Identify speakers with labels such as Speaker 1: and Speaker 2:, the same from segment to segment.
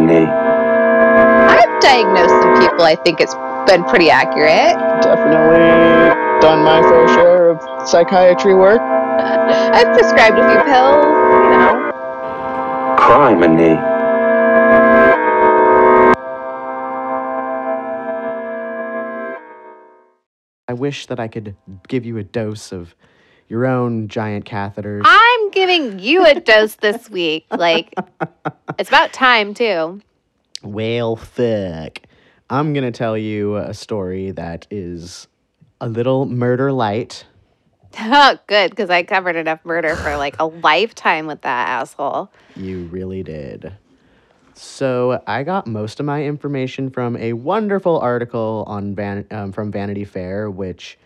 Speaker 1: knee.
Speaker 2: I've diagnosed some people. I think it's been pretty accurate.
Speaker 3: Definitely done my fair share of psychiatry work.
Speaker 2: I've prescribed a few pills, you know.
Speaker 1: Cry, my knee.
Speaker 4: I wish that I could give you a dose of your own giant catheters.
Speaker 5: I'm giving you a dose this week. Like, it's about time, too.
Speaker 4: Well, fuck. I'm going to tell you a story that is a little murder light.
Speaker 5: Oh, good, because I covered enough murder for like a lifetime with that asshole.
Speaker 4: You really did. So I got most of my information from a wonderful article on Van, um, from Vanity Fair, which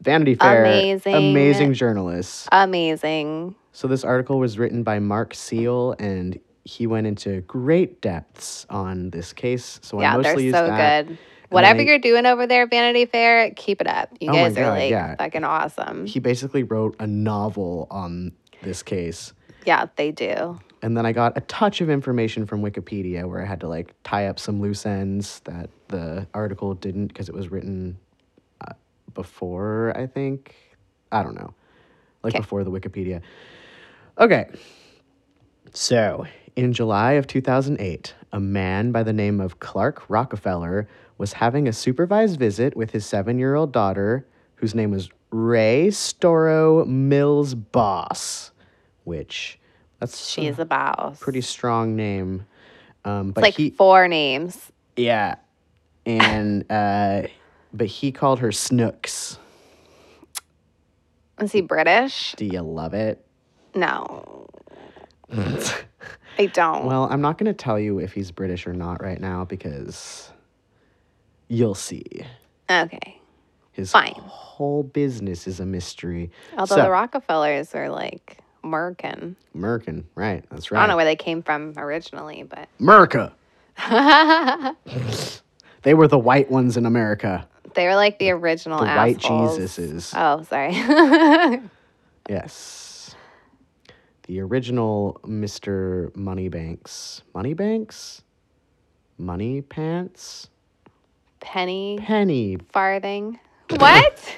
Speaker 4: Vanity Fair,
Speaker 5: Amazing.
Speaker 4: amazing journalists.
Speaker 5: Amazing.
Speaker 4: So this article was written by Mark Seal, and he went into great depths on this case. So I
Speaker 5: yeah,
Speaker 4: mostly
Speaker 5: they're
Speaker 4: used
Speaker 5: so
Speaker 4: that.
Speaker 5: good. Whatever
Speaker 4: I-
Speaker 5: you're doing over there, at Vanity Fair, keep it up. You
Speaker 4: Oh my
Speaker 5: guys are
Speaker 4: God,
Speaker 5: like
Speaker 4: yeah.
Speaker 5: fucking awesome.
Speaker 4: He basically wrote a novel on this case.
Speaker 5: yeah, they do.
Speaker 4: And then I got a touch of information from Wikipedia where I had to like tie up some loose ends that the article didn't because it was written uh, before, I think. I don't know. Like
Speaker 5: 'Kay.
Speaker 4: before the Wikipedia. Okay. So, in July of 2008, a man by the name of Clark Rockefeller was having a supervised visit with his seven year old daughter, whose name was Ray Storrow Mills Boss, which that's
Speaker 5: She's
Speaker 4: a
Speaker 5: a boss.
Speaker 4: pretty strong name. Um, but
Speaker 5: It's like
Speaker 4: he,
Speaker 5: four names.
Speaker 4: yeah, and uh, but he called her Snooks.
Speaker 5: Is he British?
Speaker 4: Do you love it?
Speaker 5: No, I don't.
Speaker 4: Well, I'm not going to tell you if he's British or not right now because you'll see.
Speaker 5: okay.
Speaker 4: His
Speaker 5: Fine.
Speaker 4: whole business is a mystery.
Speaker 5: Although
Speaker 4: So-
Speaker 5: the Rockefellers are like American.
Speaker 4: Merkin, right? That's
Speaker 5: I don't know
Speaker 4: right.
Speaker 5: where they came from originally, but
Speaker 4: Merca. they were the white ones in America.
Speaker 5: they were like the original
Speaker 4: The white
Speaker 5: assholes.
Speaker 4: Jesuses.
Speaker 5: Oh, sorry.
Speaker 4: Yes. The original Mr. Moneybanks. Moneybanks? Money pants?
Speaker 5: Penny
Speaker 4: Penny.
Speaker 5: farthing. What?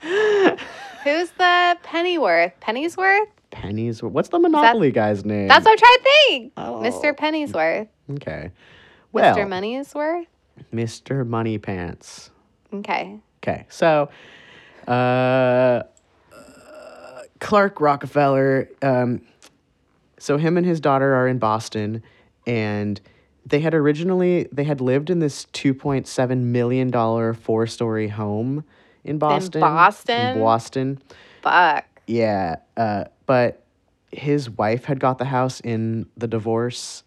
Speaker 5: Who's the Pennyworth? Pennyworth?
Speaker 4: Pennies. What's the Monopoly guy's name?
Speaker 5: That's what I'm trying to think.
Speaker 4: Oh.
Speaker 5: Mr. Pennyworth.
Speaker 4: Okay. Well,
Speaker 5: Mr. Moneyworth?
Speaker 4: Mr. Money Pants.
Speaker 5: Okay.
Speaker 4: Okay, so uh, uh, Clark Rockefeller, um, so him and his daughter are in Boston, and they had originally they had lived in this two point seven million dollar four story home in Boston.
Speaker 5: Boston?
Speaker 4: In Boston,
Speaker 5: Fuck.
Speaker 4: yeah. Uh, but his wife had got the house in the divorce,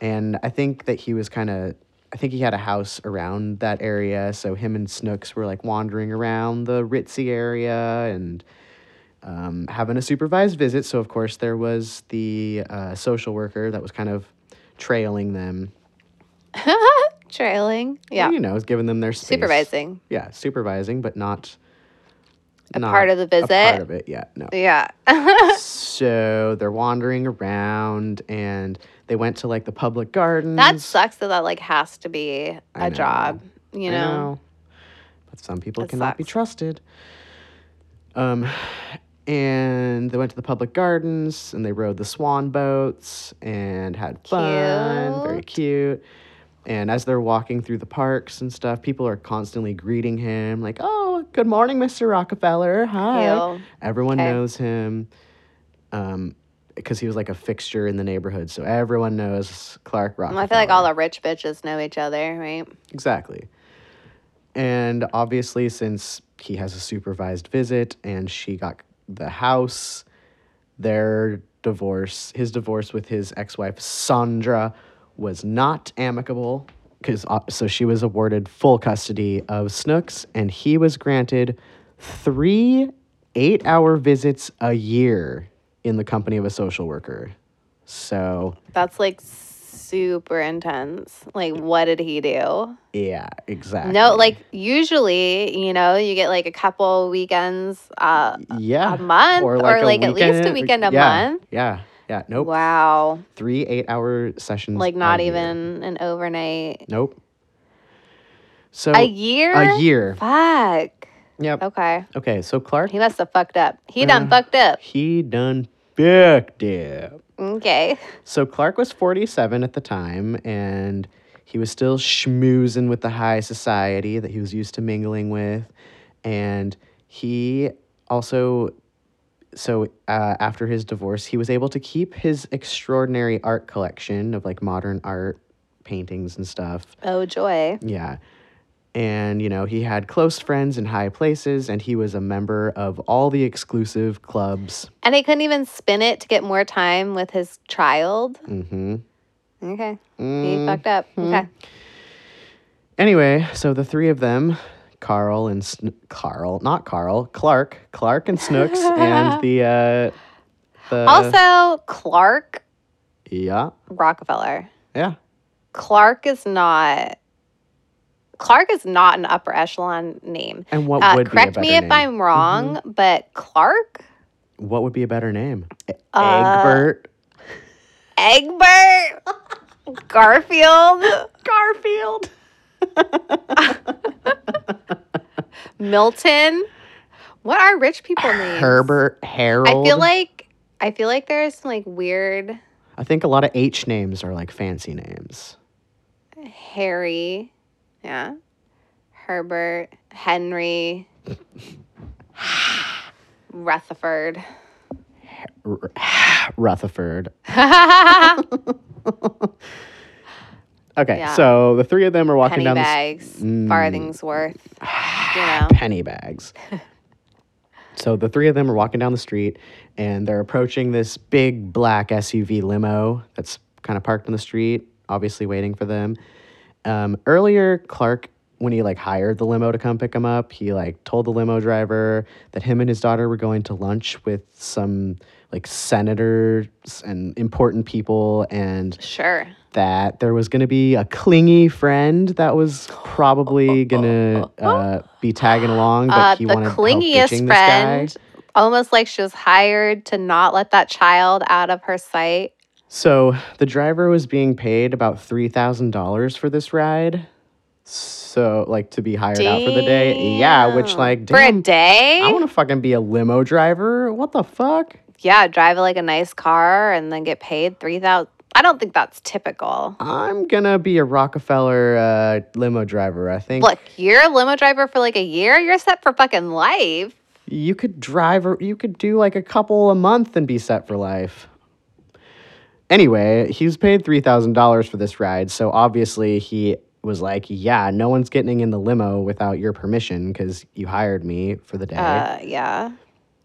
Speaker 4: and I think that he was kind of. I think he had a house around that area, so him and Snooks were like wandering around the ritzy area and um, having a supervised visit. So of course there was the uh, social worker that was kind of trailing them.
Speaker 5: Trailing. Yeah.
Speaker 4: you know, was giving them their space.
Speaker 5: Supervising.
Speaker 4: Yeah, supervising, but not. A
Speaker 5: part of the
Speaker 4: A part
Speaker 5: visit?
Speaker 4: of it, yeah. No.
Speaker 5: Yeah.
Speaker 4: so they're wandering around and they went to like the public gardens.
Speaker 5: that sucks that that like has to be a
Speaker 4: Mm. I know.
Speaker 5: job. You
Speaker 4: I
Speaker 5: know?
Speaker 4: But some people
Speaker 5: That
Speaker 4: cannot be
Speaker 5: sucks.
Speaker 4: trusted. Um and they went to the public gardens and they rode the swan boats and had fun. Very cute. And as they're walking through the parks and stuff, people are constantly greeting him, like, oh, good morning, Mr. Rockefeller. Hi.
Speaker 5: Ew.
Speaker 4: Everyone
Speaker 5: Okay.
Speaker 4: knows him. Um, because he was like a fixture in the neighborhood, so everyone knows Clark Rockefeller.
Speaker 5: I feel like all the rich bitches know each other, right?
Speaker 4: Exactly. And obviously, since he has a supervised visit and she got the house, their divorce, his divorce with his ex wife, Sandra, was not amicable. Cause, uh, so she was awarded full custody of Snooks, and he was granted three eight hour visits a year in the company of a social worker. So,
Speaker 5: That's like super intense. Like, what did he do?
Speaker 4: yeah, exactly.
Speaker 5: No, like usually, you know, you get like a couple weekends uh,
Speaker 4: yeah
Speaker 5: a month or, like, at least a weekend a
Speaker 4: yeah,
Speaker 5: month.
Speaker 4: yeah Yeah, nope.
Speaker 5: Wow.
Speaker 4: Three eight hour sessions.
Speaker 5: Like
Speaker 4: a
Speaker 5: not
Speaker 4: year.
Speaker 5: even an overnight.
Speaker 4: Nope. So
Speaker 5: a year? Oh.
Speaker 4: A year.
Speaker 5: Fuck.
Speaker 4: Yep.
Speaker 5: Okay.
Speaker 4: Okay, so Clark,
Speaker 5: He must have fucked up. He done
Speaker 4: Yeah.
Speaker 5: fucked up.
Speaker 4: he done fucked up.
Speaker 5: Okay.
Speaker 4: So Clark was 47 at the time, and he was still schmoozing with the high society that he was used to mingling with. And he also, so uh, after his divorce, he was able to keep his extraordinary art collection of like modern art paintings and stuff.
Speaker 5: Oh joy.
Speaker 4: Yeah. And, you know, he had close friends in high places, and he was a member of all the exclusive clubs.
Speaker 5: And he couldn't even spin it to get more time with his child.
Speaker 4: hmm.
Speaker 5: Okay.
Speaker 4: Mm-hmm.
Speaker 5: He fucked up. Okay.
Speaker 4: Anyway, so the three of them, Carl and Sn- Carl, not Carl, Clark, Clark and Snooks, and the uh, the
Speaker 5: also, Clark
Speaker 4: yeah,
Speaker 5: Rockefeller.
Speaker 4: yeah,
Speaker 5: Clark is not Clark is not an upper echelon name.
Speaker 4: and what
Speaker 5: Uh,
Speaker 4: would
Speaker 5: correct
Speaker 4: be a
Speaker 5: me
Speaker 4: better
Speaker 5: if
Speaker 4: name? Mm-hmm.
Speaker 5: I'm wrong, but Clark
Speaker 4: What would be a better name? E-
Speaker 5: Uh,
Speaker 4: Egbert.
Speaker 5: Egbert Garfield
Speaker 4: Garfield.
Speaker 5: Milton. What are rich people names?
Speaker 4: Herbert Harold.
Speaker 5: I feel like I feel like there's some like weird
Speaker 4: I think a lot of H names are like fancy names.
Speaker 5: Harry, yeah, Herbert, Henry, Rutherford.
Speaker 4: R- Rutherford. Okay,
Speaker 5: Yeah.
Speaker 4: so the three of them are walking
Speaker 5: Penny
Speaker 4: down the
Speaker 5: bags,
Speaker 4: mm.
Speaker 5: farthings worth. You know,
Speaker 4: penny bags. so the three of them are walking down the street and they're approaching this big black SUV limo that's kind of parked on the street, obviously waiting for them. Um, earlier, Clark, when he like hired the limo to come pick him up, he like told the limo driver that him and his daughter were going to lunch with some like senators and important people and
Speaker 5: sure.
Speaker 4: that there was going to be a clingy friend that was
Speaker 5: Oh,
Speaker 4: probably going to uh, be tagging along, but
Speaker 5: Uh,
Speaker 4: he
Speaker 5: the
Speaker 4: wanted help ditching
Speaker 5: clingiest friend,
Speaker 4: This guy.
Speaker 5: almost like she was hired to not let that child out of her sight.
Speaker 4: So the driver was being paid about three thousand dollars for this ride. So like to be hired out for the day, yeah. Which like,
Speaker 5: for a
Speaker 4: damn,
Speaker 5: day?
Speaker 4: I want to fucking be a limo driver. What the fuck?
Speaker 5: yeah, drive like a nice car and then get paid three thousand. I don't think that's typical.
Speaker 4: I'm gonna be a Rockefeller uh, limo driver. I think.
Speaker 5: Look, you're a limo driver for like a year. You're set for fucking life.
Speaker 4: You could drive or you could do like a couple a month and be set for life. Anyway, he's paid $3,000 for this ride, so obviously he was like, "Yeah, no one's getting in the limo without your permission cuz you hired me for the day."
Speaker 5: Uh, yeah,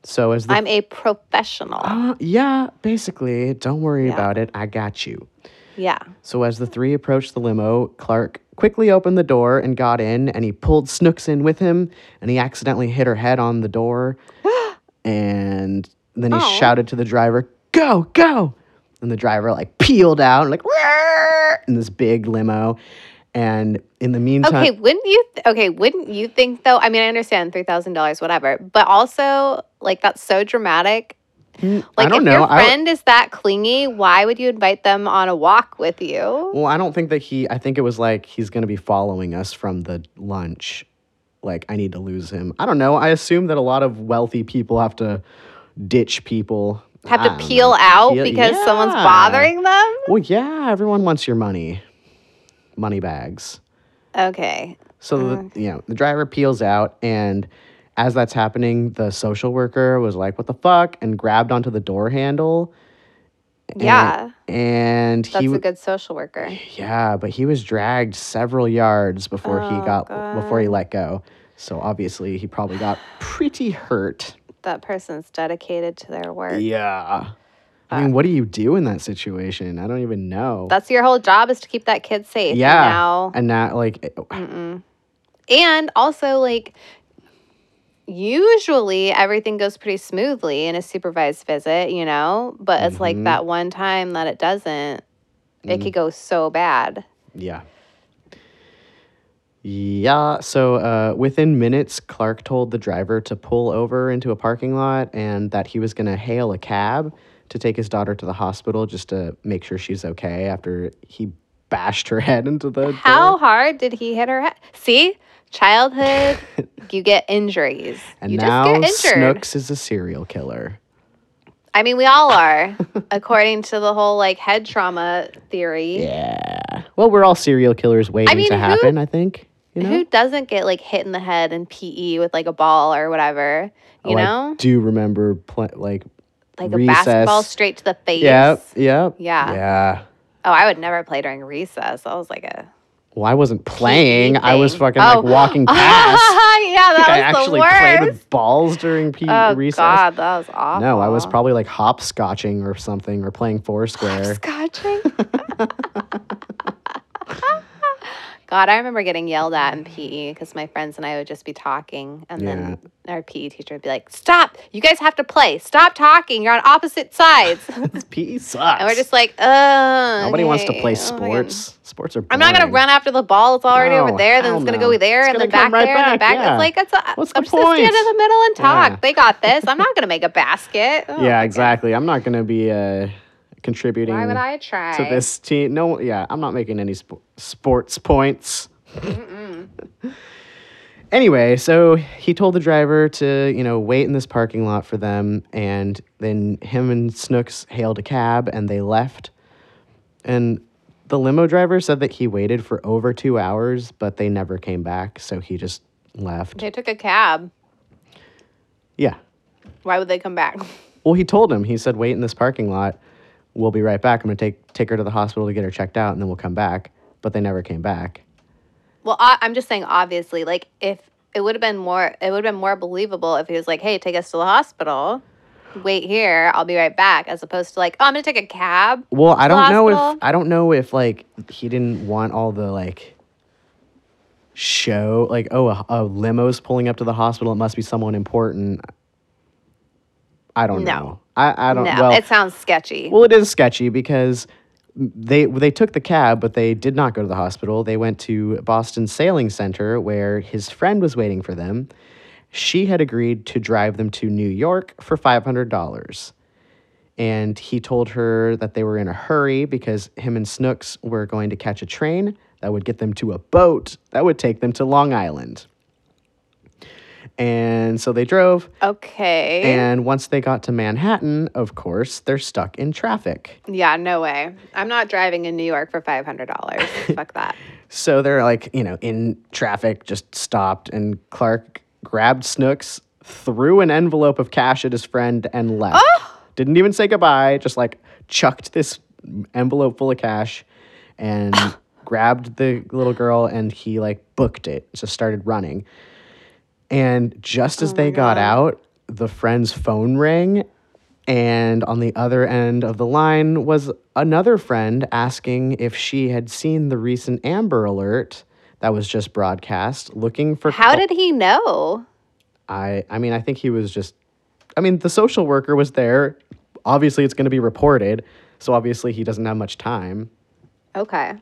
Speaker 4: so as the
Speaker 5: I'm a professional.
Speaker 4: uh, yeah, basically, don't worry
Speaker 5: Yeah.
Speaker 4: about it. I got you.
Speaker 5: yeah,
Speaker 4: So as the three approached the limo, Clark quickly opened the door and got in, and he pulled Snooks in with him, and he accidentally hit her head on the door. and then he
Speaker 5: Oh.
Speaker 4: shouted to the driver, "Go, go!" And the driver like peeled out, like "Wah!" in this big limo. And in the meantime,
Speaker 5: Okay, wouldn't you? Th- okay, wouldn't you think though? I mean, I understand three thousand dollars, whatever, but also like that's so dramatic.
Speaker 4: mm,
Speaker 5: Like,
Speaker 4: I don't
Speaker 5: if
Speaker 4: know.
Speaker 5: your
Speaker 4: I,
Speaker 5: friend is that clingy, why would you invite them on a walk with you?
Speaker 4: well, I don't think that he. I think it was like he's gonna be following us from the lunch. Like I need to lose him. I don't know. I assume that a lot of wealthy people have to ditch people.
Speaker 5: Have
Speaker 4: I don't
Speaker 5: to
Speaker 4: know.
Speaker 5: peel out
Speaker 4: Peel-
Speaker 5: because someone's
Speaker 4: yeah.
Speaker 5: bothering them?
Speaker 4: Well, yeah, everyone wants your money, money bags.
Speaker 5: Okay.
Speaker 4: So
Speaker 5: Mm.
Speaker 4: the, you know the driver peels out, and as that's happening, the social worker was like, "What the fuck?" and grabbed onto the door handle. and-
Speaker 5: Yeah.
Speaker 4: and
Speaker 5: That's
Speaker 4: he
Speaker 5: a
Speaker 4: w-
Speaker 5: good social worker.
Speaker 4: yeah, but he was dragged several yards before he
Speaker 5: Oh,
Speaker 4: got before he let go. So obviously he probably got pretty hurt.
Speaker 5: That person's dedicated to their work.
Speaker 4: Yeah. I mean, what do you do in that situation? I don't even know.
Speaker 5: Uh, That's your whole job is to keep that kid safe.
Speaker 4: yeah.
Speaker 5: Now,
Speaker 4: And that like
Speaker 5: and also like usually everything goes pretty smoothly in a supervised visit, you know, but it's
Speaker 4: Mm-hmm.
Speaker 5: like that one time that it
Speaker 4: Mm.
Speaker 5: doesn't, it could go so bad.
Speaker 4: Yeah. Yeah. So uh, within minutes, Clark told the driver to pull over into a parking lot and that he was going to hail a cab to take his daughter to the hospital just to make sure she's okay after he bashed her head into the
Speaker 5: How
Speaker 4: door.
Speaker 5: hard did he hit her head? See, childhood, you get injuries.
Speaker 4: And
Speaker 5: you
Speaker 4: now
Speaker 5: just get injured.
Speaker 4: Snooks is a serial killer.
Speaker 5: I mean, we all are, according to the whole like head trauma theory.
Speaker 4: Yeah. Well, we're all serial killers waiting
Speaker 5: mean,
Speaker 4: to
Speaker 5: who-
Speaker 4: happen, I think. You know?
Speaker 5: Who doesn't get like hit in the head in PE with like a ball or whatever? You
Speaker 4: Oh, I
Speaker 5: know,
Speaker 4: do remember pl- like
Speaker 5: like a basketball
Speaker 4: recess.
Speaker 5: straight to the face.
Speaker 4: Yep, yep.
Speaker 5: Yeah.
Speaker 4: Yeah.
Speaker 5: Oh, I would never play during recess. I was like a
Speaker 4: Well, I wasn't playing. I was
Speaker 5: thing.
Speaker 4: fucking
Speaker 5: Oh.
Speaker 4: like walking past.
Speaker 5: yeah,
Speaker 4: I
Speaker 5: that was the
Speaker 4: actually
Speaker 5: worst.
Speaker 4: played with balls during P-
Speaker 5: oh
Speaker 4: recess.
Speaker 5: God, that was awful.
Speaker 4: No, I was probably like hopscotching or something or playing foursquare.
Speaker 5: Scotching. God, I remember getting yelled at in PE because my friends and I would just be talking, and then our PE teacher would be like, "Stop! You guys have to play. Stop talking. You're on opposite sides." and
Speaker 4: PE sucks.
Speaker 5: we're just like, "Oh."
Speaker 4: Nobody wants to
Speaker 5: okay.
Speaker 4: play
Speaker 5: Oh my God."
Speaker 4: sports. sports are. Boring.
Speaker 5: I'm not gonna run after the ball. It's already
Speaker 4: No,
Speaker 5: over there. Then
Speaker 4: hell
Speaker 5: it's gonna
Speaker 4: no.
Speaker 5: go there
Speaker 4: It's
Speaker 5: and
Speaker 4: gonna
Speaker 5: then
Speaker 4: come
Speaker 5: back
Speaker 4: right
Speaker 5: there and then back.
Speaker 4: back, yeah.
Speaker 5: It's like it's. A,
Speaker 4: What's the
Speaker 5: I'm just gonna stand in
Speaker 4: point?
Speaker 5: the middle and
Speaker 4: Yeah.
Speaker 5: talk. They got this. I'm not gonna make a basket. Oh,
Speaker 4: Yeah, exactly. I'm not gonna be uh, contributing
Speaker 5: Why would
Speaker 4: to
Speaker 5: I try?
Speaker 4: this team. No, yeah, I'm not making any sp- sports points. anyway, so he told the driver to, you know, wait in this parking lot for them. And then him and Snooks hailed a cab and they left. And the limo driver said that he waited for over two hours, but they never came back. So he just left.
Speaker 5: They took a cab.
Speaker 4: Yeah.
Speaker 5: Why would they come back?
Speaker 4: Well, he told him, he said, wait in this parking lot. We'll be right back. I'm going to take, take her to the hospital to get her checked out and then we'll come back. But they never came back.
Speaker 5: Well, I, I'm just saying, obviously, like if it would have been more, it would have been more believable if he was like, "Hey, take us to the hospital, wait here, I'll be right back," as opposed to like, "Oh, I'm gonna take a cab."
Speaker 4: Well, I
Speaker 5: the
Speaker 4: don't know if
Speaker 5: hospital?
Speaker 4: I don't know if like he didn't want all the like show like oh a, a limo's pulling up to the hospital. It must be someone important. I don't
Speaker 5: No.
Speaker 4: know. I I
Speaker 5: No,
Speaker 4: don't. well,
Speaker 5: it sounds sketchy.
Speaker 4: well, it is sketchy because they they took the cab, but they did not go to the hospital. They went to Boston Sailing Center where his friend was waiting for them. She had agreed to drive them to New York for five hundred dollars, and he told her that they were in a hurry because him and Snooks were going to catch a train that would get them to a boat that would take them to Long Island. And so they drove.
Speaker 5: okay.
Speaker 4: And once they got to Manhattan, of course, they're stuck in traffic.
Speaker 5: yeah, no way. I'm not driving in New York for five hundred dollars. Fuck that.
Speaker 4: So they're like, you know, in traffic, just stopped. And Clark grabbed Snooks, threw an envelope of cash at his friend, and left. Didn't even say goodbye, just like chucked this envelope full of cash and grabbed the little girl and he like booked it, just started running. And just
Speaker 5: Oh
Speaker 4: as they got out, the friend's phone rang. And on the other end of the line was another friend asking if she had seen the recent Amber Alert that was just broadcast, looking for.
Speaker 5: How
Speaker 4: Cla-
Speaker 5: did he know?
Speaker 4: I? I mean, I think he was just. I mean, the social worker was there. Obviously, it's going to be reported, so obviously he doesn't have much time.
Speaker 5: Okay.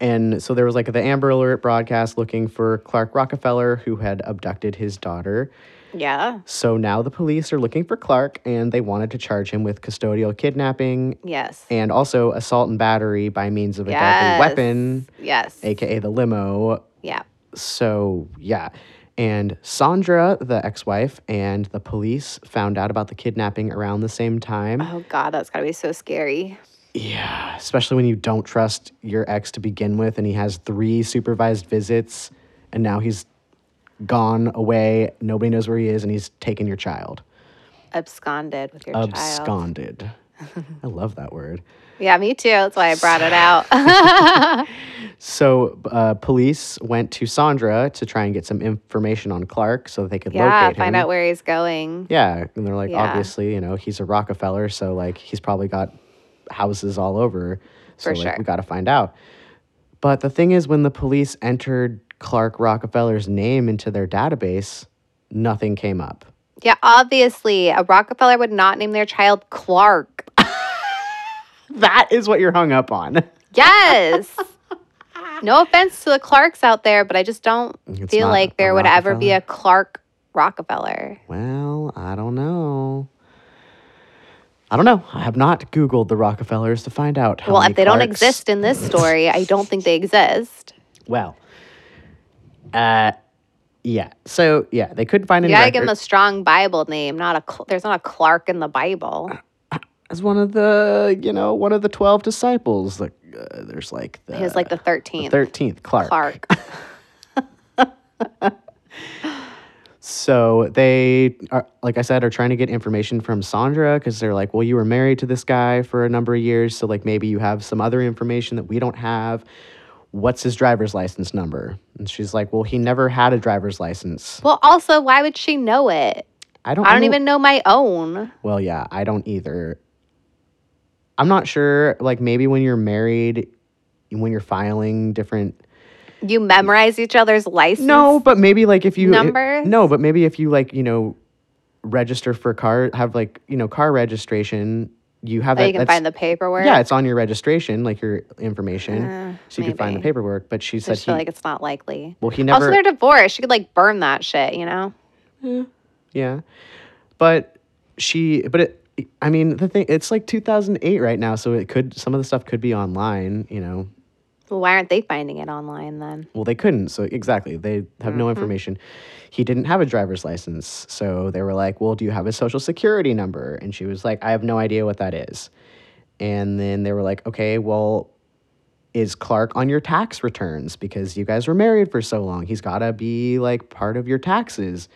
Speaker 4: And so there was like the Amber Alert broadcast looking for Clark Rockefeller, who had abducted his daughter.
Speaker 5: Yeah.
Speaker 4: So now the police are looking for Clark and they wanted to charge him with custodial kidnapping
Speaker 5: Yes.
Speaker 4: and also assault and battery by means of a
Speaker 5: yes.
Speaker 4: deadly weapon,
Speaker 5: Yes.
Speaker 4: aka the limo.
Speaker 5: yeah.
Speaker 4: So, yeah. And Sandra, the ex wife, and the police found out about the kidnapping around the same time.
Speaker 5: Oh God, that's gotta be so scary.
Speaker 4: Yeah, especially when you don't trust your ex to begin with and he has three supervised visits and now he's gone away. Nobody knows where he is and he's taken your child.
Speaker 5: Absconded with your child.
Speaker 4: Absconded. I love that word.
Speaker 5: Yeah, me too. That's why I brought it out.
Speaker 4: So, uh, police went to Sandra to try and get some information on Clark so that they could
Speaker 5: yeah,
Speaker 4: locate him.
Speaker 5: find out where he's going.
Speaker 4: Yeah, and they're like,
Speaker 5: Yeah.
Speaker 4: obviously, you know, he's a Rockefeller, so like he's probably got houses all over. So
Speaker 5: For
Speaker 4: like
Speaker 5: sure.
Speaker 4: we got to find out. But the thing is, when the police entered Clark Rockefeller's name into their database, nothing came up.
Speaker 5: Yeah, obviously, a Rockefeller would not name their child Clark.
Speaker 4: That is what you're hung up on.
Speaker 5: Yes. No offense to the Clarks out there, but I just don't
Speaker 4: It's
Speaker 5: feel
Speaker 4: not
Speaker 5: like
Speaker 4: a
Speaker 5: there would ever be a
Speaker 4: Rockefeller.
Speaker 5: Clark Rockefeller.
Speaker 4: Well, I don't know. I don't know. I have not Googled the Rockefellers to find out. How
Speaker 5: well,
Speaker 4: many
Speaker 5: if they don't
Speaker 4: Clarks-
Speaker 5: exist in this story, I don't think they exist.
Speaker 4: Well, uh, yeah. So, yeah, they couldn't find
Speaker 5: You
Speaker 4: any
Speaker 5: gotta give them a
Speaker 4: records.
Speaker 5: strong Bible name. Not a Cl- there's not a Clark in the Bible.
Speaker 4: As one of the, you know, one of the 12 disciples. Like, uh, there's like the,
Speaker 5: He was like the
Speaker 4: Uh, the
Speaker 5: thirteenth
Speaker 4: 13th, Clark.
Speaker 5: Clark.
Speaker 4: So they are, like I said, are trying to get information from Sandra because they're like, well, you were married to this guy for a number of years, so like maybe you have some other information that we don't have. What's his driver's license number? And she's like, well, he never had a driver's license.
Speaker 5: well, also, why would she know it?
Speaker 4: I don't.
Speaker 5: I don't
Speaker 4: know-
Speaker 5: even know my own.
Speaker 4: Well, yeah, I don't either. I'm not sure. Like maybe when you're married, when you're filing different
Speaker 5: You memorize each other's license.
Speaker 4: No, but maybe like if you it-
Speaker 5: Numbers?
Speaker 4: no, but maybe if you like you know register for car have like you know car registration, you have
Speaker 5: Oh,
Speaker 4: that,
Speaker 5: you can
Speaker 4: that's-
Speaker 5: find the paperwork.
Speaker 4: yeah, it's on your registration, like your information,
Speaker 5: Uh,
Speaker 4: so you can find the
Speaker 5: maybe.
Speaker 4: paperwork. But she
Speaker 5: I
Speaker 4: said
Speaker 5: just
Speaker 4: he
Speaker 5: feel like it's not likely.
Speaker 4: well he
Speaker 5: Also,
Speaker 4: never
Speaker 5: they're divorced. She could like burn that shit, you know?
Speaker 4: yeah, but she but it. I mean, the thing it's like 2008 right now, so it could some of the stuff could be online, you know.
Speaker 5: Well, why aren't they finding it online then?
Speaker 4: Well, they couldn't. So exactly, they have
Speaker 5: Mm-hmm.
Speaker 4: no information. He didn't have a driver's license, so they were like, "Well, do you have a social security number?" And she was like, "I have no idea what that is." And then they were like, "Okay, well, is Clark on your tax returns because you guys were married for so long? He's got to be like part of your taxes."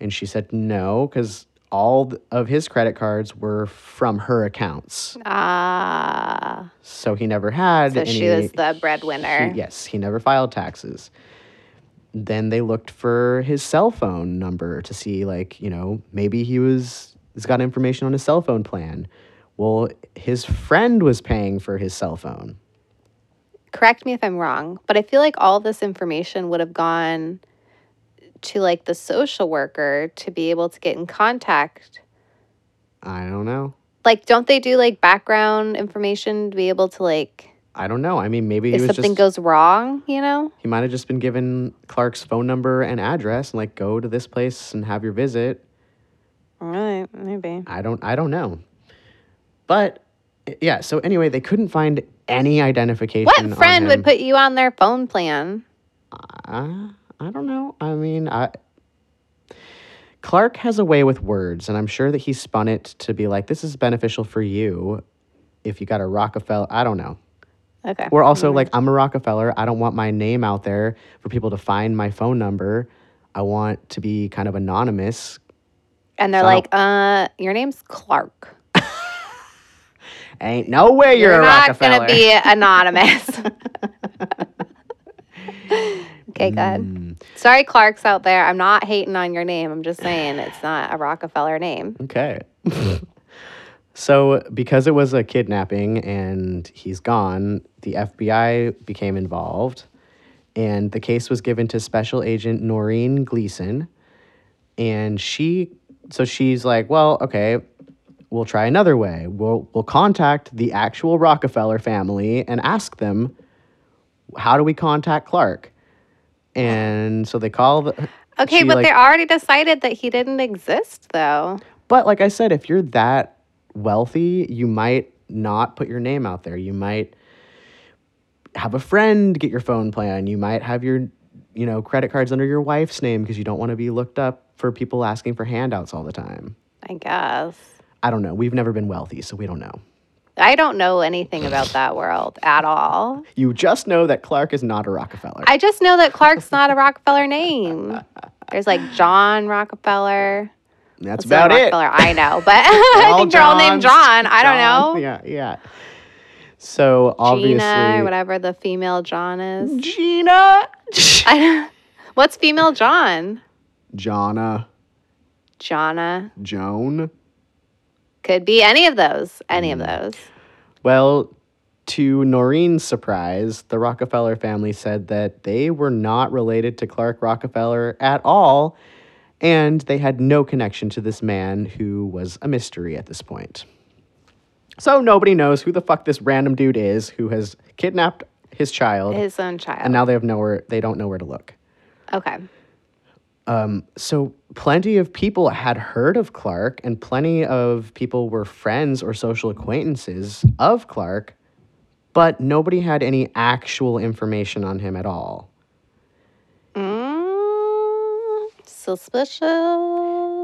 Speaker 4: And she said, "No, because all th- of his credit cards were from her accounts,
Speaker 5: Ah.
Speaker 4: so he never had."
Speaker 5: so
Speaker 4: any,
Speaker 5: she was
Speaker 4: E
Speaker 5: the
Speaker 4: he-
Speaker 5: breadwinner.
Speaker 4: yes, he never filed taxes. Then they looked for his cell phone number to see, like, you know, maybe he was he's got information on his cell phone plan. Well, his friend was paying for his cell phone.
Speaker 5: Correct me if I'm wrong, but I feel like all this information would have gone to like the social worker to be able to get in contact.
Speaker 4: I don't know.
Speaker 5: Like, don't they do like background information to be able to like
Speaker 4: I don't know. I mean, maybe he
Speaker 5: if
Speaker 4: was
Speaker 5: something
Speaker 4: just
Speaker 5: goes wrong, you know?
Speaker 4: he might have just been given Clark's phone number and address and like go to this place and have your visit.
Speaker 5: All right, maybe.
Speaker 4: I don't I don't know. But yeah, so anyway, they couldn't find any identification. on
Speaker 5: What friend
Speaker 4: him.
Speaker 5: would put you on their phone plan?
Speaker 4: Uh, I don't know. I mean, I Clark has a way with words, and I'm sure that he spun it to be like, "This is beneficial for you." If you got a Rockefeller, I don't know.
Speaker 5: Okay.
Speaker 4: We're also like, I'm a Rockefeller. I don't want my name out there for people to find my phone number. I want to be kind of anonymous.
Speaker 5: And they're
Speaker 4: so I
Speaker 5: like, uh, your name's Clark.
Speaker 4: Ain't no way you're, a
Speaker 5: not
Speaker 4: Rockefeller.
Speaker 5: gonna be anonymous. okay, good.
Speaker 4: Hmm.
Speaker 5: Sorry, Clark's out there. I'm not hating on your name. I'm just saying it's not a Rockefeller name.
Speaker 4: Okay. so, because it was a kidnapping and he's gone, the FBI became involved and the case was given to special agent Noreen Gleason and she so she's like, "Well, okay, we'll try another way. We'll we'll contact the actual Rockefeller family and ask them how do we contact Clark?" And so they call the
Speaker 5: Okay,
Speaker 4: she,
Speaker 5: but
Speaker 4: like-
Speaker 5: they already decided that he didn't exist, though.
Speaker 4: But like I said, if you're that wealthy, you might not put your name out there. You might have a friend get your phone plan. You might have your, you know, credit cards under your wife's name because you don't want to be looked up for people asking for handouts all the time.
Speaker 5: I guess.
Speaker 4: I don't know. We've never been wealthy, so we don't know.
Speaker 5: I don't know anything about that world at all.
Speaker 4: You just know that Clark is not a Rockefeller.
Speaker 5: I just know that Clark's not a Rockefeller name. There's like John Rockefeller.
Speaker 4: That's
Speaker 5: It's not
Speaker 4: about it.
Speaker 5: Rockefeller, I know, but I
Speaker 4: All
Speaker 5: think they're all named
Speaker 4: Johns,
Speaker 5: John. I don't
Speaker 4: John.
Speaker 5: know.
Speaker 4: Yeah, yeah. So obviously,
Speaker 5: Gina or whatever the female John is.
Speaker 4: Gina,
Speaker 5: I don't- What's female John?
Speaker 4: Jonna,
Speaker 5: Jonna.
Speaker 4: Joan.
Speaker 5: Could be any of those. Any
Speaker 4: Mm.
Speaker 5: of those.
Speaker 4: Well, to Noreen's surprise, the Rockefeller family said that they were not related to Clark Rockefeller at all, and they had no connection to this man who was a mystery at this point. So nobody knows who the fuck this random dude is who has kidnapped his child,
Speaker 5: His own child.
Speaker 4: and now they have nowhere. They don't know where to look.
Speaker 5: okay.
Speaker 4: So plenty of people had heard of Clark, and plenty of people were friends or social acquaintances of Clark, but nobody had any actual information on him at all.
Speaker 5: Mm, suspicious.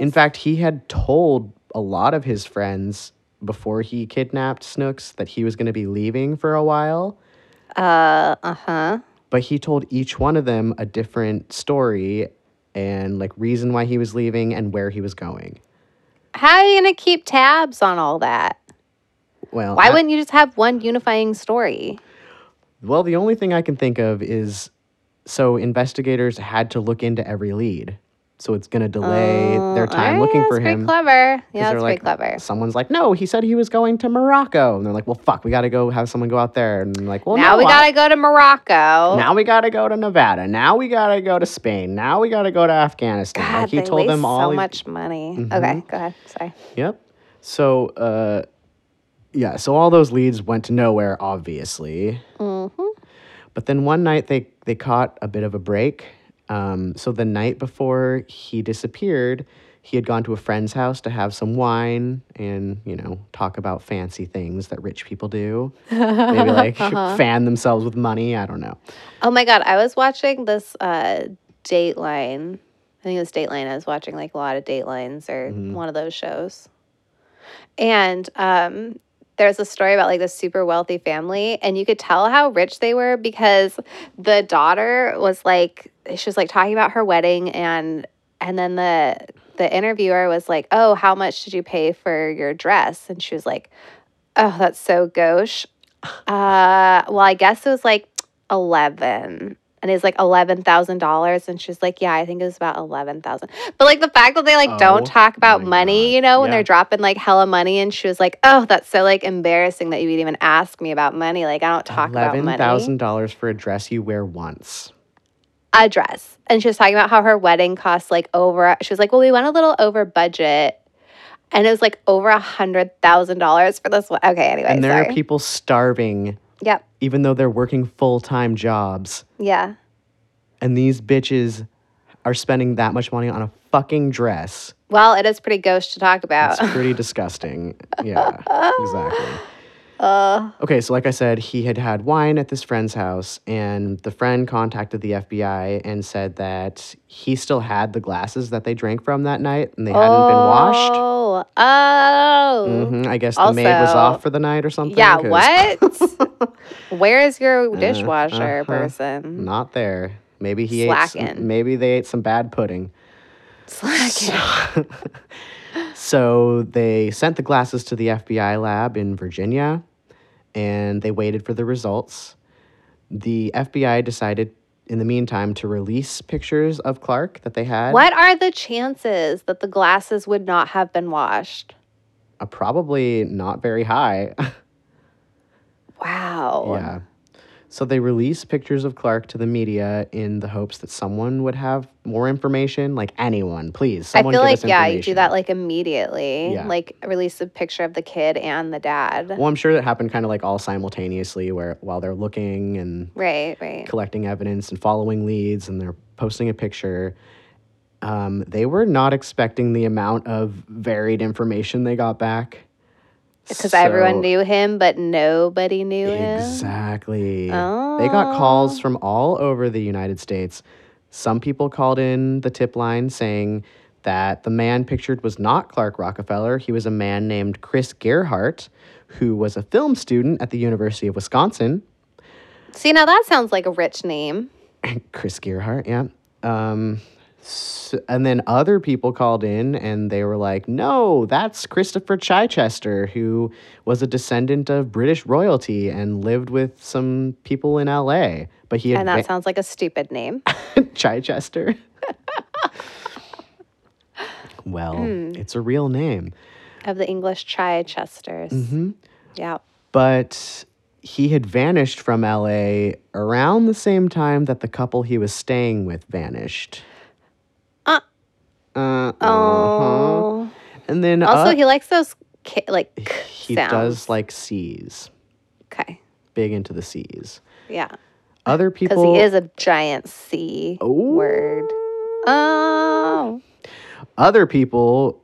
Speaker 4: In fact, he had told a lot of his friends before he kidnapped Snooks that he was going to be leaving for a while,
Speaker 5: Uh uh huh.
Speaker 4: but he told each one of them a different story and like reason why he was leaving and where he was going.
Speaker 5: How are you gonna keep tabs on all that?
Speaker 4: Well,
Speaker 5: Why
Speaker 4: I-
Speaker 5: wouldn't you just have one unifying story?
Speaker 4: Well, the only thing I can think of is so investigators had to look into every lead. So it's going to delay their time
Speaker 5: Alright,
Speaker 4: looking
Speaker 5: Oh, eh, that's
Speaker 4: for
Speaker 5: pretty
Speaker 4: him. 'cause
Speaker 5: Clever. Yeah,
Speaker 4: they're
Speaker 5: that's
Speaker 4: like,
Speaker 5: pretty clever.
Speaker 4: Someone's like, no, he said he was going to Morocco. And they're like, well, fuck, we got to go have someone go out there. And I'm like, well,
Speaker 5: now
Speaker 4: no,
Speaker 5: we gotta
Speaker 4: I-
Speaker 5: go to Morocco.
Speaker 4: Now we got to go to Nevada. Now we got to go to Spain. Now we got to go to Afghanistan.
Speaker 5: God,
Speaker 4: like he
Speaker 5: they
Speaker 4: told
Speaker 5: waste
Speaker 4: them all. Mm-hmm.
Speaker 5: so
Speaker 4: these-
Speaker 5: much money. Okay, go ahead. Sorry.
Speaker 4: Yep. So, uh, yeah, so all those leads went to nowhere, obviously.
Speaker 5: Mm-hmm.
Speaker 4: But then one night they, they caught a bit of a break. Um, so the night before he disappeared, he had gone to a friend's house to have some wine and, you know, talk about fancy things that rich people do. Maybe like
Speaker 5: Uh-huh.
Speaker 4: fan themselves with money. I don't know.
Speaker 5: Oh my god, I was watching this uh Dateline. I think it was Dateline. I was watching like a lot of Datelines or one of those shows. And um there's a story about like this super wealthy family and you could tell how rich they were because the daughter was like she was like talking about her wedding and and then the the interviewer was like, "Oh, how much did you pay for your dress?" And she was like, "Oh, that's so gauche." Uh, well, I guess it was like 11 and it's like $11,000 and she's like, "Yeah, I think it was about 11,000." But like the fact that they like
Speaker 4: Oh
Speaker 5: don't talk about
Speaker 4: my
Speaker 5: money,
Speaker 4: God.
Speaker 5: you know, when
Speaker 4: Yeah.
Speaker 5: they're dropping like hella money and she was like, "Oh, that's so like embarrassing that you would even ask me about money. Like I don't talk about money."
Speaker 4: $11,000 for a dress you wear once.
Speaker 5: a dress. And she was talking about how her wedding costs like over, she was like, well, we went a little over budget. And it was like over a hundred thousand dollars for this one. Okay, anyway,
Speaker 4: And there
Speaker 5: sorry.
Speaker 4: are people starving,
Speaker 5: Yep,
Speaker 4: even though they're working full time jobs.
Speaker 5: yeah.
Speaker 4: and these bitches are spending that much money on a fucking dress.
Speaker 5: Well, it is pretty gauche to talk about.
Speaker 4: It's pretty disgusting. Yeah, exactly.
Speaker 5: Uh.
Speaker 4: okay, so like I said, he had had wine at this friend's house, and the friend contacted the FBI and said that he still had the glasses that they drank from that night, and they hadn't been washed.
Speaker 5: Oh, oh,
Speaker 4: hmm I guess the maid was
Speaker 5: Also-
Speaker 4: off for the night or something.
Speaker 5: yeah.
Speaker 4: 'cause
Speaker 5: What? Where is your dishwasher
Speaker 4: uh-huh.
Speaker 5: person?
Speaker 4: Not there. Maybe he ate. Some,
Speaker 5: Slackin'.
Speaker 4: maybe they ate some bad pudding.
Speaker 5: Slacking.
Speaker 4: So they sent the glasses to the FBI lab in Virginia and they waited for the results. The FBI decided in the meantime to release pictures of Clark that they had.
Speaker 5: What are the chances that the glasses would not have been washed?
Speaker 4: Uh, probably not very high.
Speaker 5: Wow.
Speaker 4: yeah. So they released pictures of Clark to the media in the hopes that someone would have more information, like anyone, please.
Speaker 5: I
Speaker 4: Someone
Speaker 5: feel
Speaker 4: give
Speaker 5: like
Speaker 4: us
Speaker 5: yeah, you do
Speaker 4: information.
Speaker 5: that like immediately.
Speaker 4: Yeah.
Speaker 5: Like release a picture of the kid and the dad.
Speaker 4: Well, I'm sure that happened kind of like all simultaneously where while they're looking and
Speaker 5: Right, right.
Speaker 4: collecting evidence and following leads and they're posting a picture. Um, they were not expecting the amount of varied information they got back.
Speaker 5: Because everyone
Speaker 4: So-
Speaker 5: knew him, but nobody knew him.
Speaker 4: Exactly. They
Speaker 5: Oh.
Speaker 4: got calls from all over the United States. Some people called in the tip line saying that the man pictured was not Clark Rockefeller. He was a man named Chris Gerhart, who was a film student at the University of Wisconsin.
Speaker 5: See, now that sounds like a rich name.
Speaker 4: Chris Gearhart, yeah. Um, s and then other people called in and they were like, no, that's Christopher Chichester, who was a descendant of British royalty and lived with some people in LA. But he had
Speaker 5: And that
Speaker 4: va-
Speaker 5: sounds like a stupid name.
Speaker 4: Chichester. well,
Speaker 5: Hmm.
Speaker 4: it's a real name.
Speaker 5: of the English Chichesters.
Speaker 4: Mm-hmm.
Speaker 5: Yeah.
Speaker 4: but he had vanished from LA around the same time that the couple he was staying with vanished.
Speaker 5: Uh.
Speaker 4: Uh, uh-huh.
Speaker 5: Oh.
Speaker 4: And then
Speaker 5: Also,
Speaker 4: uh,
Speaker 5: he likes those ki- like
Speaker 4: he
Speaker 5: sounds.
Speaker 4: does like C's,
Speaker 5: Okay.
Speaker 4: big into the C's.
Speaker 5: Yeah.
Speaker 4: Other
Speaker 5: Because
Speaker 4: people
Speaker 5: he is a giant C word. Oh.
Speaker 4: other people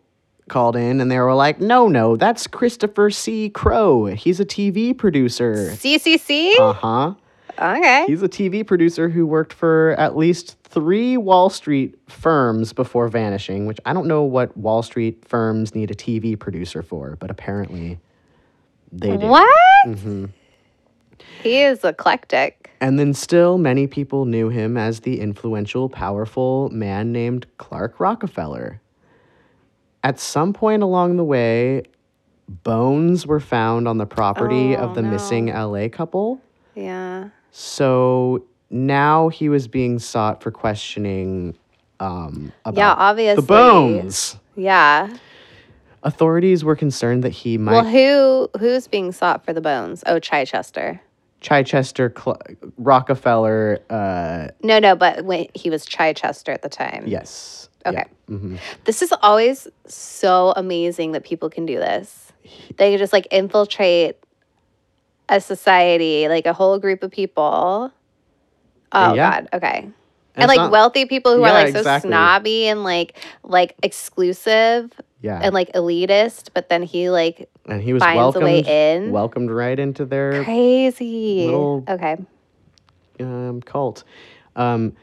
Speaker 4: called in and they were like, "No, no, that's Christopher C. Crow. He's a TV producer."
Speaker 5: CCC?
Speaker 4: Uh-huh.
Speaker 5: okay.
Speaker 4: He's a TV producer who worked for at least three Wall Street firms before vanishing, which I don't know what Wall Street firms need a TV producer for, but apparently they do.
Speaker 5: What?
Speaker 4: Mm-hmm.
Speaker 5: He is eclectic.
Speaker 4: And then still many people knew him as the influential, powerful man named Clark Rockefeller. At some point along the way, bones were found on the property
Speaker 5: Oh,
Speaker 4: of the missing LA couple.
Speaker 5: Yeah.
Speaker 4: So now he was being sought for questioning um, about
Speaker 5: Yeah, obviously.
Speaker 4: the bones.
Speaker 5: Yeah.
Speaker 4: Authorities were concerned that he might
Speaker 5: Well, who who's being sought for the bones? Oh, Chichester.
Speaker 4: Chichester Cl- Rockefeller. Uh,
Speaker 5: No, no, but when he was Chichester at the time.
Speaker 4: yes.
Speaker 5: Okay.
Speaker 4: Yeah. Mhm.
Speaker 5: This is always so amazing that people can do this. They just like infiltrate a society, like a whole group of people. Oh
Speaker 4: Uh, Yeah.
Speaker 5: God. Okay.
Speaker 4: And
Speaker 5: And,
Speaker 4: it's
Speaker 5: like
Speaker 4: not-
Speaker 5: wealthy people who are
Speaker 4: Yeah,
Speaker 5: like so
Speaker 4: exactly.
Speaker 5: snobby and like like exclusive
Speaker 4: Yeah.
Speaker 5: and like elitist, but then he like
Speaker 4: and he was
Speaker 5: finds a
Speaker 4: welcomed,
Speaker 5: way in.
Speaker 4: welcomed right into their
Speaker 5: crazy.
Speaker 4: little-
Speaker 5: okay.
Speaker 4: um, cult. Um,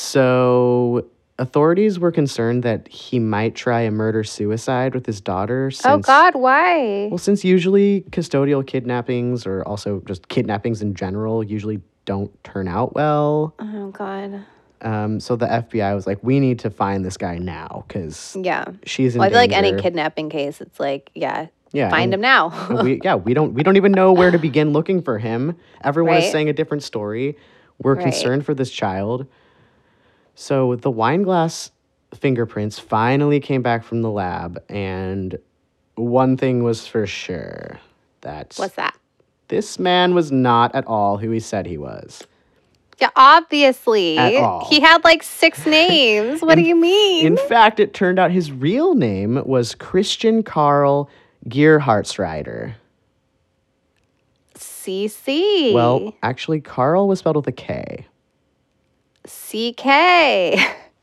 Speaker 4: so authorities were concerned that he might try a murder suicide with his daughter. Since,
Speaker 5: oh God, why?
Speaker 4: Well, since usually custodial kidnappings or also just kidnappings in general usually don't turn out well.
Speaker 5: oh God.
Speaker 4: Um, so the FBI was like, we need to find this guy now because
Speaker 5: Yeah.
Speaker 4: she's in
Speaker 5: Well, I feel like any
Speaker 4: danger."
Speaker 5: kidnapping case, it's like, yeah,
Speaker 4: Yeah,
Speaker 5: find
Speaker 4: and-
Speaker 5: him now.
Speaker 4: and we yeah we don't we don't even know where to begin looking for him everyone is
Speaker 5: Right.
Speaker 4: saying a different story we're
Speaker 5: Right.
Speaker 4: concerned for this child so the wine glass fingerprints finally came back from the lab and one thing was for sure that
Speaker 5: What's that?
Speaker 4: this man was not at all who he said he was
Speaker 5: Yeah, obviously.
Speaker 4: At all.
Speaker 5: He had like six names. What do you mean?
Speaker 4: in fact it turned out his real name was christian carl gearhartsrider
Speaker 5: CC.
Speaker 4: well actually carl was spelled with a k
Speaker 5: CK.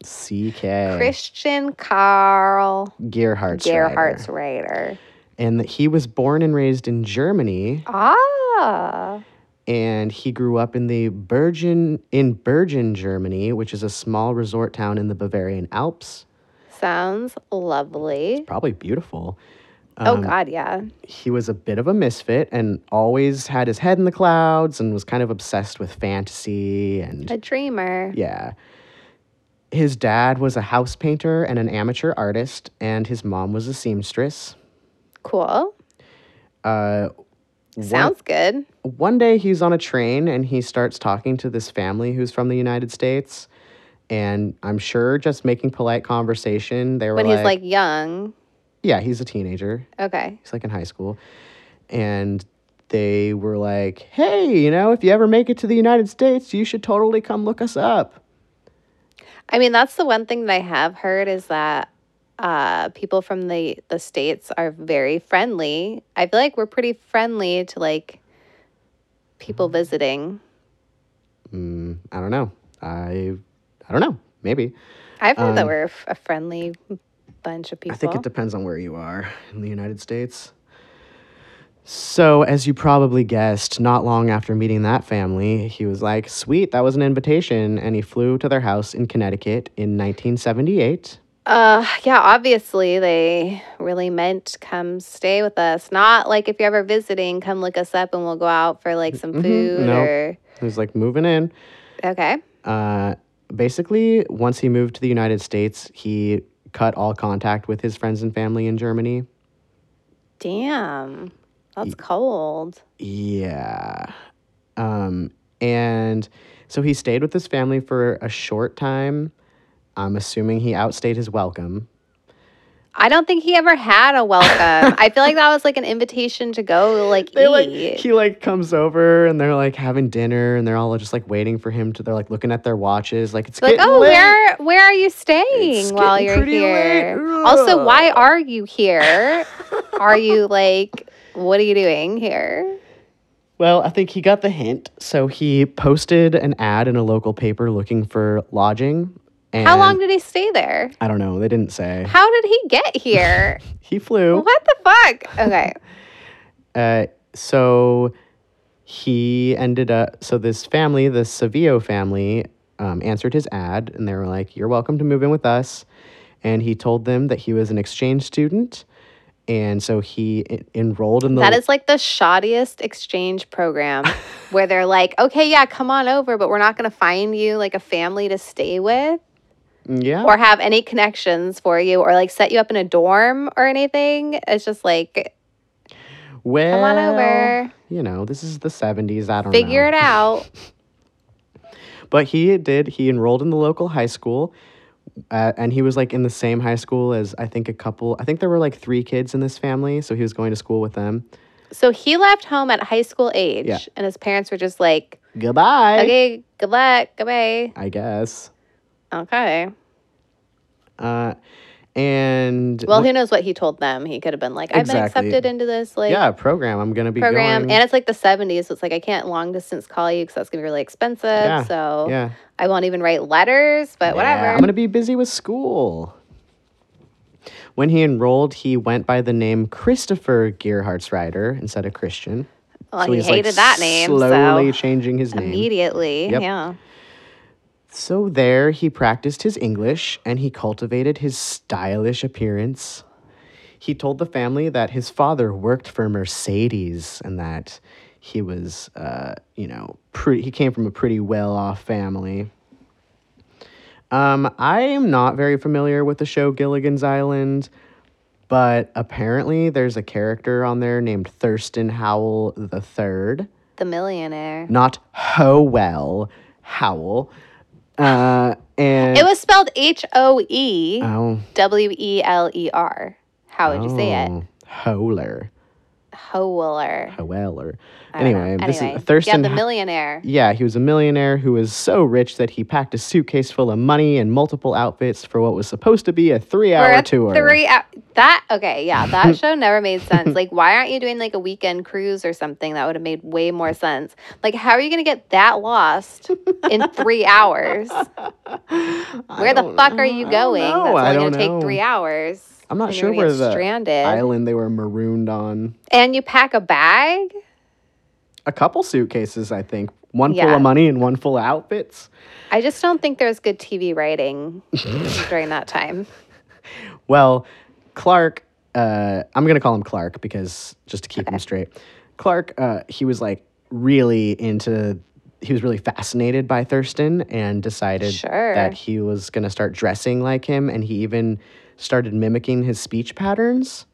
Speaker 4: C-K.
Speaker 5: Christian Carl
Speaker 4: Gearhart's
Speaker 5: Gerhardt's writer.
Speaker 4: writer, and that he was born and raised in Germany,
Speaker 5: Ah.
Speaker 4: and he grew up in the Bergen in Bergen, Germany, which is a small resort town in the Bavarian Alps.
Speaker 5: Sounds lovely.
Speaker 4: Probably beautiful. Um,
Speaker 5: oh, God, yeah.
Speaker 4: He was a bit of a misfit and always had his head in the clouds and was kind of obsessed with fantasy and
Speaker 5: A dreamer.
Speaker 4: yeah. His dad was a house painter and an amateur artist, and his mom was a seamstress.
Speaker 5: Cool.
Speaker 4: Uh, one-
Speaker 5: Sounds good.
Speaker 4: one day he's on a train and he starts talking to this family who's from the United States. And I'm sure just making polite conversation. They were
Speaker 5: When
Speaker 4: like,
Speaker 5: he's like young.
Speaker 4: Yeah, he's a teenager.
Speaker 5: Okay.
Speaker 4: He's like in high school. And they were like, Hey, you know, if you ever make it to the United States, you should totally come look us up.
Speaker 5: I mean, that's the one thing that I have heard is that uh, people from the the states are very friendly. I feel like we're pretty friendly to like
Speaker 4: Mm-hmm.
Speaker 5: people visiting.
Speaker 4: Mm, I don't know. I I don't know. Maybe.
Speaker 5: I've heard that we're f- a friendly bunch of people.
Speaker 4: Um, I think it depends on where you are in the United States. So, as you probably guessed, not long after meeting that family, he was like, sweet, that was an invitation. And he flew to their house in Connecticut in 1978.
Speaker 5: uh, yeah, obviously they really meant come stay with us. Not like if you're ever visiting, come look us up and we'll go out for like
Speaker 4: mm-hmm.
Speaker 5: some food
Speaker 4: Nope.
Speaker 5: or
Speaker 4: He was like, moving in.
Speaker 5: okay.
Speaker 4: Uh, basically, once he moved to the United States, he cut all contact with his friends and family in Germany.
Speaker 5: Damn, that's cold.
Speaker 4: Yeah. Um, and so he stayed with his family for a short time. I'm assuming he outstayed his welcome.
Speaker 5: I don't think he ever had a welcome. I feel like that was like an invitation to go like
Speaker 4: They
Speaker 5: eat.
Speaker 4: like he like comes over and they're like having dinner and they're all just like waiting for him to they're like looking at their watches like it's
Speaker 5: Be like,
Speaker 4: getting
Speaker 5: oh,
Speaker 4: late."
Speaker 5: where where are you staying
Speaker 4: It's
Speaker 5: while
Speaker 4: getting
Speaker 5: you're
Speaker 4: pretty
Speaker 5: here?
Speaker 4: late.
Speaker 5: Also, why are you here? are you like, what are you doing here?
Speaker 4: Well, I think he got the hint. So he posted an ad in a local paper looking for lodging. And
Speaker 5: How long did he stay there?
Speaker 4: I don't know. They didn't say.
Speaker 5: How did he get here?
Speaker 4: He flew.
Speaker 5: what the fuck? Okay.
Speaker 4: Uh, so he ended up. So this family, the Savio family, um, answered his ad, and they were like, "You're welcome to move in with us." And he told them that he was an exchange student, and so he en- enrolled in the.
Speaker 5: That is like the shoddiest exchange program where they're like, okay, yeah, come on over, but we're not going to find you like a family to stay with
Speaker 4: Mm, yeah.
Speaker 5: or have any connections for you or like set you up in a dorm or anything. It's just like,
Speaker 4: well,
Speaker 5: come on over,
Speaker 4: You know, this is the '70s. I don't
Speaker 5: figure
Speaker 4: know.
Speaker 5: it out.
Speaker 4: But he did. He enrolled in the local high school. Uh, and he was like in the same high school as I think a couple. I think there were like three kids in this family, so he was going to school with them.
Speaker 5: So he left home at high school age
Speaker 4: Yeah.
Speaker 5: and his parents were just like,
Speaker 4: Goodbye.
Speaker 5: okay, good luck, goodbye.
Speaker 4: I guess.
Speaker 5: Okay.
Speaker 4: Uh, and
Speaker 5: Well, who knows what he told them? He could have been like, I've
Speaker 4: Exactly.
Speaker 5: been accepted into this like
Speaker 4: yeah, program. I'm gonna be
Speaker 5: program,
Speaker 4: Going,
Speaker 5: and it's like the '70s, so it's like I can't long distance call you because that's gonna be really expensive.
Speaker 4: Yeah,
Speaker 5: So
Speaker 4: yeah,
Speaker 5: I won't even write letters, but whatever.
Speaker 4: Yeah, I'm gonna be busy with school. When he enrolled, he went by the name Christopher Gearhart's Rider instead of Christian.
Speaker 5: well,
Speaker 4: so
Speaker 5: he
Speaker 4: he's like
Speaker 5: hated that name,
Speaker 4: Slowly
Speaker 5: so
Speaker 4: changing his name.
Speaker 5: immediately,
Speaker 4: Yep.
Speaker 5: yeah.
Speaker 4: So there, he practiced his English and he cultivated his stylish appearance. He told the family that his father worked for Mercedes and that he was, uh, you know, pretty, he came from a pretty well off family. Um, I am not very familiar with the show Gilligan's Island, but apparently there's a character on there named Thurston Howell the Third
Speaker 5: The millionaire.
Speaker 4: not Howell, Howell. Uh, and
Speaker 5: It was spelled H O E
Speaker 4: oh,
Speaker 5: W E L E R. How would you say it?
Speaker 4: oh, Howler,
Speaker 5: Howler.
Speaker 4: Howeller.
Speaker 5: I don't know.
Speaker 4: Anyway, this
Speaker 5: Anyway,
Speaker 4: is Thurston.
Speaker 5: Yeah, the
Speaker 4: Ho-
Speaker 5: millionaire.
Speaker 4: yeah, he was a millionaire who was so rich that he packed a suitcase full of money and multiple outfits for what was supposed to be a
Speaker 5: For
Speaker 4: three-hour
Speaker 5: a
Speaker 4: tour.
Speaker 5: Three hou- that okay, yeah, that show never made sense. Like, why aren't you doing like a weekend cruise or something? That would have made way more sense. Like, how are you gonna get that lost in three hours? Where the fuck are you
Speaker 4: I don't
Speaker 5: going? That's
Speaker 4: know.
Speaker 5: only
Speaker 4: I
Speaker 5: gonna
Speaker 4: don't know.
Speaker 5: take three hours.
Speaker 4: I'm not
Speaker 5: and
Speaker 4: sure
Speaker 5: you're gonna
Speaker 4: where
Speaker 5: get
Speaker 4: the
Speaker 5: stranded.
Speaker 4: Island they were marooned on.
Speaker 5: And you pack a bag.
Speaker 4: A couple suitcases, I think. One full
Speaker 5: Yeah.
Speaker 4: of money and one full of outfits.
Speaker 5: I just don't think there was good TV writing during that time.
Speaker 4: Well, Clark, uh, I'm going to call him Clark because just to keep him straight, Clark, uh, he was like really into, he was really fascinated by Thurston and decided
Speaker 5: Sure.
Speaker 4: that he was going to start dressing like him. And he even started mimicking his speech patterns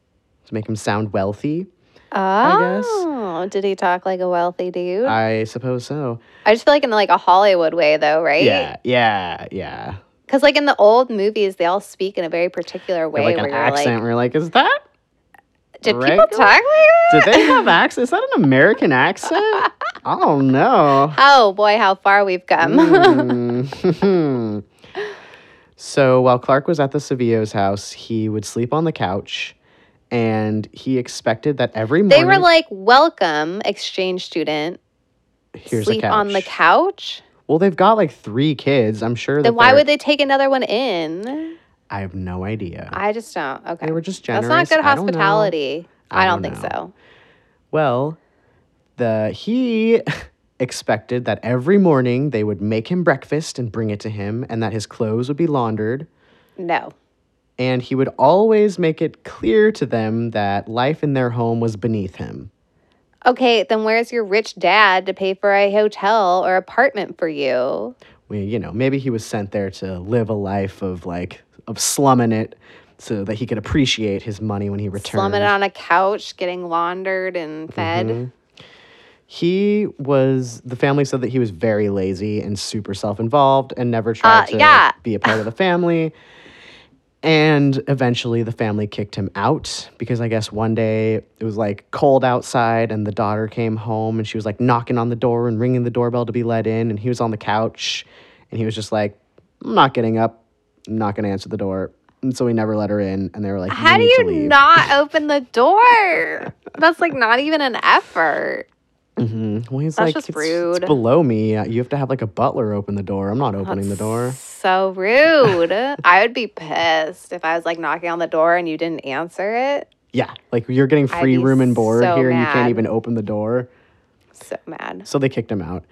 Speaker 4: to make him sound wealthy. guess.
Speaker 5: Oh, did he talk like a wealthy dude?
Speaker 4: I suppose so.
Speaker 5: I just feel like in like a Hollywood way though, right?
Speaker 4: Yeah, yeah, yeah.
Speaker 5: Because, like, in the old movies, they all speak in a very particular way
Speaker 4: Got, like
Speaker 5: where
Speaker 4: an
Speaker 5: you're
Speaker 4: accent.
Speaker 5: like,
Speaker 4: We're like, is that?
Speaker 5: did
Speaker 4: regular?
Speaker 5: people talk like that?
Speaker 4: Did they have accent? Is that an American accent? I don't know.
Speaker 5: Oh, boy, how far we've come.
Speaker 4: Mm. so while Clark was at the Savio's house, he would sleep on the couch and he expected that every morning
Speaker 5: they were like, welcome, exchange student.
Speaker 4: Here's a
Speaker 5: Sleep on the couch.
Speaker 4: Well, they've got like three kids. I'm sure that
Speaker 5: Then why
Speaker 4: they're-
Speaker 5: would they take another one in?
Speaker 4: I have no idea.
Speaker 5: I just don't. Okay.
Speaker 4: they were just
Speaker 5: That's
Speaker 4: generous.
Speaker 5: not good
Speaker 4: I don't know.
Speaker 5: hospitality.
Speaker 4: I
Speaker 5: I
Speaker 4: don't
Speaker 5: don't, think so.
Speaker 4: Well, the he expected that every morning they would make him breakfast and bring it to him and that his clothes would be laundered
Speaker 5: No.
Speaker 4: and he would always make it clear to them that life in their home was beneath him.
Speaker 5: Okay, then where's your rich dad to pay for a hotel or apartment for you?
Speaker 4: we, you know, maybe he was sent there to live a life of like of slumming it so that he could appreciate his money when he returned.
Speaker 5: Slumming on a couch, getting laundered and fed.
Speaker 4: He was the family said that he was very lazy and super self-involved and never
Speaker 5: Uh,
Speaker 4: tried to
Speaker 5: yeah.
Speaker 4: be a part of the family. And eventually the family kicked him out because I guess one day it was like cold outside and the daughter came home and she was like knocking on the door and ringing the doorbell to be let in and he was on the couch and he was just like I'm not getting up. I'm not going to answer the door. And so he never let her in and they were like
Speaker 5: How do
Speaker 4: need
Speaker 5: you
Speaker 4: to leave."
Speaker 5: not open the door? That's like not even an effort.
Speaker 4: hmm Well, he's
Speaker 5: That's
Speaker 4: like,
Speaker 5: just
Speaker 4: it's,
Speaker 5: rude."
Speaker 4: it's below me. Uh, You have to have like a butler open the door. I'm not opening the door.
Speaker 5: So rude. I would be pissed if I was like knocking on the door and you didn't answer it.
Speaker 4: Yeah, like you're getting
Speaker 5: I'd
Speaker 4: free
Speaker 5: be
Speaker 4: room and board
Speaker 5: so
Speaker 4: here. You
Speaker 5: mad.
Speaker 4: can't even open the door.
Speaker 5: So mad.
Speaker 4: So they kicked him out.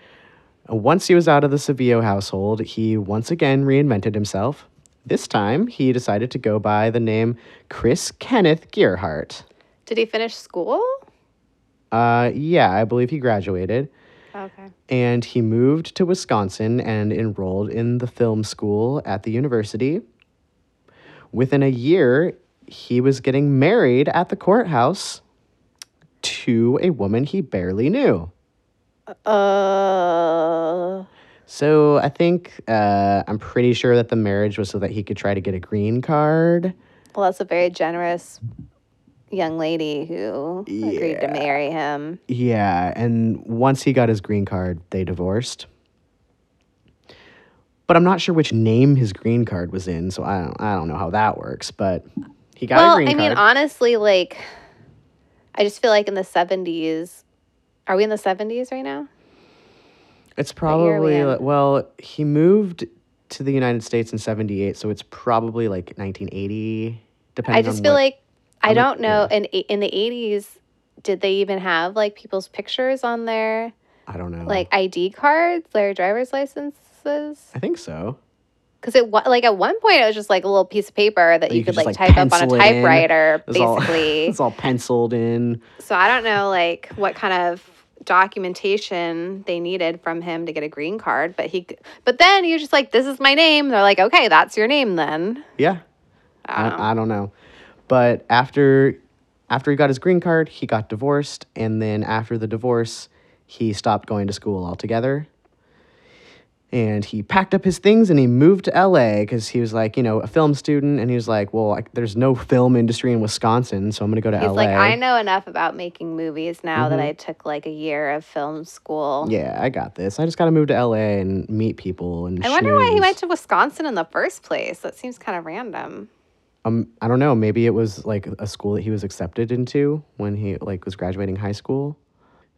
Speaker 4: Uh, Once he was out of the Sevio household, he once again reinvented himself. This time, he decided to go by the name Chris Kenneth Gearhart.
Speaker 5: Did he finish school?
Speaker 4: Uh, yeah, I believe he graduated.
Speaker 5: Okay.
Speaker 4: and he moved to Wisconsin and enrolled in the film school at the university. Within a year, he was getting married at the courthouse to a woman he barely knew.
Speaker 5: Uh,
Speaker 4: So I think uh, I'm pretty sure that the marriage was so that he could try to get a green card.
Speaker 5: well, that's a very generous young lady who agreed to marry him.
Speaker 4: Yeah, and once he got his green card, they divorced. But I'm not sure which name his green card was in, so I don't, I don't know how that works. But he got
Speaker 5: well,
Speaker 4: a green
Speaker 5: I mean,
Speaker 4: card.
Speaker 5: honestly, like, I just feel like in the 70s, are we in the 70s right now?
Speaker 4: it's
Speaker 5: year are we
Speaker 4: probably
Speaker 5: in?
Speaker 4: like- well, he moved to the United States in '78, so it's probably like 1980, depending.
Speaker 5: I
Speaker 4: on
Speaker 5: just feel
Speaker 4: what-
Speaker 5: like I
Speaker 4: I'm-
Speaker 5: don't know.
Speaker 4: yeah.
Speaker 5: In in the eighties, did they even have like people's pictures on their
Speaker 4: I don't know.
Speaker 5: like ID cards, their driver's licenses?
Speaker 4: I think so.
Speaker 5: Because it wa- like at one point it was just like a little piece of paper that
Speaker 4: That
Speaker 5: you,
Speaker 4: you
Speaker 5: could
Speaker 4: could
Speaker 5: like
Speaker 4: just, like,
Speaker 5: type up on
Speaker 4: pencil
Speaker 5: a
Speaker 4: it in.
Speaker 5: typewriter,
Speaker 4: It's all-
Speaker 5: basically.
Speaker 4: it's all penciled in.
Speaker 5: so I don't know like what kind of documentation they needed from him to get a green card, but he c- but then you're just like, this is my name. They're like, okay, that's your name then.
Speaker 4: Yeah. I, I don't know. But after after he got his green card, he got divorced and then after the divorce, he stopped going to school altogether. And he packed up his things and he moved to LA cuz he was like, you know, a film student and he was like, well, I, there's no film industry in Wisconsin, so I'm going to go to
Speaker 5: He's
Speaker 4: LA.
Speaker 5: like, I know enough about making movies now that I took like a year of film school.
Speaker 4: Mm-hmm. yeah, I got this. I just got to move to LA and meet people and
Speaker 5: I wonder why he
Speaker 4: schmooze."
Speaker 5: went to Wisconsin in the first place. That seems kind of random.
Speaker 4: um, I don't know. Maybe it was like a school that he was accepted into when he like was graduating high school.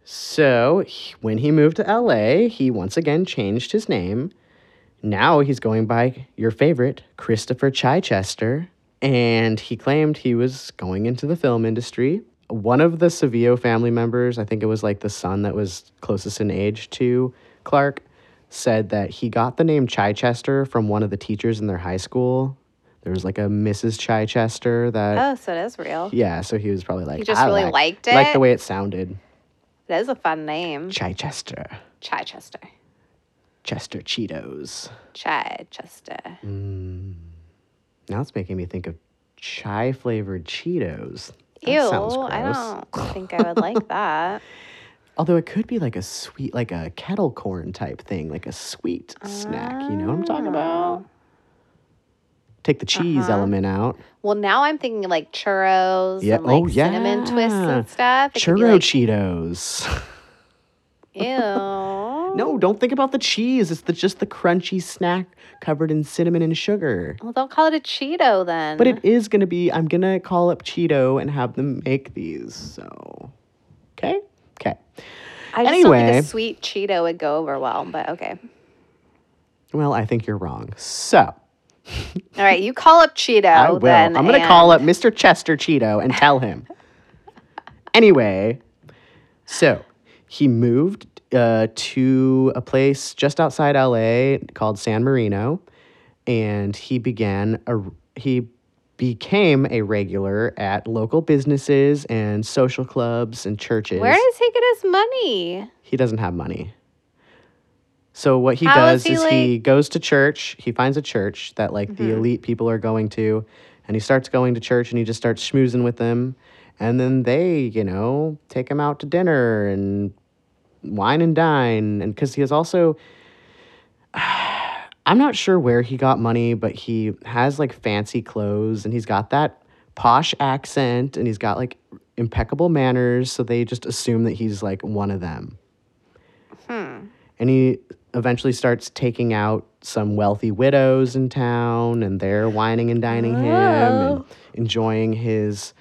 Speaker 4: So he- when he moved to LA, he once again changed his name. Now he's going by your favorite Christopher Chichester, and he claimed he was going into the film industry. One of the Savio family members, I think it was like the son that was closest in age to Clark, said that he got the name Chichester from one of the teachers in their high school. There was like a Mrs. Chichester that,
Speaker 5: Oh, so it is real.
Speaker 4: yeah, so he was probably like,
Speaker 5: He just
Speaker 4: "I
Speaker 5: really
Speaker 4: like,
Speaker 5: liked
Speaker 4: Like
Speaker 5: it?"
Speaker 4: the way it sounded.
Speaker 5: It is a fun name.
Speaker 4: Chichester.
Speaker 5: Chichester.
Speaker 4: Chester Cheetos.
Speaker 5: Chichester.
Speaker 4: Mm, Now it's making me think of chai flavored Cheetos. That
Speaker 5: Ew,
Speaker 4: sounds
Speaker 5: I
Speaker 4: gross.
Speaker 5: don't think I would like that.
Speaker 4: Although it could be like a sweet, like a kettle corn type thing, like a sweet snack. You know what I'm
Speaker 5: Oh.
Speaker 4: talking about? Take the cheese
Speaker 5: Uh-huh.
Speaker 4: element out.
Speaker 5: Well, now I'm thinking like churros
Speaker 4: Yeah,
Speaker 5: and like
Speaker 4: oh, yeah.
Speaker 5: cinnamon twists and stuff. It could be,
Speaker 4: Churro
Speaker 5: like,
Speaker 4: Cheetos.
Speaker 5: Ew.
Speaker 4: no, don't think about the cheese. It's the, just the crunchy snack covered in cinnamon and sugar.
Speaker 5: Well, don't call it a Cheeto then.
Speaker 4: But it is going to be, I'm going to call up Cheeto and have them make these. So, okay? Okay.
Speaker 5: I just don't
Speaker 4: Anyway.
Speaker 5: think a sweet Cheeto would go over well, but okay.
Speaker 4: Well, I think you're wrong. So,
Speaker 5: All right, you call up Cheeto.
Speaker 4: I will.
Speaker 5: Then,
Speaker 4: I'm going to call up Mr. Chester Cheeto and tell him. anyway, so he moved uh, to a place just outside LA called San Marino, and he began a he became a regular at local businesses and social clubs and churches.
Speaker 5: Where does he get his money?
Speaker 4: He doesn't have money. So what he
Speaker 5: How is
Speaker 4: does
Speaker 5: he,
Speaker 4: is he goes to church. He finds a church that like
Speaker 5: Mm-hmm.
Speaker 4: the elite people are going to, and he starts going to church and he just starts schmoozing with them, and then they you know take him out to dinner and wine and dine, and because he is also. I'm not sure where he got money, but he has like fancy clothes and he's got that posh accent and he's got like impeccable manners. So they just assume that he's like one of them
Speaker 5: Hmm.
Speaker 4: and he eventually starts taking out some wealthy widows in
Speaker 5: Oh.
Speaker 4: town and they're whining and dining him and enjoying his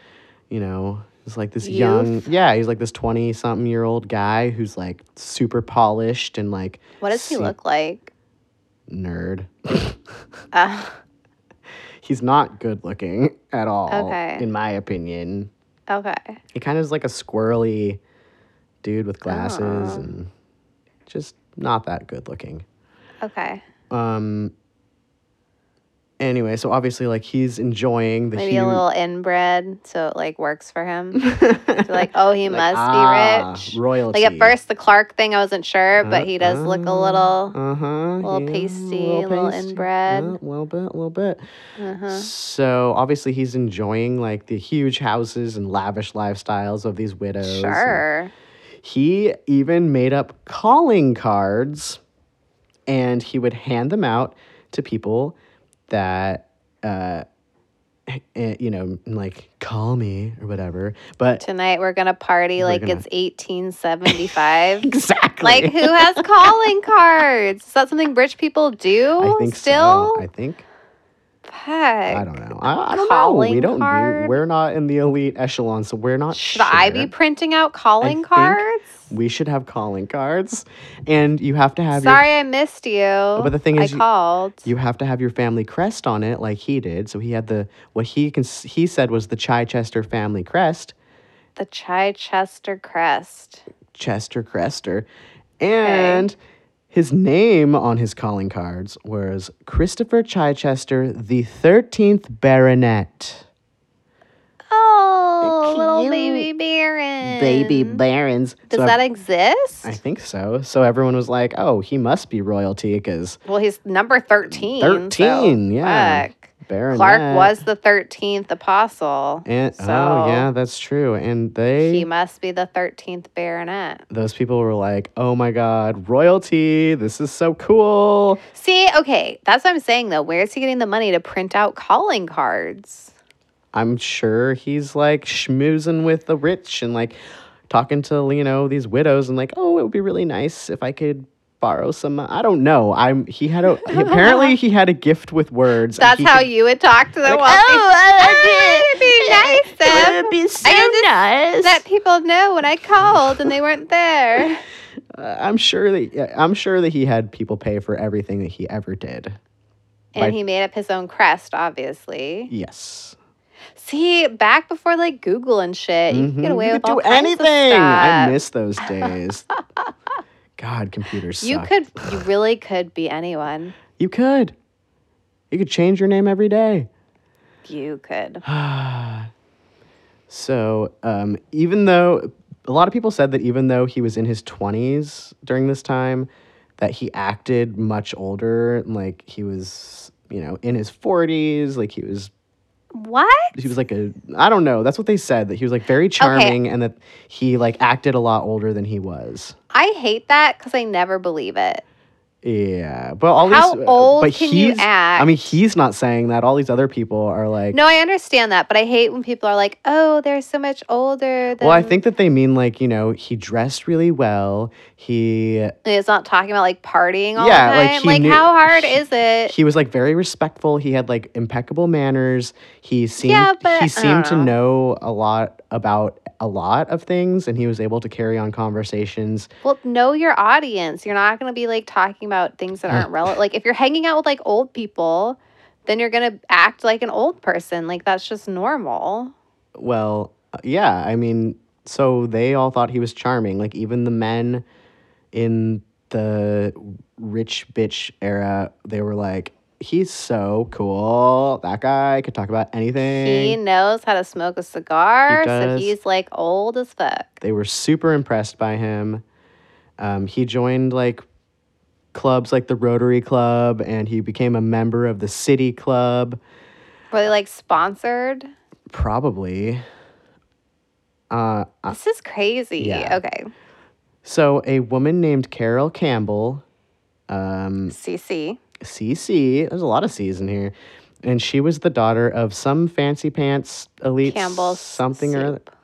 Speaker 4: you know He's like this
Speaker 5: Youth.
Speaker 4: young, yeah, he's like this 20 something year old guy who's like super polished and like
Speaker 5: What does he
Speaker 4: se-
Speaker 5: look like?
Speaker 4: nerd.
Speaker 5: Uh,
Speaker 4: he's not good looking at all,
Speaker 5: Okay.
Speaker 4: in my opinion.
Speaker 5: okay.
Speaker 4: He kind of is like a squirrely dude with glasses
Speaker 5: Oh.
Speaker 4: and just not that good looking.
Speaker 5: Okay.
Speaker 4: Um. Anyway, so obviously, like he's enjoying the
Speaker 5: Maybe
Speaker 4: huge,
Speaker 5: a little inbred, so it like works for him. So, like, oh, he must
Speaker 4: ah,
Speaker 5: be rich.
Speaker 4: royalty.
Speaker 5: Like at first, the Clark thing, I wasn't sure, but he does look a little.
Speaker 4: uh-huh,
Speaker 5: little pasty, little inbred.
Speaker 4: a little bit, a little bit.
Speaker 5: Uh-huh.
Speaker 4: So obviously, he's enjoying like the huge houses and lavish lifestyles of these widows. and
Speaker 5: Sure.
Speaker 4: He even made up calling cards and he would hand them out to people that, uh, eh, you know, like call me or whatever. But
Speaker 5: Tonight we're gonna party like
Speaker 4: gonna-
Speaker 5: it's 1875.
Speaker 4: exactly.
Speaker 5: like who has calling cards? Is that something rich people do
Speaker 4: I think
Speaker 5: still?
Speaker 4: So. I think.
Speaker 5: Heck.
Speaker 4: I don't know. I, I don't know.
Speaker 5: Calling
Speaker 4: We don't. Do,
Speaker 5: card?
Speaker 4: we're not in the elite echelon, so we're not.
Speaker 5: Should I be
Speaker 4: sure.
Speaker 5: printing out calling
Speaker 4: think
Speaker 5: cards?
Speaker 4: We should have calling cards, and you have to have
Speaker 5: Sorry, I missed you.
Speaker 4: but the thing
Speaker 5: I
Speaker 4: is you-
Speaker 5: called.
Speaker 4: your you have to have your family crest on it, like he did. So he had the what he can he said was the Chichester family crest,
Speaker 5: the Chichester crest.
Speaker 4: Chester Crester, and his name on his calling cards was Christopher Chichester, the Thirteenth Baronet.
Speaker 5: Oh, little
Speaker 4: Cute.
Speaker 5: baby Baron.
Speaker 4: Baby barons.
Speaker 5: Does
Speaker 4: So I-
Speaker 5: that exist?
Speaker 4: I think so. So everyone was like, "Oh, he must be royalty because
Speaker 5: well, he's number 13. so
Speaker 4: 13, yeah.
Speaker 5: fuck.
Speaker 4: Baronet."
Speaker 5: Clark was the 13th apostle.
Speaker 4: And,
Speaker 5: so
Speaker 4: oh yeah, that's true. And they
Speaker 5: He must be the 13th baronet.
Speaker 4: those people were like, "Oh my god, royalty! This is so cool."
Speaker 5: See, okay, that's what I'm saying though. Where is he getting the money to print out calling cards?
Speaker 4: I'm sure he's like schmoozing with the rich and like talking to you know these widows and like, "Oh, it would be really nice if I could." borrow some i don't know i'm he had a he- apparently he had a gift with words and
Speaker 5: That's
Speaker 4: he
Speaker 5: how
Speaker 4: could-
Speaker 5: you would talk to the wealthy. Oh, it'd be nice. though. I just let people know when I called and they weren't there.
Speaker 4: uh, i'm sure that yeah, i'm sure that he had people pay for everything that he ever did By-
Speaker 5: And he made up his own crest, obviously.
Speaker 4: yes
Speaker 5: See, back before like Google and shit, you could
Speaker 4: Mhm.
Speaker 5: get away
Speaker 4: You
Speaker 5: with
Speaker 4: could
Speaker 5: all
Speaker 4: do
Speaker 5: kinds
Speaker 4: anything.
Speaker 5: Of stuff.
Speaker 4: I miss those days. God, computers.
Speaker 5: You
Speaker 4: suck.
Speaker 5: could, you really could be anyone.
Speaker 4: You could. You could change your name every day.
Speaker 5: You could.
Speaker 4: So, um, even though a lot of people said that even though he was in his 20s during this time, that he acted much older, like he was, you know, in his 40s, like he was
Speaker 5: What?
Speaker 4: he was like a I don't know, that's what they said that he was like very charming and that he like acted a lot older than he was.
Speaker 5: I hate that because I never believe it.
Speaker 4: Yeah, but all
Speaker 5: How
Speaker 4: these,
Speaker 5: old
Speaker 4: but
Speaker 5: can you
Speaker 4: he's- I mean,
Speaker 5: act?
Speaker 4: he's not saying that. All these other people are like,
Speaker 5: No, I understand that, but I hate when people are like, "Oh, they're so much older." Than
Speaker 4: well, I think that they mean like you know he dressed really well. He
Speaker 5: And it's not talking about like partying all
Speaker 4: Yeah,
Speaker 5: the
Speaker 4: like,
Speaker 5: time.
Speaker 4: he
Speaker 5: Like,
Speaker 4: knew-
Speaker 5: how hard
Speaker 4: he-
Speaker 5: is it?
Speaker 4: he was like very respectful. He had like impeccable manners. He seemed
Speaker 5: Yeah, but
Speaker 4: he
Speaker 5: I don't
Speaker 4: seemed to know a lot about a lot of things, and he was able to carry on conversations.
Speaker 5: well, know your audience. You're not going to be like talking about things
Speaker 4: Uh.
Speaker 5: that aren't relevant. Like, if you're hanging out with like old people, then you're going to act like an old person. Like, that's just normal.
Speaker 4: Well, uh, yeah, I mean, so they all thought he was charming. Like even the men in the rich bitch era, they were like, "He's so cool. That guy could talk about
Speaker 5: He
Speaker 4: anything."
Speaker 5: knows how to smoke a cigar,
Speaker 4: He
Speaker 5: so
Speaker 4: does.
Speaker 5: he's like old as fuck.
Speaker 4: They were super impressed by him. Um, he joined like clubs like the Rotary Club, and he became a member of the City Club.
Speaker 5: Were they like sponsored?
Speaker 4: Probably. Uh,
Speaker 5: This is crazy.
Speaker 4: yeah.
Speaker 5: Okay.
Speaker 4: so a woman named Carol Campbell. Mm.
Speaker 5: CC.
Speaker 4: CC. There's a lot of C's in here. And she was the daughter of some fancy pants elite
Speaker 5: Campbell
Speaker 4: something or other.
Speaker 5: soup.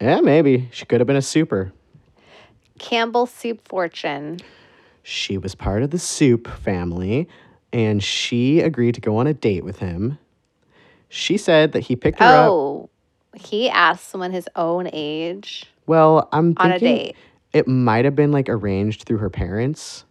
Speaker 4: Yeah, maybe. She could have been a super.
Speaker 5: Campbell Soup Fortune.
Speaker 4: She was part of the soup family and she agreed to go on a date with him. She said that he picked her up.
Speaker 5: Oh, he asked someone his own age
Speaker 4: Well, I'm
Speaker 5: on
Speaker 4: thinking
Speaker 5: a date.
Speaker 4: it might have been like arranged through her parents.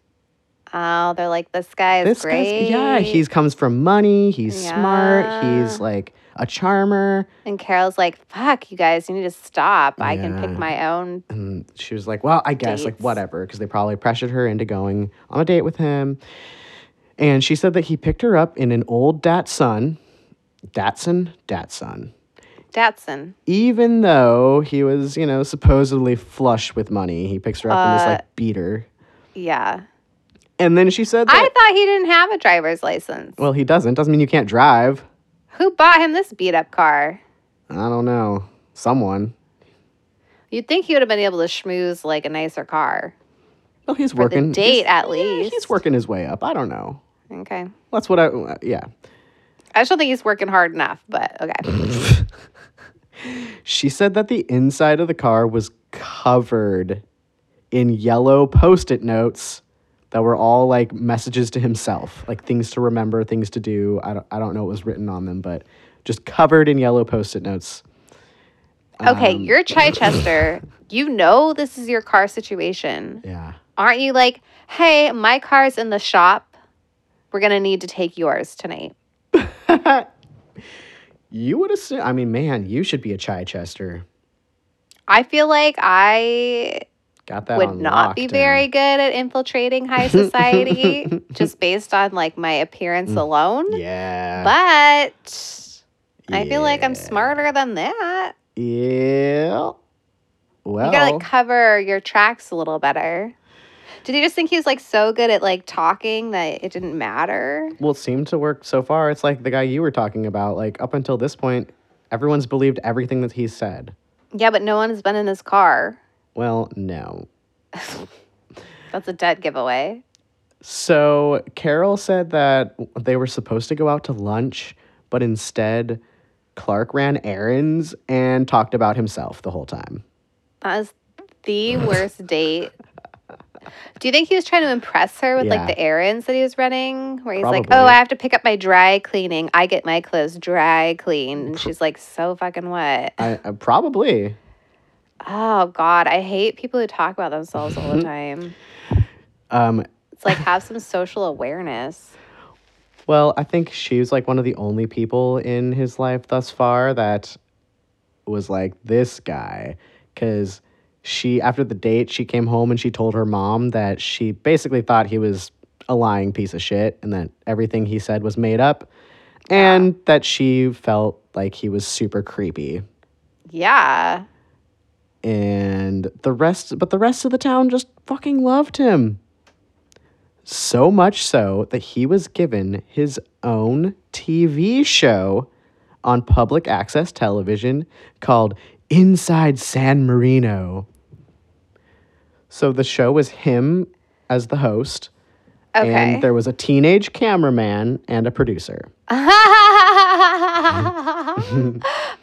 Speaker 5: Oh, they're like, this guy is
Speaker 4: guy's-
Speaker 5: great.
Speaker 4: yeah, he's comes from money. He's smart. He's
Speaker 5: Yeah.
Speaker 4: like a charmer.
Speaker 5: And Carol's like, fuck, you guys, you need to stop. I can pick
Speaker 4: Yeah.
Speaker 5: my own.
Speaker 4: And she was like, well, I guess, like,
Speaker 5: Dates.
Speaker 4: whatever, because they probably pressured her into going on a date with him. And she said that he picked her up in an old Datsun, Datsun, Datsun,
Speaker 5: Datsun.
Speaker 4: even though he was, you know, supposedly flush with money. He picks her up in this,
Speaker 5: Uh,
Speaker 4: like, beater.
Speaker 5: Yeah.
Speaker 4: And then she said
Speaker 5: I
Speaker 4: that,
Speaker 5: thought he didn't have a driver's license.
Speaker 4: well, he doesn't. Doesn't mean you can't drive.
Speaker 5: Who bought him this beat up car?
Speaker 4: I don't know. Someone.
Speaker 5: You'd think he would have been able to schmooze like a nicer car.
Speaker 4: Well, he's
Speaker 5: For the
Speaker 4: working.
Speaker 5: date,
Speaker 4: he's-
Speaker 5: at
Speaker 4: yeah, He's
Speaker 5: least.
Speaker 4: working his way up. I don't know.
Speaker 5: Okay.
Speaker 4: That's what I, yeah.
Speaker 5: I still think he's working hard enough, but okay.
Speaker 4: She said that the inside of the car was covered in yellow post it notes that were all like messages to himself, like things to remember, things to do. I don't, I don't know what was written on them, but just covered in yellow post it notes.
Speaker 5: Okay,
Speaker 4: Um,
Speaker 5: you're Chichester. you know this is your car situation.
Speaker 4: Yeah.
Speaker 5: Aren't you like, hey, my car's in the shop. We're going to need to take yours tonight.
Speaker 4: You would assume, I mean, man, you should be a Chichester.
Speaker 5: I feel like I
Speaker 4: Got that
Speaker 5: would
Speaker 4: on
Speaker 5: not be
Speaker 4: lockdown.
Speaker 5: very good at infiltrating high society just based on like my appearance alone.
Speaker 4: Mm, Yeah.
Speaker 5: But I feel like I'm
Speaker 4: Yeah.
Speaker 5: smarter than that.
Speaker 4: Yeah. Well,
Speaker 5: You gotta like cover your tracks a little better. Did he just think he was like so good at like talking that it didn't matter?
Speaker 4: well, it seemed to work so far. It's like the guy you were talking about. Like up until this point, everyone's believed everything that he said.
Speaker 5: Yeah, but no one's been in his car.
Speaker 4: Well, no.
Speaker 5: That's a dead giveaway.
Speaker 4: So Carol said that they were supposed to go out to lunch, but instead, Clark ran errands and talked about himself the whole time.
Speaker 5: That is the worst date. Do you think he was trying to impress her with
Speaker 4: Yeah.
Speaker 5: like the errands that he was running? Where he's like, Oh,
Speaker 4: Probably.
Speaker 5: I have to pick up my dry cleaning. I get my clothes dry cleaned. And she's like, So fucking what?
Speaker 4: I, I probably.
Speaker 5: Oh, God. I hate people who talk about themselves all the time.
Speaker 4: Um,
Speaker 5: It's like, have some social awareness.
Speaker 4: Well, I think she's like one of the only people in his life thus far that was like this guy. Because she, after the date, she came home and she told her mom that she basically thought he was a lying piece of shit and that everything he said was made up and that she felt like he was super creepy.
Speaker 5: Yeah.
Speaker 4: And the rest, but the rest of the town just fucking loved him. So much so that he was given his own TV show on public access television called Inside San Marino. So the show was him as the host,
Speaker 5: Okay.
Speaker 4: and there was a teenage cameraman and a producer.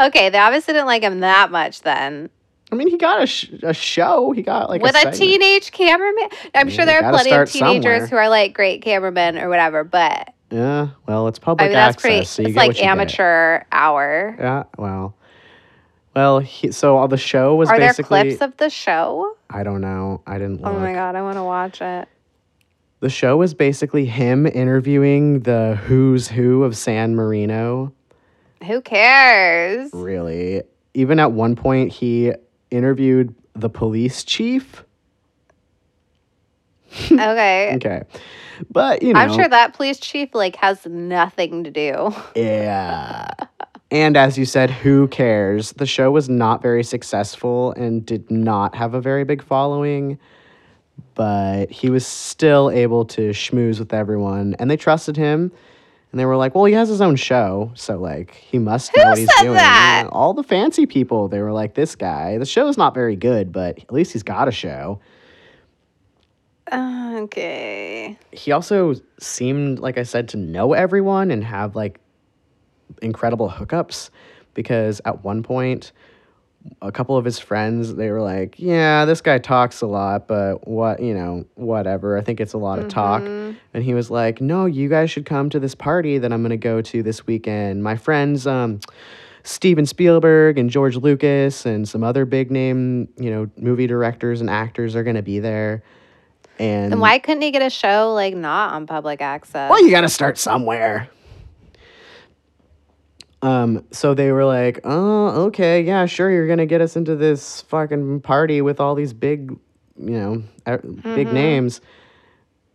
Speaker 5: okay. They obviously didn't like him that much then.
Speaker 4: I mean, he got a, sh- a show. He got like
Speaker 5: with a,
Speaker 4: segment.
Speaker 5: teenage cameraman. I'm sure
Speaker 4: you
Speaker 5: there are
Speaker 4: gotta
Speaker 5: plenty of
Speaker 4: start
Speaker 5: teenagers
Speaker 4: somewhere.
Speaker 5: who are like great cameramen or whatever, but
Speaker 4: Yeah, well, it's
Speaker 5: I
Speaker 4: public
Speaker 5: mean that's
Speaker 4: access,
Speaker 5: pretty.
Speaker 4: so you
Speaker 5: it's
Speaker 4: get what
Speaker 5: like
Speaker 4: you get.
Speaker 5: amateur hour.
Speaker 4: Yeah, well, well, he, so all the show was
Speaker 5: Are there
Speaker 4: basically.
Speaker 5: clips of the show?
Speaker 4: I don't know. I didn't. Look.
Speaker 5: Oh my god, I want to watch it.
Speaker 4: The show was basically him interviewing the who's who of San Marino.
Speaker 5: Who cares?
Speaker 4: Really, even at one point he interviewed the police chief.
Speaker 5: okay.
Speaker 4: Okay, but you know,
Speaker 5: I'm sure that police chief like has nothing to do.
Speaker 4: Yeah. and as you said, who cares? The show was not very successful and did not have a very big following, but he was still able to schmooze with everyone and they trusted him. And they were like, well, he has his own show, so like he must know what he's
Speaker 5: said
Speaker 4: doing.
Speaker 5: that?
Speaker 4: Yeah, All the fancy people, they were like, this guy, the show's not very good, but at least he's got a show.
Speaker 5: Okay.
Speaker 4: he also seemed like i said to know everyone and have like incredible hookups because at one point a couple of his friends they were like yeah this guy talks a lot but what you know whatever i think it's a lot of talk and he was like no you guys should come to this party that i'm going to go to this weekend my friends um Steven Spielberg and George Lucas and some other big name, you know, movie directors and actors are going to be there. And
Speaker 5: Then why couldn't he get a show like not on public access?
Speaker 4: well, you got to start somewhere. Um, so they were like, "Oh, okay, yeah, sure, you're gonna get us into this fucking party with all these big, you know, uh, big names."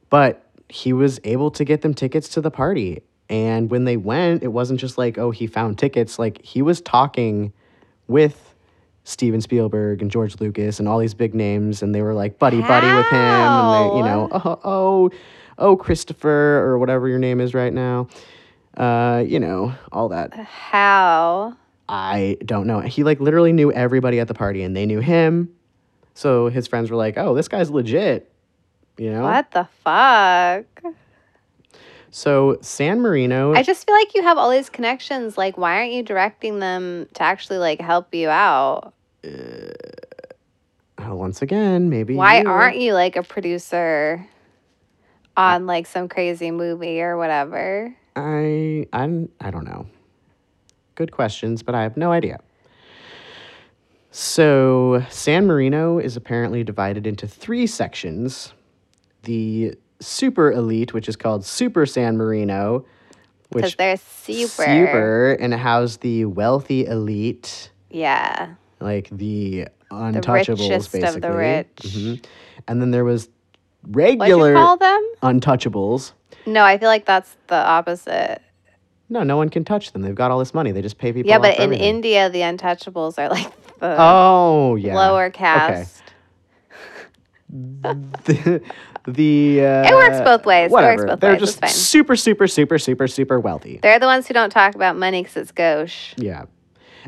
Speaker 4: But he was able to get them tickets to the party, and when they went, it wasn't just like, "Oh, he found tickets." Like he was talking with Steven Spielberg and George Lucas and all these big names, and they were like buddy buddy with him, and they, you know, oh, oh, oh, Christopher or whatever your name is right now, uh, you know, all
Speaker 5: Uh.
Speaker 4: that.
Speaker 5: How?
Speaker 4: I don't know. He like literally knew everybody at the party, and they knew him, so his friends were like, "Oh, this guy's legit," you know.
Speaker 5: What the fuck?
Speaker 4: So San Marino,
Speaker 5: I just feel like you have all these connections. Like, why aren't you directing them to actually like help you out?
Speaker 4: Oh, once again, maybe
Speaker 5: Why
Speaker 4: you.
Speaker 5: aren't you like a producer on like some crazy movie or whatever?
Speaker 4: I I'm I don't know. Good questions, but I have no idea. So San Marino is apparently divided into three sections. The super elite, which is called Super San Marino,
Speaker 5: Because
Speaker 4: which
Speaker 5: they're super.
Speaker 4: super and housed the wealthy elite,
Speaker 5: Yeah.
Speaker 4: like the
Speaker 5: The
Speaker 4: untouchables,
Speaker 5: richest
Speaker 4: basically.
Speaker 5: of the rich.
Speaker 4: Mhm. And then there was
Speaker 5: What'd you
Speaker 4: regular
Speaker 5: call them?
Speaker 4: untouchables.
Speaker 5: No, I feel like that's the opposite.
Speaker 4: No, no one can touch them. They've got all this money. They just pay people.
Speaker 5: yeah,
Speaker 4: off
Speaker 5: but
Speaker 4: for
Speaker 5: in
Speaker 4: everything.
Speaker 5: India, the untouchables are like the
Speaker 4: Oh yeah.
Speaker 5: lower caste.
Speaker 4: The, the uh,
Speaker 5: It works both ways. It works
Speaker 4: Whatever.
Speaker 5: both
Speaker 4: They're
Speaker 5: ways. It's
Speaker 4: just
Speaker 5: fine.
Speaker 4: super, super, super, super, super wealthy.
Speaker 5: They're the ones who don't talk about money because it's gauche.
Speaker 4: yeah.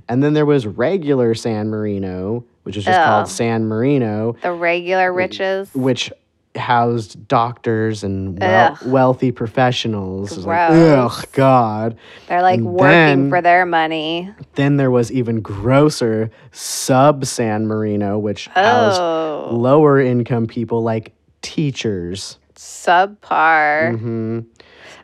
Speaker 4: And then there was regular San Marino, which is just
Speaker 5: Oh.
Speaker 4: called San Marino,
Speaker 5: The regular riches.
Speaker 4: which housed doctors and wel-
Speaker 5: Ugh.
Speaker 4: wealthy professionals. It was like,
Speaker 5: Gross.
Speaker 4: Ugh, God.
Speaker 5: They're like
Speaker 4: And
Speaker 5: working
Speaker 4: then-
Speaker 5: for their money.
Speaker 4: Then there was even grosser sub San Marino, which housed
Speaker 5: Oh,
Speaker 4: lower income people like teachers.
Speaker 5: subpar.
Speaker 4: hmm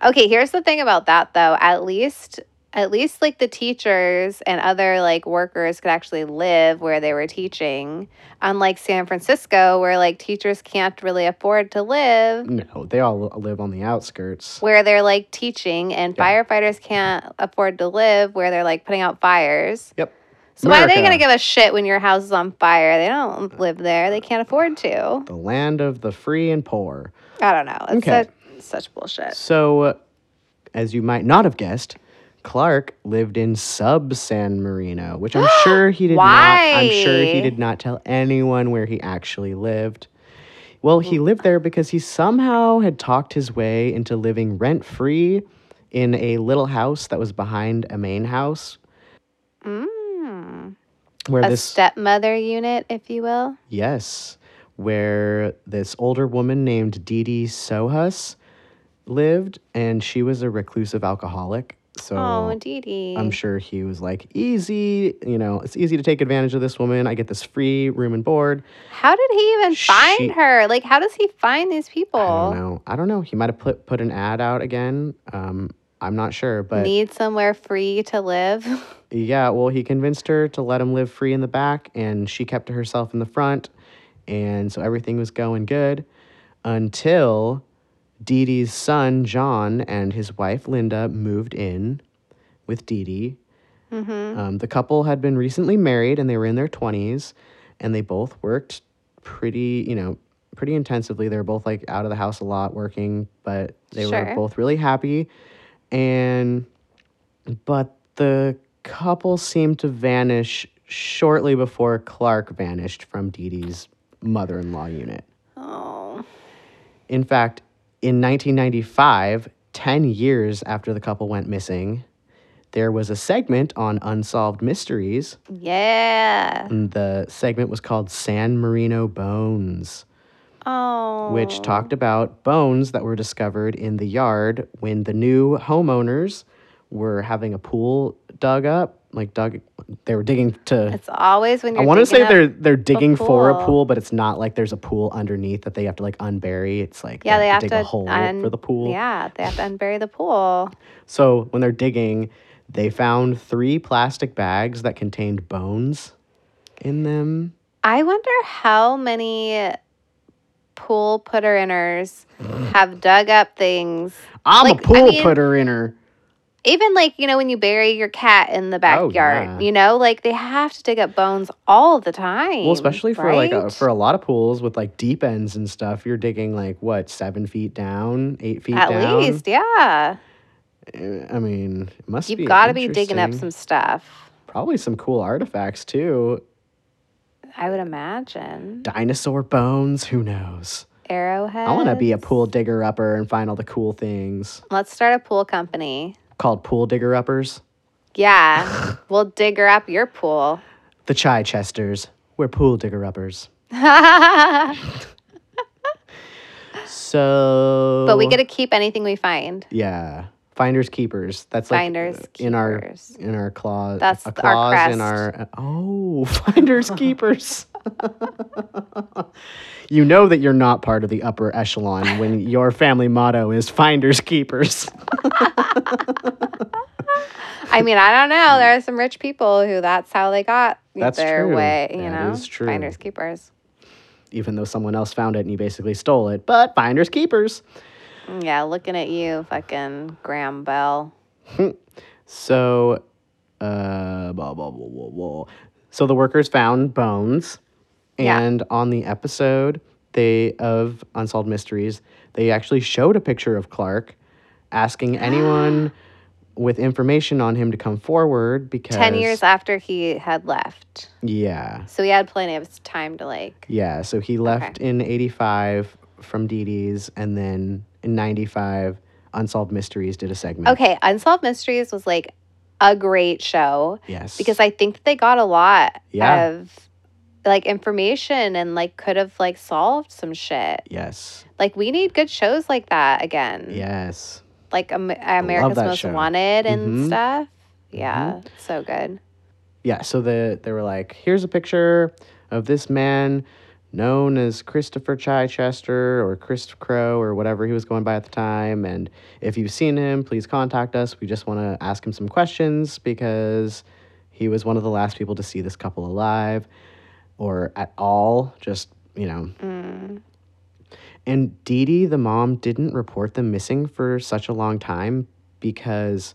Speaker 5: Okay, here's the thing about that though. At least, at least like the teachers and other like workers could actually live where they were teaching. Unlike San Francisco, where like teachers can't really afford to live.
Speaker 4: No, they all li- live on the outskirts.
Speaker 5: where they're like teaching and firefighters can't afford to live where they're like putting out fires.
Speaker 4: Yep.
Speaker 5: So why are they
Speaker 4: America.
Speaker 5: going to give a shit when your house is on fire? They don't live there. They can't afford to.
Speaker 4: The land of the free and poor.
Speaker 5: I don't know. It's
Speaker 4: Okay.
Speaker 5: such, such bullshit.
Speaker 4: So, uh, as you might not have guessed, Clark lived in sub San Marino, which I'm sure he did not. I'm sure he
Speaker 5: Why?
Speaker 4: did not tell anyone where he actually lived. Well, he lived there because he somehow had talked his way into living rent free in a little house that was behind a main house
Speaker 5: Mm.
Speaker 4: where
Speaker 5: A
Speaker 4: this
Speaker 5: stepmother unit, if you will.
Speaker 4: Yes, where this older woman named Dee Dee Sohus lived, and she was a reclusive alcoholic. So
Speaker 5: Oh, Dee Dee.
Speaker 4: I'm sure he was like, easy, you know, it's easy to take advantage of this woman. I get this free room and board.
Speaker 5: How did he even find
Speaker 4: She-
Speaker 5: her? Like, how does he find these
Speaker 4: I don't
Speaker 5: people?
Speaker 4: know. I don't know. He might have put, put an ad out again. Um, I'm not sure, but
Speaker 5: Need somewhere free to live?
Speaker 4: yeah, well, he convinced her to let him live free in the back, and she kept to herself in the front. And so everything was going good until Dee Dee's son, John, and his wife, Linda, moved in with Dee Dee. Um, the couple had been recently married and they were in their 20s, and they both worked pretty, you know, pretty intensively. They were both like out of the house a lot working, but they were
Speaker 5: Sure.
Speaker 4: both really happy. And but the couple seemed to vanish shortly before Clark vanished from Dee Dee's mother in law unit.
Speaker 5: oh,
Speaker 4: In fact, in 1995, 10 years after the couple went missing, there was a segment on Unsolved Mysteries,
Speaker 5: yeah.
Speaker 4: and the segment was called San Marino Bones,
Speaker 5: Oh.
Speaker 4: which talked about bones that were discovered in the yard when the new homeowners were having a pool dug up. Like dug, they were digging to.
Speaker 5: It's always when
Speaker 4: I
Speaker 5: you're.
Speaker 4: want to
Speaker 5: digging
Speaker 4: say
Speaker 5: up-
Speaker 4: they're they're digging for a
Speaker 5: pool.
Speaker 4: pool, but it's not like there's a pool underneath that they have to like unbury. It's like
Speaker 5: Yeah, they have
Speaker 4: dig
Speaker 5: to
Speaker 4: a hole
Speaker 5: un-
Speaker 4: for the pool.
Speaker 5: Yeah, they have to unbury the pool.
Speaker 4: So when they're digging, They found three plastic bags that contained bones in them.
Speaker 5: I wonder how many pool putter inners
Speaker 4: Mm.
Speaker 5: have dug up things.
Speaker 4: I'm
Speaker 5: Like,
Speaker 4: a
Speaker 5: I
Speaker 4: pool
Speaker 5: mean-
Speaker 4: putter in her.
Speaker 5: Even like, you know, when you bury your cat in the backyard,
Speaker 4: Oh, yeah.
Speaker 5: you know, like they have to dig up bones all the time.
Speaker 4: Well, especially for like a,
Speaker 5: right?
Speaker 4: for a lot of pools with like deep ends and stuff, you're digging like what seven feet down, eight feet
Speaker 5: at
Speaker 4: down.
Speaker 5: least, yeah.
Speaker 4: Uh, I mean, it must
Speaker 5: You've
Speaker 4: be
Speaker 5: got to be digging up some
Speaker 4: interesting.
Speaker 5: stuff.
Speaker 4: probably some cool artifacts too.
Speaker 5: I would imagine.
Speaker 4: Dinosaur bones, who knows?
Speaker 5: Arrowhead.
Speaker 4: I want to be a pool digger upper and find all the cool things
Speaker 5: Let's start a pool company.
Speaker 4: called pool digger uppers.
Speaker 5: Yeah. we'll digger up your pool.
Speaker 4: The Chai Chesters. We're pool digger uppers.
Speaker 5: but
Speaker 4: So.
Speaker 5: we get to keep anything we find.
Speaker 4: Yeah. Finders keepers. That's like
Speaker 5: Finders,
Speaker 4: uh, in our
Speaker 5: keepers.
Speaker 4: in our claws.
Speaker 5: That's
Speaker 4: a
Speaker 5: th- our
Speaker 4: clause
Speaker 5: crest.
Speaker 4: in our oh finders keepers. you know that you're not part of the upper echelon when your family motto is finders keepers.
Speaker 5: I mean, I don't know. There are some rich people who that's how they got
Speaker 4: That's
Speaker 5: their
Speaker 4: true.
Speaker 5: way, you
Speaker 4: That
Speaker 5: know?
Speaker 4: is true.
Speaker 5: Finders keepers.
Speaker 4: Even though someone else found it and you basically stole it, but finders keepers.
Speaker 5: Mm, Yeah, looking at you, fucking Graham Bell.
Speaker 4: So, uh, blah, blah, blah, blah, blah. so the workers found bones,
Speaker 5: Yeah.
Speaker 4: and on the episode they of Unsolved Mysteries, they actually showed a picture of Clark, asking anyone with information on him to come forward because
Speaker 5: 10 years after he had left.
Speaker 4: Yeah,
Speaker 5: So he had plenty of time to, like,
Speaker 4: yeah. So he left in '85 from Dee Dee's, and then in '95, Unsolved Mysteries did a segment.
Speaker 5: okay, Unsolved Mysteries was like a great show.
Speaker 4: Yes.
Speaker 5: because I think they got a lot
Speaker 4: Yeah.
Speaker 5: of like information and like could have like solved some shit.
Speaker 4: Yes.
Speaker 5: Like we need good shows like that again.
Speaker 4: Yes.
Speaker 5: Like Am- America's
Speaker 4: that
Speaker 5: Most
Speaker 4: show.
Speaker 5: Wanted and
Speaker 4: Mhm.
Speaker 5: stuff. Yeah, so good.
Speaker 4: yeah so the they were like here's a picture of this man known as christopher chichester or chris crow or whatever he was going by at the time and if you've seen him please contact us we just want to ask him some questions because he was one of the last people to see this couple alive or at all just you know and Dee Dee, the mom, didn't report them missing for such a long time because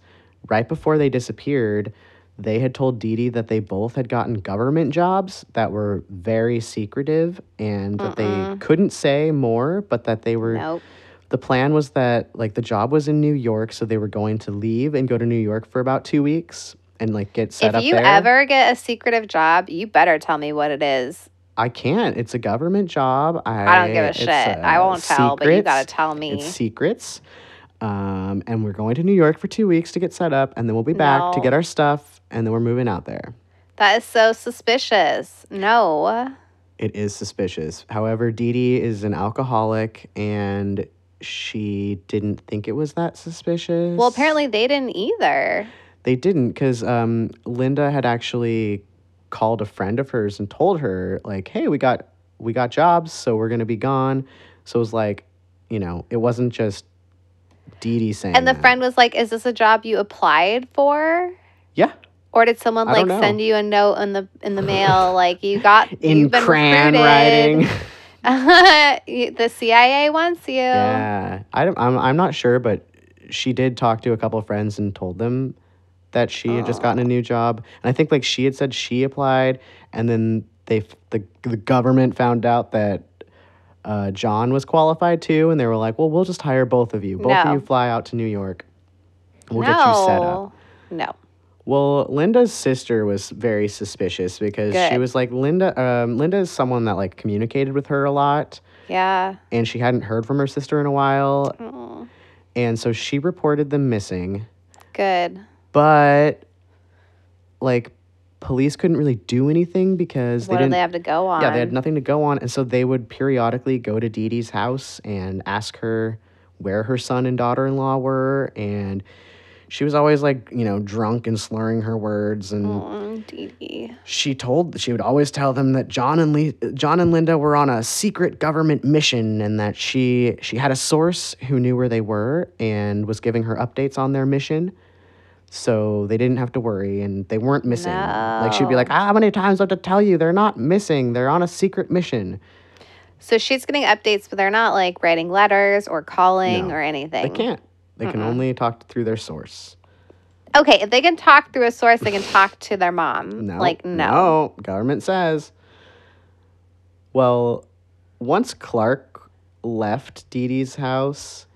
Speaker 4: right before they disappeared, they had told Dee Dee that they both had gotten government jobs that were very secretive and that they couldn't say more, but that they were.
Speaker 5: Nope.
Speaker 4: The plan was that, like, the job was in New York, so they were going to leave and go to New York for about two weeks and, like, get set
Speaker 5: if
Speaker 4: up
Speaker 5: you
Speaker 4: there.
Speaker 5: ever get a secretive job, you better tell me what it is.
Speaker 4: I can't. It's a government job. I,
Speaker 5: I don't give a
Speaker 4: it's,
Speaker 5: shit.
Speaker 4: uh,
Speaker 5: I won't tell, but you
Speaker 4: secrets.
Speaker 5: gotta tell me.
Speaker 4: It's secrets. Um, and we're going to New York for two weeks to get set up, and then we'll be back to
Speaker 5: No.
Speaker 4: get our stuff, and then we're moving out there.
Speaker 5: That is so suspicious. No.
Speaker 4: It is suspicious. However, Dee Dee is an alcoholic, and she didn't think it was that suspicious.
Speaker 5: Well, apparently they didn't either.
Speaker 4: they didn't, because um, Linda had actually called a friend of hers and told her, like, "Hey, we got we got jobs, so we're gonna be gone." So it was like, you know, it wasn't just Dee Dee saying.
Speaker 5: And the
Speaker 4: that.
Speaker 5: friend was like, "Is this a job you applied for?"
Speaker 4: yeah,
Speaker 5: Or did someone
Speaker 4: I
Speaker 5: like
Speaker 4: don't know.
Speaker 5: send you a note in the in the mail like you got
Speaker 4: in
Speaker 5: you've been
Speaker 4: crayon
Speaker 5: recruited.
Speaker 4: writing.
Speaker 5: You- the CIA wants you.
Speaker 4: Yeah, I don't, I'm I'm not sure, but she did talk to a couple of friends and told them that she had just gotten a new job, and I think like she had said she applied, and then they f- the the government found out that. Uh, John was qualified too, and they were like, "Well, we'll just hire both of you. Both
Speaker 5: No.
Speaker 4: of you fly out to New York. We'll
Speaker 5: no.
Speaker 4: get you set up."
Speaker 5: No.
Speaker 4: Well, Linda's sister was very suspicious because she
Speaker 5: Good.
Speaker 4: was like Linda. Um, Linda is someone that like communicated with her a lot,
Speaker 5: Yeah.
Speaker 4: and she hadn't heard from her sister in a while,
Speaker 5: Mm,
Speaker 4: and so she reported them missing.
Speaker 5: Good.
Speaker 4: But like, police couldn't really do anything because
Speaker 5: What
Speaker 4: they
Speaker 5: do
Speaker 4: didn't.
Speaker 5: they have to go on?
Speaker 4: yeah, they had nothing to go on, and so they would periodically go to Dee Dee's house and ask her where her son and daughter-in-law were, and she was always like, you know, drunk and slurring her words and.
Speaker 5: Mm, Dee Dee.
Speaker 4: she told she would always tell them that John and Le- John and Linda were on a secret government mission and that she she had a source who knew where they were and was giving her updates on their mission. So they didn't have to worry and they weren't missing. Like she'd be
Speaker 5: No.
Speaker 4: like, "Ah, How many times do I have to tell you? They're not missing. They're on a secret mission.
Speaker 5: So she's getting updates, but they're not like writing letters or calling
Speaker 4: No,
Speaker 5: or anything.
Speaker 4: They can't. They can only talk through their source.
Speaker 5: Okay, if they can talk through a source, they can talk to their mom.
Speaker 4: No.
Speaker 5: like no.
Speaker 4: No, government says. Well, once Clark left Dee Dee's house,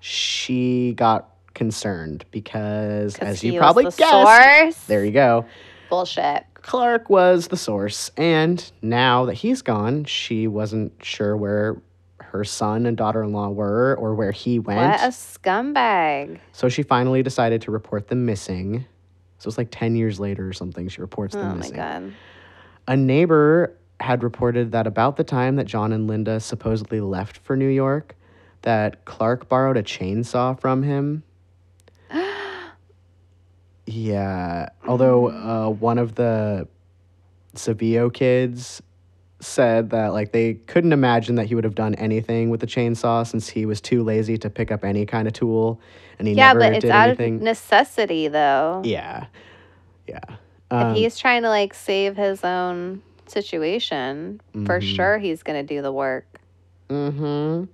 Speaker 4: she got concerned because,
Speaker 5: 'Cause
Speaker 4: as
Speaker 5: he
Speaker 4: you
Speaker 5: was
Speaker 4: probably
Speaker 5: the
Speaker 4: guessed,
Speaker 5: source.
Speaker 4: there you go.
Speaker 5: Bullshit.
Speaker 4: Clark was the source, and now that he's gone, she wasn't sure where her son and daughter in law were or where he went.
Speaker 5: What a scumbag.
Speaker 4: So she finally decided to report them missing. So it's like 10 years later or something, she reports them
Speaker 5: Oh my
Speaker 4: missing.
Speaker 5: god.
Speaker 4: A neighbor had reported that about the time that John and Linda supposedly left for New York, that Clark borrowed a chainsaw from him. yeah. Although uh, one of the Savio kids said that like they couldn't imagine that he would have done anything with the chainsaw since he was too lazy to pick up any kind of tool and he
Speaker 5: Yeah,
Speaker 4: never
Speaker 5: but it's
Speaker 4: did
Speaker 5: out
Speaker 4: anything.
Speaker 5: of necessity though.
Speaker 4: yeah. Yeah.
Speaker 5: if he's trying to like save his own situation, for sure he's gonna do the work.
Speaker 4: Mm-hmm.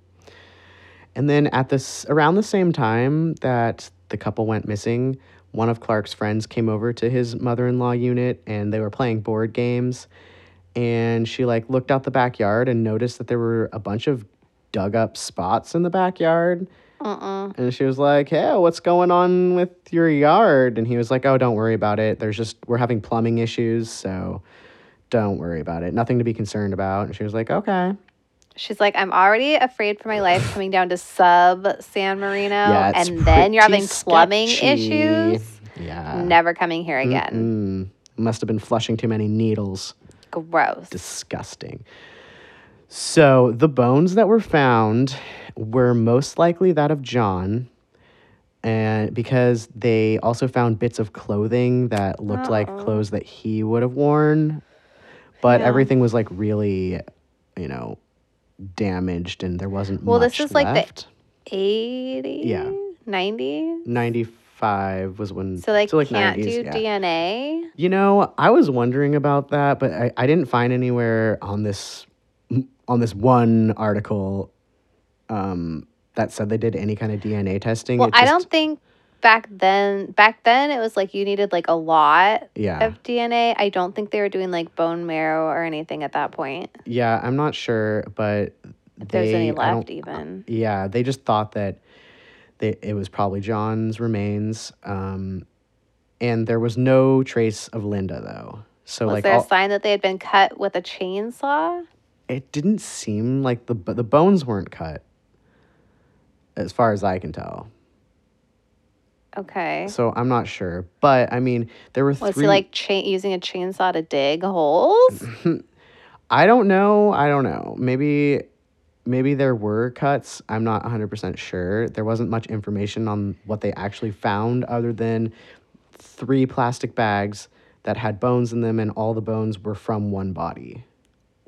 Speaker 4: And then at this around the same time that the couple went missing, one of Clark's friends came over to his mother-in-law unit and they were playing board games. And she like looked out the backyard and noticed that there were a bunch of dug up spots in the backyard.
Speaker 5: Uh-uh.
Speaker 4: And she was like, Hey, what's going on with your yard? And he was like, Oh, don't worry about it. There's just, we're having plumbing issues. So don't worry about it. Nothing to be concerned about. And she was like, Okay.
Speaker 5: She's like, I'm already afraid for my life coming down to sub San Marino,
Speaker 4: Yeah, it's
Speaker 5: and then you're
Speaker 4: pretty
Speaker 5: having plumbing
Speaker 4: sketchy.
Speaker 5: issues.
Speaker 4: Yeah.
Speaker 5: Never coming here again.
Speaker 4: Mm, must have been flushing too many needles.
Speaker 5: Gross.
Speaker 4: Disgusting. So the bones that were found were most likely that of John, and because they also found bits of clothing that looked like clothes that he would have worn, but everything was like really, you know, damaged, and there wasn't
Speaker 5: Well, this
Speaker 4: much
Speaker 5: is like the-
Speaker 4: left.
Speaker 5: 80
Speaker 4: Yeah. Mm.
Speaker 5: 90
Speaker 4: Ninety-five was when
Speaker 5: so like, can't
Speaker 4: 90s,
Speaker 5: do
Speaker 4: yeah.
Speaker 5: dna
Speaker 4: You know, I was wondering about that, but I, I didn't find anywhere on this on this one article um, that said they did any kind of DNA testing.
Speaker 5: well
Speaker 4: It
Speaker 5: i
Speaker 4: just-
Speaker 5: don't think back then back then it was like you needed like a lot
Speaker 4: Yeah,
Speaker 5: of dna i don't think they were doing like bone marrow or anything at that point
Speaker 4: yeah, I'm not sure, but
Speaker 5: if there's
Speaker 4: they-
Speaker 5: any
Speaker 4: I don't-
Speaker 5: left even
Speaker 4: Yeah, they just thought that they, it was probably John's remains, um, and there was no trace of Linda though. So
Speaker 5: was
Speaker 4: like
Speaker 5: there
Speaker 4: all-
Speaker 5: a sign that they had been cut with a chainsaw
Speaker 4: it didn't seem like the bo- the bones weren't cut, as far as I can tell.
Speaker 5: okay
Speaker 4: So I'm not sure, but I mean, there were
Speaker 5: was
Speaker 4: three. Mm-hmm.
Speaker 5: he like cha- using a chainsaw to dig holes
Speaker 4: I don't know. I don't know. Maybe, maybe there were cuts. I'm not 100 percent sure. There wasn't much information on what they actually found, other than three plastic bags that had bones in them, and all the bones were from one body,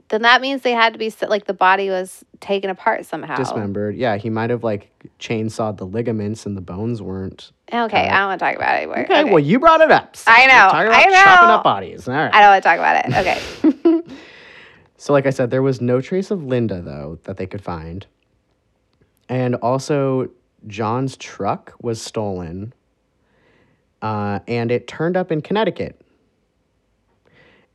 Speaker 5: then that means they had to be s- like the body was taken apart somehow
Speaker 4: dismembered. Yeah, he might have like chainsawed the ligaments, and the bones weren't.
Speaker 5: okay i don't want to talk about it anymore
Speaker 4: Okay, well, you brought it up. so
Speaker 5: I
Speaker 4: we're
Speaker 5: know,
Speaker 4: Talking about
Speaker 5: I
Speaker 4: chopping
Speaker 5: know.
Speaker 4: up bodies. All right.
Speaker 5: I don't want to talk about it. Okay.
Speaker 4: So, like I said, there was no trace of Linda, though, that they could find. And also, John's truck was stolen. Uh, and it turned up in Connecticut.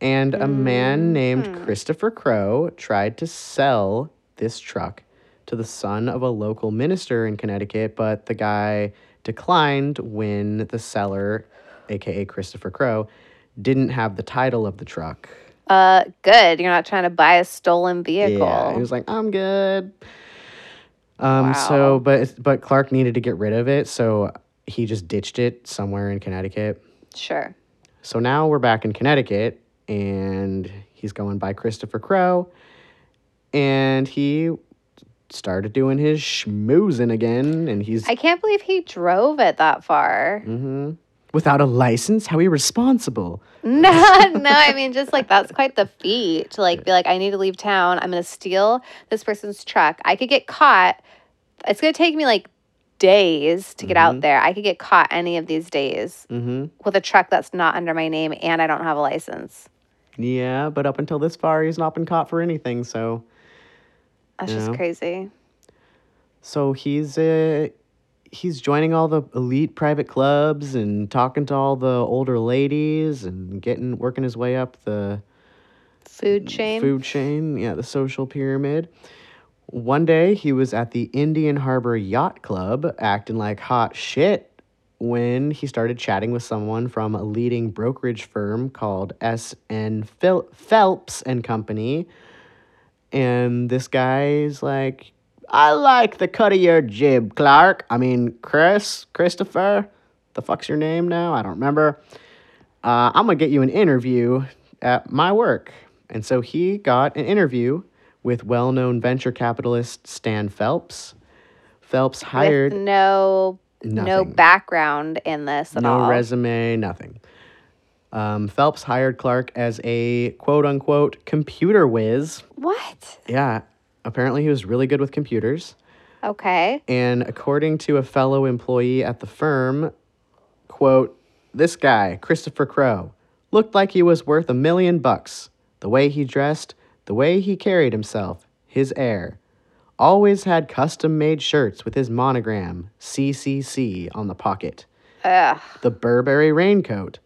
Speaker 4: And a man named Christopher Crow tried to sell this truck to the son of a local minister in Connecticut, but the guy declined when the seller, aka Christopher Crow, didn't have the title of the truck.
Speaker 5: Uh, good. You're not trying to buy a stolen vehicle.
Speaker 4: Yeah, he was like, "I'm good." Um. So,
Speaker 5: Wow.
Speaker 4: but but Clark needed to get rid of it, so he just ditched it somewhere in Connecticut.
Speaker 5: sure.
Speaker 4: So now we're back in Connecticut, and he's going by Christopher Crow, and he started doing his schmoozing again, and he's
Speaker 5: I can't believe he drove it that far.
Speaker 4: Mhm. without a license. How irresponsible!
Speaker 5: No, no, I mean, just like that's quite the feat to like be like, I need to leave town. I'm going to steal this person's truck. I could get caught. It's going to take me like days to get
Speaker 4: Mhm.
Speaker 5: out there. I could get caught any of these days
Speaker 4: hmm
Speaker 5: with a truck that's not under my name and I don't have a license.
Speaker 4: Yeah, but up until this far, he's not been caught for anything. So,
Speaker 5: That's
Speaker 4: Yeah. Mm,
Speaker 5: just crazy.
Speaker 4: so he's uh, he's joining all the elite private clubs and talking to all the older ladies and getting working his way up the
Speaker 5: Food chain.
Speaker 4: food chain. Yeah, the social pyramid. One day he was at the Indian Harbor Yacht Club acting like hot shit when he started chatting with someone from a leading brokerage firm called S.N. Phil- Phelps and Company. And this guy's like, I like the cut of your jib, Clark. I mean, Chris, Christopher, the fuck's your name now? I don't remember uh, I'm going to get you an interview at my work. And so he got an interview with well known venture capitalist Stan Phelps. Phelps hired
Speaker 5: With no no
Speaker 4: Nothing.
Speaker 5: background in this at
Speaker 4: no
Speaker 5: all.
Speaker 4: resume, nothing. Um, Phelps hired Clark as a quote unquote computer whiz.
Speaker 5: what?
Speaker 4: Yeah, apparently he was really good with computers.
Speaker 5: Okay.
Speaker 4: And according to a fellow employee at the firm, quote, this guy, Christopher Crow, looked like he was worth a million bucks. The way he dressed, the way he carried himself, his air. Always had custom made shirts with his monogram, CCC, on the pocket.
Speaker 5: Ugh.
Speaker 4: The Burberry raincoat.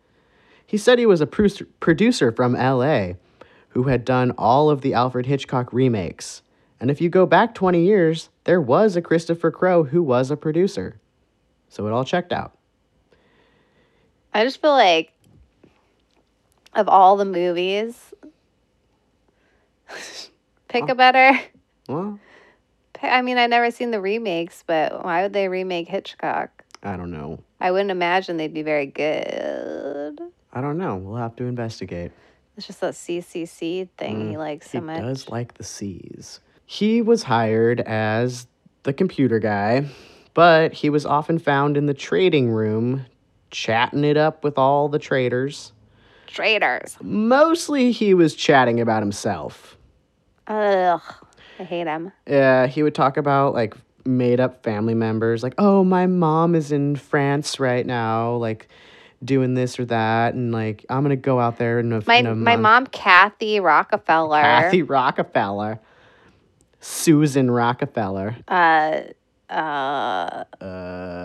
Speaker 4: He said he was a produ- producer from LA who had done all of the Alfred Hitchcock remakes. And if you go back 20 years, there was a Christopher Crow who was a producer. So it all checked out.
Speaker 5: I just feel like of all the movies
Speaker 4: Oh.
Speaker 5: pick a better
Speaker 4: Well,
Speaker 5: pick- I mean, I've never seen the remakes, but why would they remake Hitchcock?
Speaker 4: I don't know.
Speaker 5: I wouldn't imagine they'd be very good.
Speaker 4: I don't know. We'll have to investigate.
Speaker 5: It's just that CCC thing he likes so
Speaker 4: Mm, he
Speaker 5: much.
Speaker 4: does like the seas. He was hired as the computer guy, but he was often found in the trading room chatting it up with all the traders.
Speaker 5: Traitors.
Speaker 4: Mostly he was chatting about himself.
Speaker 5: Ugh. I hate him.
Speaker 4: Yeah, he would talk about like made up family members, like, oh, my mom is in France right now, like doing this or that, and like I'm gonna go out there and
Speaker 5: My my mom Kathy Rockefeller.
Speaker 4: uh, Kathy Rockefeller, Susan Rockefeller,
Speaker 5: Uh uh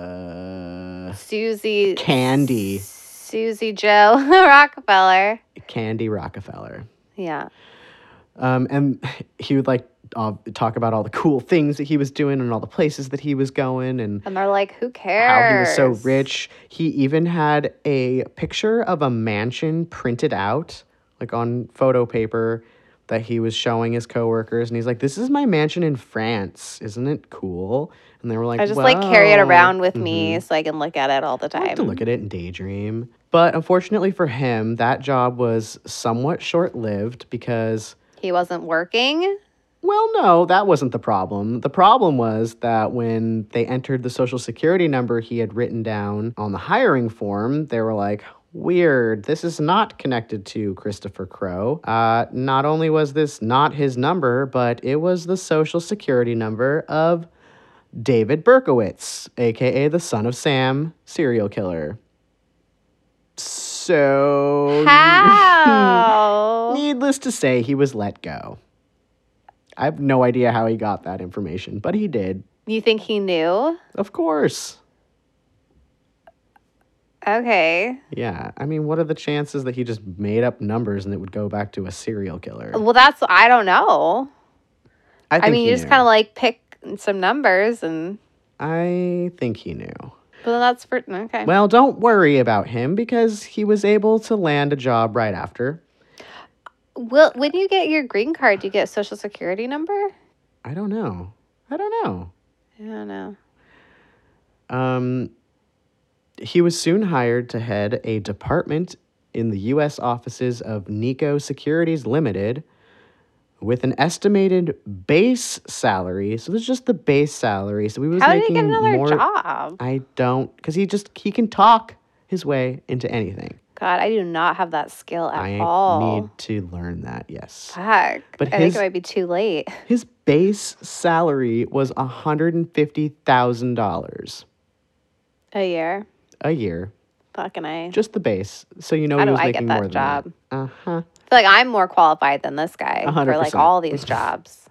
Speaker 4: uh,
Speaker 5: Susie
Speaker 4: Candy,
Speaker 5: Susie Joe Rockefeller.
Speaker 4: Candy Rockefeller.
Speaker 5: Yeah.
Speaker 4: Um, and he would like uh, talk about all the cool things that he was doing and all the places that he was going and
Speaker 5: And they're like, who cares?
Speaker 4: how he was so rich. He even had a picture of a mansion printed out, like on photo paper, that he was showing his coworkers. And he's like, This is my mansion in France. Isn't it cool? And they were like,
Speaker 5: I just like carry it
Speaker 4: "Wow."
Speaker 5: around with me so I can look at it all the
Speaker 4: I
Speaker 5: time.
Speaker 4: like to look at it and daydream. But unfortunately for him, that job was somewhat short lived because
Speaker 5: He wasn't working.
Speaker 4: Well, no, that wasn't the problem. The problem was that when they entered the social security number he had written down on the hiring form, they were like, Weird, this is not connected to Christopher Crow. Uh, not only was this not his number, but it was the social security number of David Berkowitz, aka the son of Sam, serial killer. So.
Speaker 5: How?
Speaker 4: Needless to say, he was let go. I have no idea how he got that information, but he did.
Speaker 5: you think he knew?
Speaker 4: Of course.
Speaker 5: Okay.
Speaker 4: Yeah. I mean, what are the chances that he just made up numbers and it would go back to a serial killer?
Speaker 5: Well, that's, I don't know. I, mean,
Speaker 4: he
Speaker 5: you just
Speaker 4: knew.
Speaker 5: kind of like pick some numbers and,
Speaker 4: I think he knew.
Speaker 5: well, that's for, okay.
Speaker 4: Well, don't worry about him because he was able to land a job right after.
Speaker 5: Will, when you get your green card, do you get a social security number?
Speaker 4: I don't know. I don't know.
Speaker 5: I don't know.
Speaker 4: Um, he was soon hired to head a department in the U.S. offices of Nico Securities Limited with an estimated base salary. So this is just the base salary. So he was
Speaker 5: How did he
Speaker 4: making
Speaker 5: get another
Speaker 4: more.
Speaker 5: job?
Speaker 4: I don't, because he just he can talk his way into anything.
Speaker 5: God, I do not have that skill at
Speaker 4: I
Speaker 5: all.
Speaker 4: need to learn that. Yes.
Speaker 5: Fuck.
Speaker 4: But
Speaker 5: I
Speaker 4: his-
Speaker 5: think it might be too late.
Speaker 4: His base salary was $150,000
Speaker 5: A year.
Speaker 4: a year,
Speaker 5: Fucking I.
Speaker 4: just the base. So you know
Speaker 5: How
Speaker 4: he
Speaker 5: do
Speaker 4: was
Speaker 5: I get
Speaker 4: making
Speaker 5: that
Speaker 4: more
Speaker 5: job?
Speaker 4: than that. Uh-huh.
Speaker 5: I feel like I'm more qualified than this guy
Speaker 4: A hundred
Speaker 5: for like
Speaker 4: percent.
Speaker 5: all these jobs.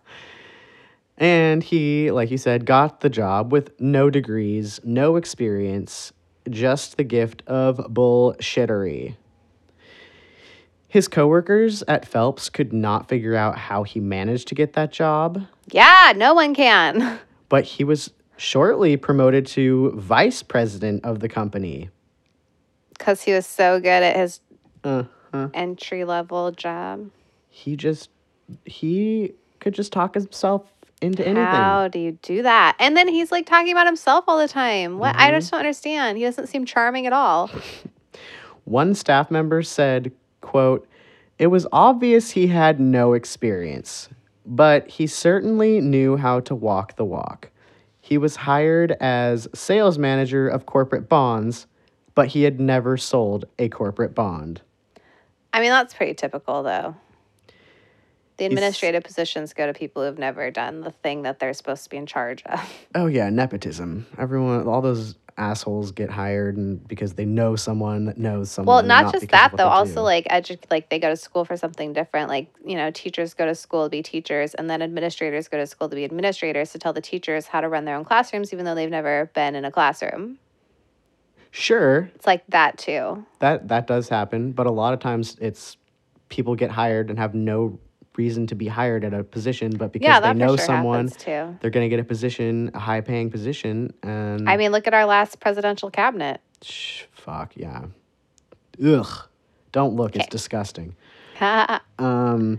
Speaker 4: And he, like you said, got the job with no degrees, no experience, just the gift of bullshittery. His coworkers at Phelps could not figure out how he managed to get that job,
Speaker 5: yeah, no one can.
Speaker 4: but he was shortly promoted to vice president of the company.
Speaker 5: Because he was so good at his
Speaker 4: Uh-huh.
Speaker 5: entry level job.
Speaker 4: He just, he could just talk himself into anything.
Speaker 5: How do you do that? And then he's like talking about himself all the time. What
Speaker 4: Mm-hmm.
Speaker 5: I just don't understand. He doesn't seem charming at all.
Speaker 4: One staff member said, quote, It was obvious he had no experience, but he certainly knew how to walk the walk. He was hired as sales manager of corporate bonds, but he had never sold a corporate bond.
Speaker 5: I mean, that's pretty typical though. The administrative positions go to people who've never done the thing that they're supposed to be in charge of.
Speaker 4: Oh yeah, nepotism. Everyone all those assholes get hired and because they know someone that knows someone.
Speaker 5: Well, not, just
Speaker 4: because
Speaker 5: that
Speaker 4: of what
Speaker 5: though.
Speaker 4: they
Speaker 5: Also,
Speaker 4: do.
Speaker 5: like edu- like they go to school for something different. Like you know, teachers go to school to be teachers, and then administrators go to school to be administrators to tell the teachers how to run their own classrooms, even though they've never been in a classroom.
Speaker 4: Sure,
Speaker 5: It's like that too.
Speaker 4: that that does happen but a lot of times it's people get hired and have no reason to be hired at a position but because
Speaker 5: yeah,
Speaker 4: they
Speaker 5: that
Speaker 4: know
Speaker 5: for sure
Speaker 4: someone
Speaker 5: happens too.
Speaker 4: they're going to get a position a high paying position and
Speaker 5: I mean, look at our last presidential cabinet.
Speaker 4: Shh, fuck yeah ugh don't look it's disgusting um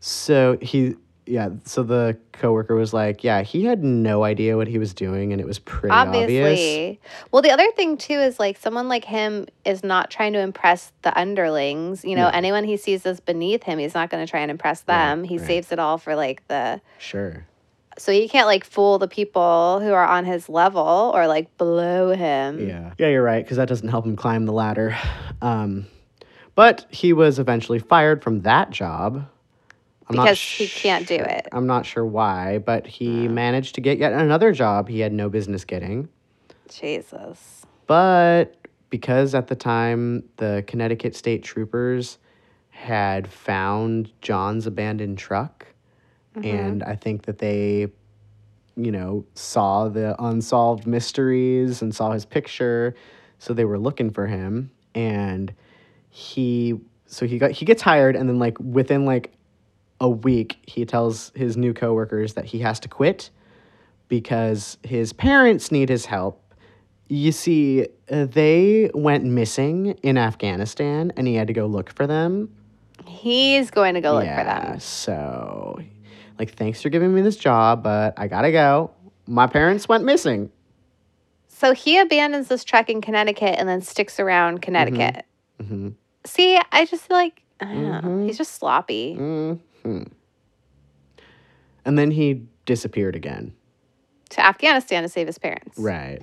Speaker 4: so he yeah so the coworker was like yeah he had no idea what he was doing and it was pretty obvious
Speaker 5: Obviously. Well, the other thing too is like someone like him is not trying to impress the underlings. You know,
Speaker 4: No.
Speaker 5: anyone he sees as beneath him, he's not going to try and impress them. he
Speaker 4: right.
Speaker 5: saves it all for like the
Speaker 4: sure
Speaker 5: So he can't like fool the people who are on his level or like below him.
Speaker 4: Yeah. Yeah, you're right, because that doesn't help him climb the ladder. Um, but he was eventually fired from that job. I'm not
Speaker 5: Because he can't do
Speaker 4: sure-
Speaker 5: it.
Speaker 4: I'm not sure why, but he managed to get yet another job he had no business getting.
Speaker 5: Jesus.
Speaker 4: But because at the time the Connecticut State Troopers had found John's abandoned truck, and I think that they, you know, saw the unsolved mysteries and saw his picture, so they were looking for him, and he, so he got he gets hired, and then like within like a week, he tells his new coworkers that he has to quit because his parents need his help. You see, uh, they went missing in Afghanistan and he had to go look for them.
Speaker 5: He's going to go look for
Speaker 4: yeah.
Speaker 5: them.
Speaker 4: So, like, thanks for giving me this job, but I gotta go. My parents went missing.
Speaker 5: So he abandons this truck in Connecticut and then sticks
Speaker 4: Mm-hmm.
Speaker 5: around Connecticut.
Speaker 4: hmm
Speaker 5: See, I just feel like I don't know.
Speaker 4: Mhm.
Speaker 5: he's just sloppy.
Speaker 4: hmm And then he disappeared again.
Speaker 5: To Afghanistan to save his parents.
Speaker 4: Right.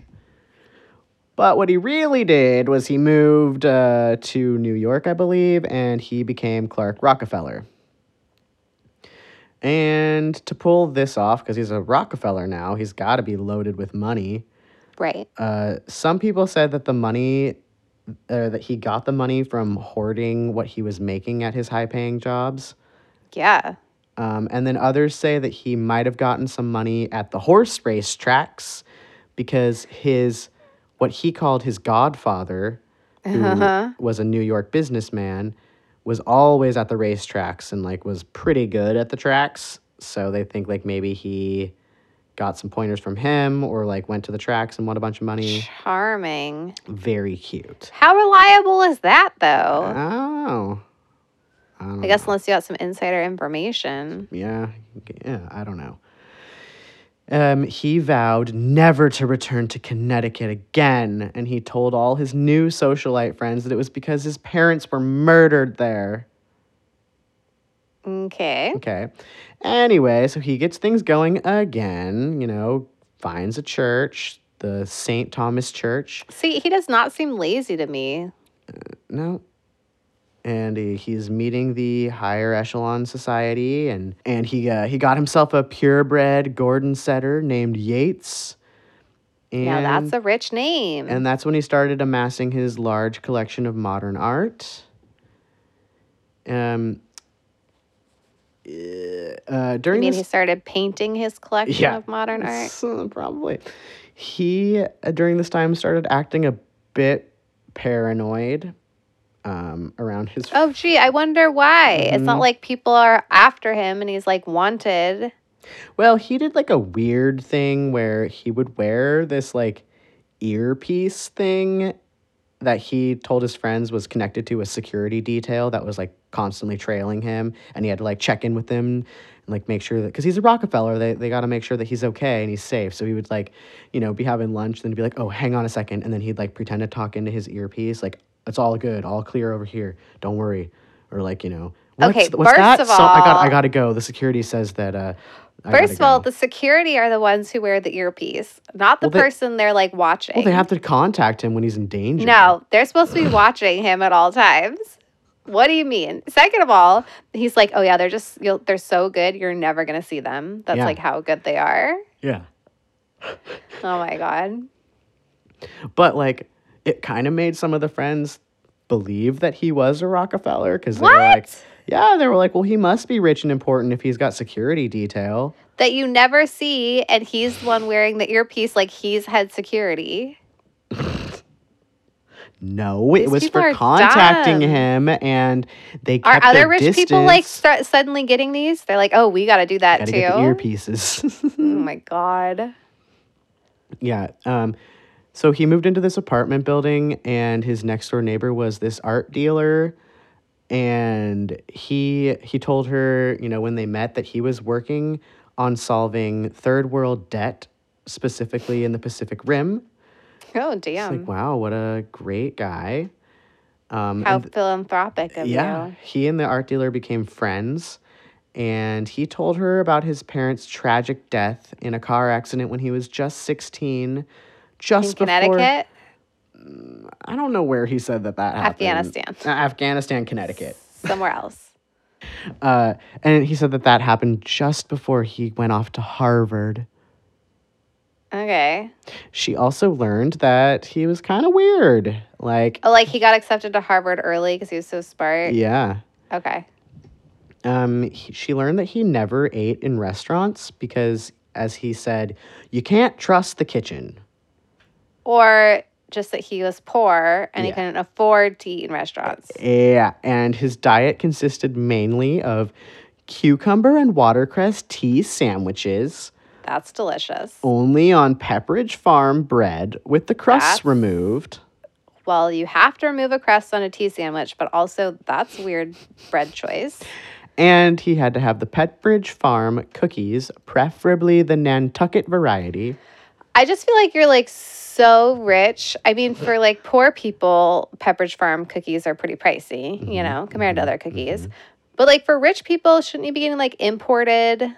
Speaker 4: But what he really did was he moved uh, to New York, I believe, and he became Clark Rockefeller. And to pull this off, because he's a Rockefeller now, he's got to be loaded with money.
Speaker 5: Right.
Speaker 4: Uh, some people said that the money, uh, that he got the money from hoarding what he was making at his high paying jobs.
Speaker 5: Yeah.
Speaker 4: Um, and then others say that he might have gotten some money at the horse race tracks because his, what he called his godfather, who
Speaker 5: Uh-huh.
Speaker 4: was a New York businessman, was always at the racetracks and like was pretty good at the tracks. So they think like maybe he got some pointers from him or like went to the tracks and won a bunch of money.
Speaker 5: Charming.
Speaker 4: Very cute.
Speaker 5: How reliable is that though?
Speaker 4: Oh. I don't
Speaker 5: I guess unless you got some insider information.
Speaker 4: Yeah, yeah, I don't know. Um, he vowed never to return to Connecticut again, and he told all his new socialite friends that it was because his parents were murdered there.
Speaker 5: Okay.
Speaker 4: Okay. Anyway, so he gets things going again, you know, finds a church, the St. Thomas Church.
Speaker 5: See, he does not seem lazy to me.
Speaker 4: No, and he, he's meeting the higher echelon society and and he uh, he got himself a purebred Gordon setter named Yates. And,
Speaker 5: now that's a rich name.
Speaker 4: and that's when he started amassing his large collection of modern art. Um. Uh,
Speaker 5: I
Speaker 4: during
Speaker 5: mean,
Speaker 4: this
Speaker 5: he started painting his collection
Speaker 4: Yeah.
Speaker 5: of modern art.
Speaker 4: so, probably. He, uh, during this time, started acting a bit paranoid um, around his.
Speaker 5: Oh, gee, I wonder why. It's
Speaker 4: Mm-hmm.
Speaker 5: not like people are after him and he's like wanted.
Speaker 4: Well, he did like a weird thing where he would wear this like earpiece thing that he told his friends was connected to a security detail that was like constantly trailing him and he had to like check in with them and like make sure that because he's a rockefeller they, they got to make sure that he's okay and he's safe so he would like you know be having lunch then he'd be like oh hang on a second and then he'd like pretend to talk into his earpiece like it's all good all clear over here don't worry or like you know what's,
Speaker 5: Okay,
Speaker 4: what's
Speaker 5: first
Speaker 4: that
Speaker 5: of
Speaker 4: So- i got i
Speaker 5: all-
Speaker 4: gotta go the security says that uh I gotta
Speaker 5: First of all,
Speaker 4: go."
Speaker 5: the security are the ones who wear the earpiece, not the
Speaker 4: Well, they-
Speaker 5: person they, are like watching.
Speaker 4: Well, they have to contact him when he's in danger.
Speaker 5: No, they're supposed to be watching him at all times. What do you mean? Second of all, he's like, "Oh yeah, they're just you'll, they're so good, you're never gonna see them." That's
Speaker 4: Yeah.
Speaker 5: like how good they are.
Speaker 4: Yeah.
Speaker 5: Oh my god.
Speaker 4: But like, it kind of made some of the friends believe that he was a Rockefeller because they were
Speaker 5: What?
Speaker 4: like, yeah, they were like, well, he must be rich and important if he's got security detail.
Speaker 5: that you never see, and he's the one wearing the earpiece, like he's head security.
Speaker 4: No, it
Speaker 5: These
Speaker 4: was
Speaker 5: people
Speaker 4: for
Speaker 5: are
Speaker 4: contacting
Speaker 5: dumb.
Speaker 4: him, and they
Speaker 5: Are
Speaker 4: kept
Speaker 5: other
Speaker 4: their
Speaker 5: rich
Speaker 4: distance.
Speaker 5: people like start suddenly getting these? They're like, oh, we got to do that
Speaker 4: Gotta
Speaker 5: too.
Speaker 4: get the earpieces.
Speaker 5: Oh my god.
Speaker 4: Yeah. Um, so he moved into this apartment building, and his next door neighbor was this art dealer, and he he told her, you know, when they met, that he was working on solving third world debt, specifically in the Pacific Rim.
Speaker 5: Oh
Speaker 4: It's
Speaker 5: damn.
Speaker 4: like, wow, what a great guy. Um,
Speaker 5: How
Speaker 4: and
Speaker 5: philanthropic of
Speaker 4: yeah,
Speaker 5: you.
Speaker 4: he and the art dealer became friends, and he told her about his parents' tragic death in a car accident when he was just sixteen. Just
Speaker 5: In
Speaker 4: before,
Speaker 5: Connecticut,
Speaker 4: I don't know where he said that that happened.
Speaker 5: Afghanistan.
Speaker 4: Uh, Afghanistan, Connecticut.
Speaker 5: somewhere else.
Speaker 4: Uh, and he said that that happened just before he went off to Harvard.
Speaker 5: Okay.
Speaker 4: She also learned that he was kind of weird. Like,
Speaker 5: Oh, like he got accepted to Harvard early because he was so smart.
Speaker 4: yeah.
Speaker 5: Okay.
Speaker 4: Um, he, she learned that he never ate in restaurants because, as he said, you can't trust the kitchen.
Speaker 5: Or just that he was poor and he
Speaker 4: Yeah.
Speaker 5: couldn't afford to eat in restaurants.
Speaker 4: Yeah. And his diet consisted mainly of cucumber and watercress tea sandwiches.
Speaker 5: That's delicious.
Speaker 4: only on Pepperidge Farm bread with the crusts
Speaker 5: That's-
Speaker 4: removed.
Speaker 5: Well, you have to remove a crust on a tea sandwich, but also that's weird bread choice.
Speaker 4: And he had to have the Pepperidge Farm cookies, preferably the Nantucket variety.
Speaker 5: I just feel like you're like so rich. I mean, for like poor people, Pepperidge Farm cookies are pretty pricey,
Speaker 4: Mm-hmm.
Speaker 5: you know, compared to other cookies. But like for rich people, shouldn't you be getting like imported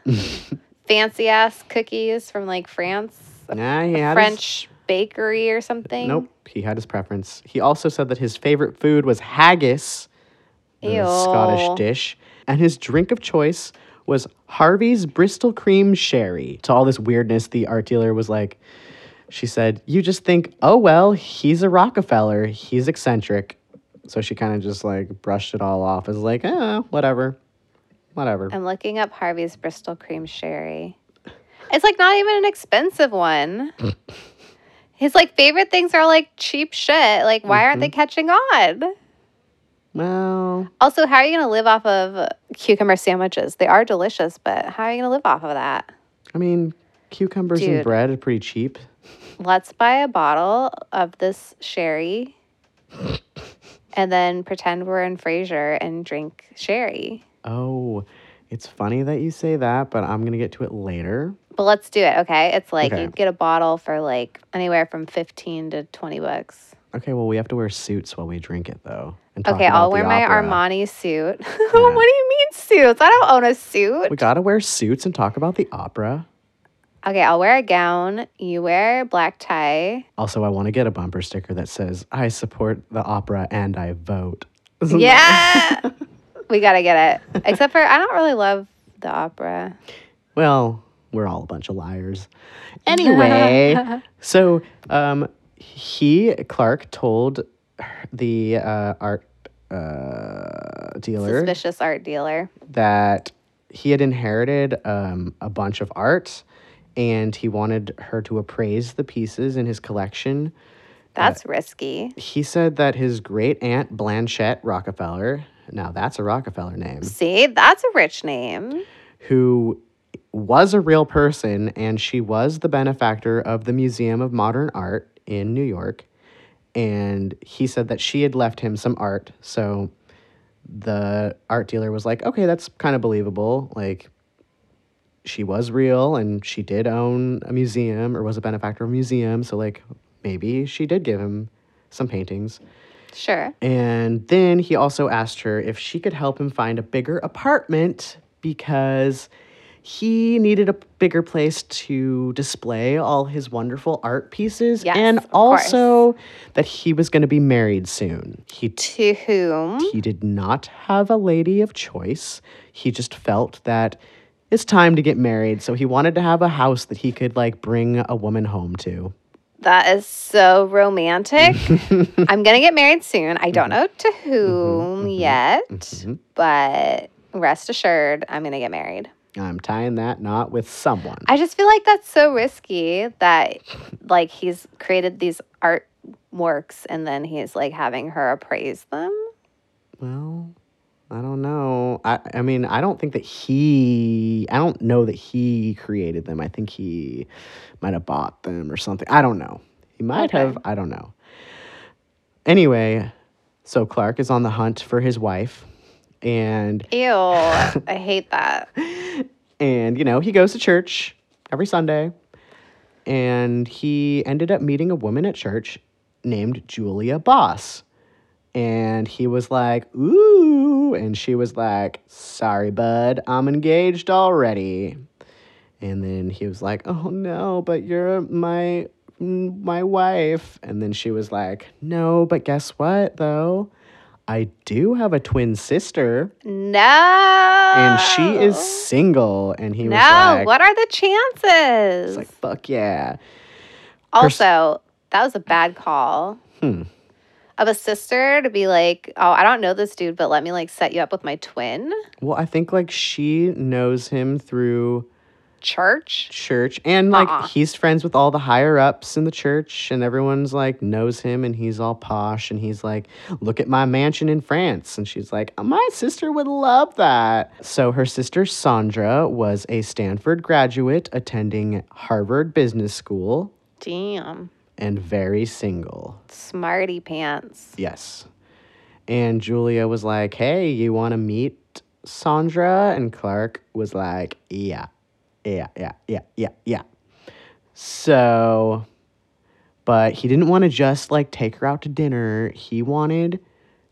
Speaker 5: fancy ass cookies from like France, a
Speaker 4: Nah, he had his-
Speaker 5: French bakery or something?
Speaker 4: nope, he had his preference. He also said that his favorite food was haggis, the
Speaker 5: Ew.
Speaker 4: Scottish dish, and his drink of choice was Harvey's Bristol Cream Sherry. To all this weirdness, the art dealer was like, she said, You just think, oh, well, he's a Rockefeller. He's eccentric. So she kind of just like brushed it all off as like, eh, whatever. Whatever.
Speaker 5: I'm looking up Harvey's Bristol Cream Sherry. It's like not even an expensive one. His like favorite things are like cheap shit. Like why aren't they
Speaker 4: Mm-hmm.
Speaker 5: catching on?
Speaker 4: Well,
Speaker 5: Also, how are you going to live off of cucumber sandwiches? They are delicious, but how are you going to live off of that?
Speaker 4: I mean, cucumbers and
Speaker 5: Dude.
Speaker 4: bread are pretty cheap.
Speaker 5: Let's buy a bottle of this sherry and then pretend we're in Fraser and drink sherry.
Speaker 4: Oh, it's funny that you say that, but I'm going to get to it later.
Speaker 5: But let's do it, okay? It's like
Speaker 4: Okay.
Speaker 5: you get a bottle for like anywhere from 15 to 20 bucks.
Speaker 4: Okay, well, we have to wear suits while we drink it, though. and talk
Speaker 5: Okay, I'll
Speaker 4: about
Speaker 5: wear
Speaker 4: the
Speaker 5: my
Speaker 4: opera.
Speaker 5: Armani suit. what do you mean suits? I don't own a suit.
Speaker 4: We gotta wear suits and talk about the opera.
Speaker 5: okay, I'll wear a gown. You wear a black tie.
Speaker 4: Also, I want to get a bumper sticker that says, I support the opera and I vote. Isn't that-
Speaker 5: Yeah. we got to get it. Except for, I don't really love the opera.
Speaker 4: Well, we're all a bunch of liars. Anyway, so um, he Clark told the uh, art uh, dealer
Speaker 5: Suspicious art dealer.
Speaker 4: that he had inherited um, a bunch of art, and he wanted her to appraise the pieces in his collection.
Speaker 5: That's risky.
Speaker 4: He said that his great aunt Blanchette Rockefeller, now that's a Rockefeller name,
Speaker 5: See, that's a rich name.
Speaker 4: who was a real person and she was the benefactor of the Museum of Modern Art in New York. And he said that she had left him some art. So the art dealer was like, okay, that's kind of believable. Like, she was real and she did own a museum or was a benefactor of a museum. So, like, maybe she did give him some paintings.
Speaker 5: Sure.
Speaker 4: And then he also asked her if she could help him find a bigger apartment because he needed a bigger place to display all his wonderful art pieces
Speaker 5: Yes,
Speaker 4: and
Speaker 5: of course.
Speaker 4: also that he was going to be married soon. He
Speaker 5: To whom?
Speaker 4: he did not have a lady of choice. He just felt that it's time to get married, so he wanted to have a house that he could like bring a woman home to.
Speaker 5: That is so romantic. I'm going to get married soon. I don't know to whom yet, but rest assured, I'm going to get married.
Speaker 4: I'm tying that knot with someone.
Speaker 5: I just feel like that's so risky that like he's created these art works and then he's like having her appraise them.
Speaker 4: Well, I don't know. I, I mean, I don't think that he, I don't know that he created them. I think he might have bought them or something. I don't know. He might
Speaker 5: Okay.
Speaker 4: have. I don't know. Anyway, so Clark is on the hunt for his wife. And,
Speaker 5: Ew, I hate that.
Speaker 4: and, you know, he goes to church every Sunday. And he ended up meeting a woman at church named Julia Boss. And he was like, ooh. And she was like, sorry, bud, I'm engaged already. And then he was like, oh no, but you're my my wife. And then she was like, no, but guess what though? I do have a twin sister
Speaker 5: No. And
Speaker 4: and she is
Speaker 5: Oh.
Speaker 4: single. And he
Speaker 5: No,
Speaker 4: was like,
Speaker 5: what are the
Speaker 4: He's
Speaker 5: chances?
Speaker 4: like, fuck yeah.
Speaker 5: also, that was a bad call.
Speaker 4: Hmm.
Speaker 5: Of a sister to be like, oh, I don't know this dude, but let me like set you up with my twin
Speaker 4: Well, I think like she knows him through
Speaker 5: church.
Speaker 4: church and like
Speaker 5: Uh-uh.
Speaker 4: he's friends with all the higher ups in the church and everyone's like knows him and he's all posh and he's like look at my mansion in France and she's like my sister would love that so her sister Sandra was a Stanford graduate attending Harvard Business School
Speaker 5: Damn,
Speaker 4: and very single
Speaker 5: smarty pants.
Speaker 4: Yes. And Julia was like, hey, you want to meet Sandra? And Clark was like, yeah, yeah, yeah, yeah, yeah, yeah. So, but he didn't want to just like take her out to dinner. He wanted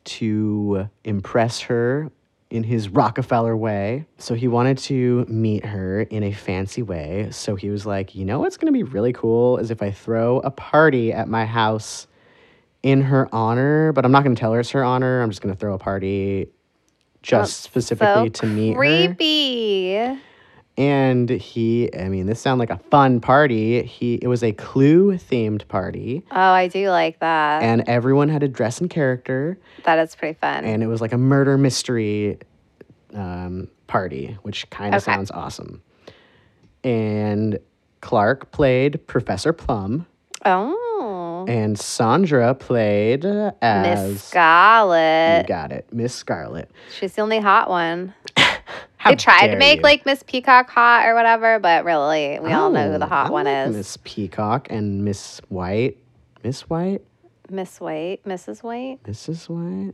Speaker 4: to impress her in his Rockefeller way. So he wanted to meet her in a fancy way. So he was like, you know what's going to be really cool is if I throw a party at my house in her honor, but I'm not going to tell her it's her honor. I'm just going to throw a party just
Speaker 5: So
Speaker 4: specifically to meet her.
Speaker 5: creepy.
Speaker 4: And he, I mean, this sounded like a fun party. He, it was a clue themed party,
Speaker 5: Oh, I do like that.
Speaker 4: and everyone had a dress and character,
Speaker 5: that is pretty fun.
Speaker 4: and it was like a murder mystery um, party, which kind of
Speaker 5: Okay.
Speaker 4: sounds awesome. And Clark played Professor Plum,
Speaker 5: oh,
Speaker 4: and Sandra played uh, as
Speaker 5: Miss
Speaker 4: you
Speaker 5: Scarlet.
Speaker 4: got it, Miss Scarlet.
Speaker 5: She's the only hot one.
Speaker 4: How
Speaker 5: they tried to
Speaker 4: dare
Speaker 5: make
Speaker 4: you.
Speaker 5: like Miss Peacock hot or whatever, but really, we all know who the
Speaker 4: Oh,
Speaker 5: hot
Speaker 4: I
Speaker 5: one is.
Speaker 4: like
Speaker 5: Miss-,
Speaker 4: Miss Peacock and Miss White. Miss White.
Speaker 5: White, Mrs. White.
Speaker 4: Mrs. White?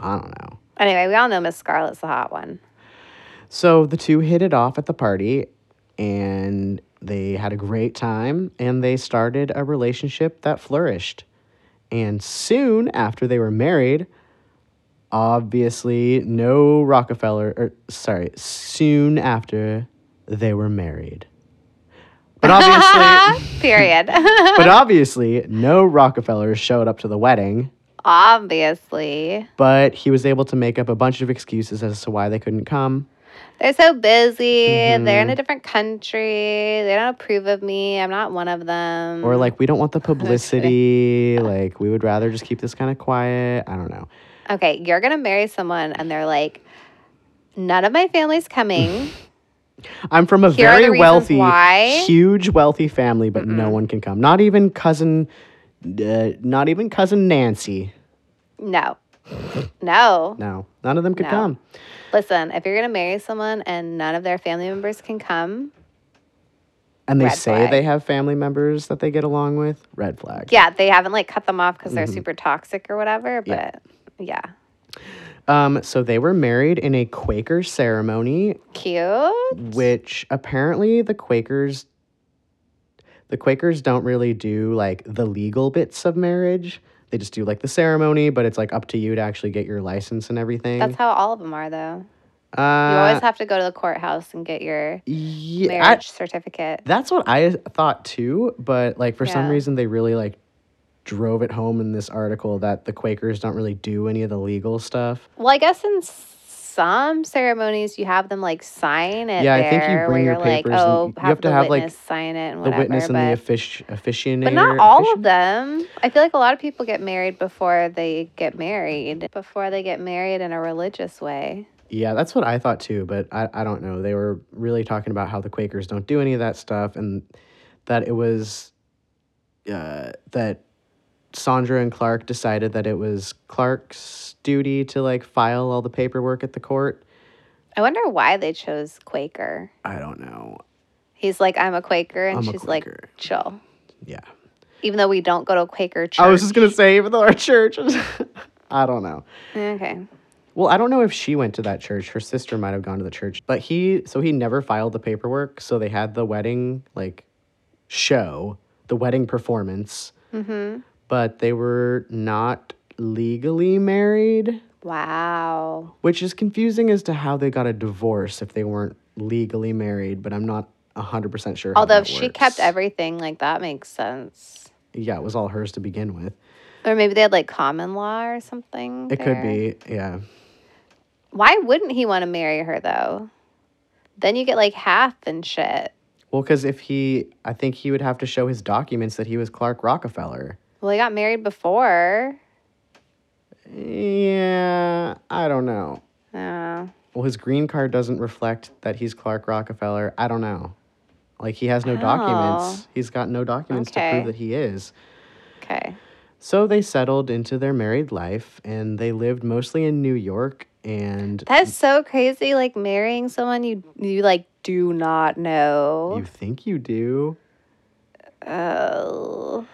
Speaker 4: I don't know.
Speaker 5: Anyway, we all know Miss Scarlet's the hot one.
Speaker 4: So the two hit it off at the party and they had a great time and they started a relationship that flourished. And soon after they were married, obviously no Rockefeller, or sorry, soon after they were married. But obviously,
Speaker 5: Period.
Speaker 4: but obviously, no Rockefellers showed up to the wedding.
Speaker 5: Obviously.
Speaker 4: But he was able to make up a bunch of excuses as to why they couldn't come.
Speaker 5: They're so busy. They're in
Speaker 4: Mhm.
Speaker 5: a different country. They don't approve of me. I'm not one of them.
Speaker 4: Or, like, we don't want the
Speaker 5: kidding.
Speaker 4: publicity. Like, we would rather just keep this kind of quiet. I don't know.
Speaker 5: okay, you're going to marry someone, and they're like, none of my family's coming.
Speaker 4: I'm from a
Speaker 5: Here are the
Speaker 4: very
Speaker 5: reasons
Speaker 4: wealthy,
Speaker 5: why. Mm-hmm.
Speaker 4: huge wealthy family, but no one can come. Not even cousin, uh, not even cousin Nancy.
Speaker 5: no. No.
Speaker 4: No, none of them could
Speaker 5: No.
Speaker 4: come.
Speaker 5: Listen, if you're going to marry someone and none of their family members can come,
Speaker 4: And they
Speaker 5: Red
Speaker 4: say
Speaker 5: flag.
Speaker 4: they have family members that they get along with. Red flag.
Speaker 5: yeah, they haven't like cut them off because they're super toxic or whatever,
Speaker 4: Mm-hmm. Yeah.
Speaker 5: but yeah.
Speaker 4: Um, so they were married in a Quaker ceremony,
Speaker 5: Cute.
Speaker 4: which apparently the Quakers, the Quakers don't really do like the legal bits of marriage. They just do like the ceremony, but it's like up to you to actually get your license and everything.
Speaker 5: That's how all of them are, though. You
Speaker 4: uh,
Speaker 5: always have to go to the courthouse and get your
Speaker 4: yeah, I-
Speaker 5: marriage certificate.
Speaker 4: That's what I thought too, but like for some
Speaker 5: Yeah.
Speaker 4: reason they really like drove it home in this article that the Quakers don't really do any of the legal stuff.
Speaker 5: Well, I guess in s- some ceremonies you have them like sign it.
Speaker 4: Yeah, I
Speaker 5: there,
Speaker 4: think you
Speaker 5: where
Speaker 4: bring your
Speaker 5: you're like,
Speaker 4: papers and
Speaker 5: oh,
Speaker 4: you
Speaker 5: have
Speaker 4: have to
Speaker 5: the
Speaker 4: have, like,
Speaker 5: witness sign it and
Speaker 4: the
Speaker 5: whatever.
Speaker 4: witness
Speaker 5: but,
Speaker 4: and the offici- officianator.
Speaker 5: but not all
Speaker 4: offici-
Speaker 5: of them. I feel like a lot of people get married before they get married, before they get married in a religious way.
Speaker 4: Yeah, that's what I thought too, but I, I don't know. They were really talking about how the Quakers don't do any of that stuff and that it was uh, that Sandra and Clark decided that it was Clark's duty to like file all the paperwork at the court.
Speaker 5: I wonder why they chose Quaker.
Speaker 4: I don't know.
Speaker 5: He's like, I'm a Quaker, and
Speaker 4: I'm a
Speaker 5: she's
Speaker 4: Quaker.
Speaker 5: like, chill.
Speaker 4: Yeah.
Speaker 5: Even though we don't go to Quaker church.
Speaker 4: I was just gonna say, even though our church, is- I don't know.
Speaker 5: Okay.
Speaker 4: Well, I don't know if she went to that church. Her sister might have gone to the church, but he, so he never filed the paperwork. So they had the wedding like show, the wedding performance,
Speaker 5: Mm-hmm.
Speaker 4: but they were not legally married,
Speaker 5: Wow.
Speaker 4: which is confusing as to how they got a divorce if they weren't legally married. But I'm not hundred percent sure. how
Speaker 5: Although if
Speaker 4: that
Speaker 5: she kept
Speaker 4: works.
Speaker 5: everything, like that makes sense.
Speaker 4: yeah, it was all hers to begin with.
Speaker 5: Or maybe they had like common law or something.
Speaker 4: It could
Speaker 5: there.
Speaker 4: be, yeah.
Speaker 5: Why wouldn't he want to marry her though? Then you get like half and shit.
Speaker 4: Well, because if he, I think he would have to show his documents that he was Clark Rockefeller.
Speaker 5: Well, he got married before.
Speaker 4: Yeah, I don't know.
Speaker 5: Uh,
Speaker 4: Well, his green card doesn't reflect that he's Clark Rockefeller. I don't know. Like, he has no documents. He's got no documents to
Speaker 5: Oh. Okay.
Speaker 4: prove that he is.
Speaker 5: okay.
Speaker 4: So they settled into their married life and they lived mostly in New York. And
Speaker 5: That's so crazy. Like marrying someone you you like do not know.
Speaker 4: you think you do.
Speaker 5: Oh.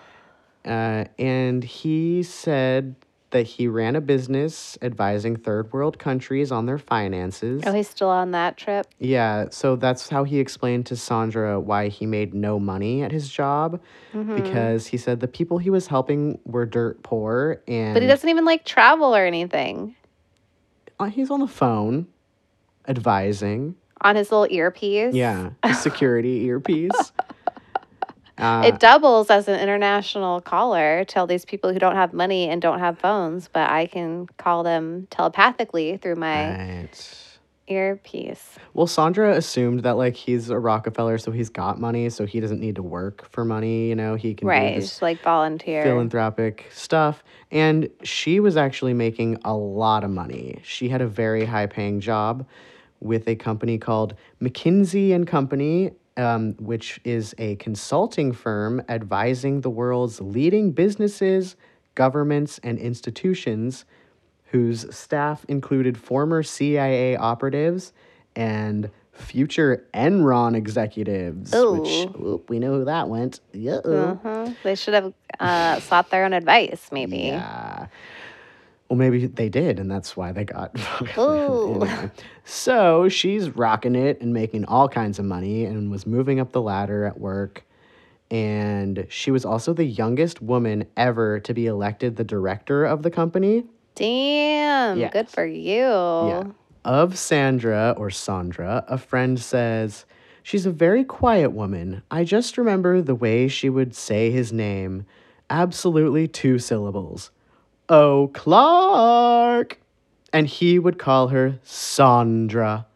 Speaker 4: Uh, and he said that he ran a business advising third world countries on their finances.
Speaker 5: Oh, he's still on that trip.
Speaker 4: Yeah, so that's how he explained to Sandra why he made no money at his job
Speaker 5: Mm-hmm.
Speaker 4: because he said the people he was helping were dirt poor and
Speaker 5: But he doesn't even like travel or anything.
Speaker 4: uh, he's on the phone advising.
Speaker 5: On his little earpiece.
Speaker 4: Yeah, a security earpiece. Uh,
Speaker 5: it doubles as an international caller tell these people who don't have money and don't have phones but i can call them telepathically through my
Speaker 4: right.
Speaker 5: earpiece
Speaker 4: Well, Sandra assumed that like he's a Rockefeller, so he's got money, so he doesn't need to work for money. You know, he can
Speaker 5: right
Speaker 4: do
Speaker 5: it's
Speaker 4: this
Speaker 5: just like volunteer
Speaker 4: philanthropic stuff. And she was actually making a lot of money. She had a very high paying job with a company called McKinsey and Company, um, which is a consulting firm advising the world's leading businesses, governments, and institutions, whose staff included former CIA operatives and future Enron executives, which oop, we know who that went. Yeah.
Speaker 5: Mhm. they should have uh, sought their own advice maybe
Speaker 4: Yeah. Well, maybe they did, and that's why they got. fucked.
Speaker 5: Ooh.
Speaker 4: Anyway. So she's rocking it and making all kinds of money and was moving up the ladder at work. And she was also the youngest woman ever to be elected the director of the company.
Speaker 5: damn
Speaker 4: Yeah.
Speaker 5: good for you
Speaker 4: Yeah. Of Sandra or Sandra, a friend says, She's a very quiet woman. I just remember the way she would say his name. Absolutely two syllables. Oh, Clark. And he would call her Sandra.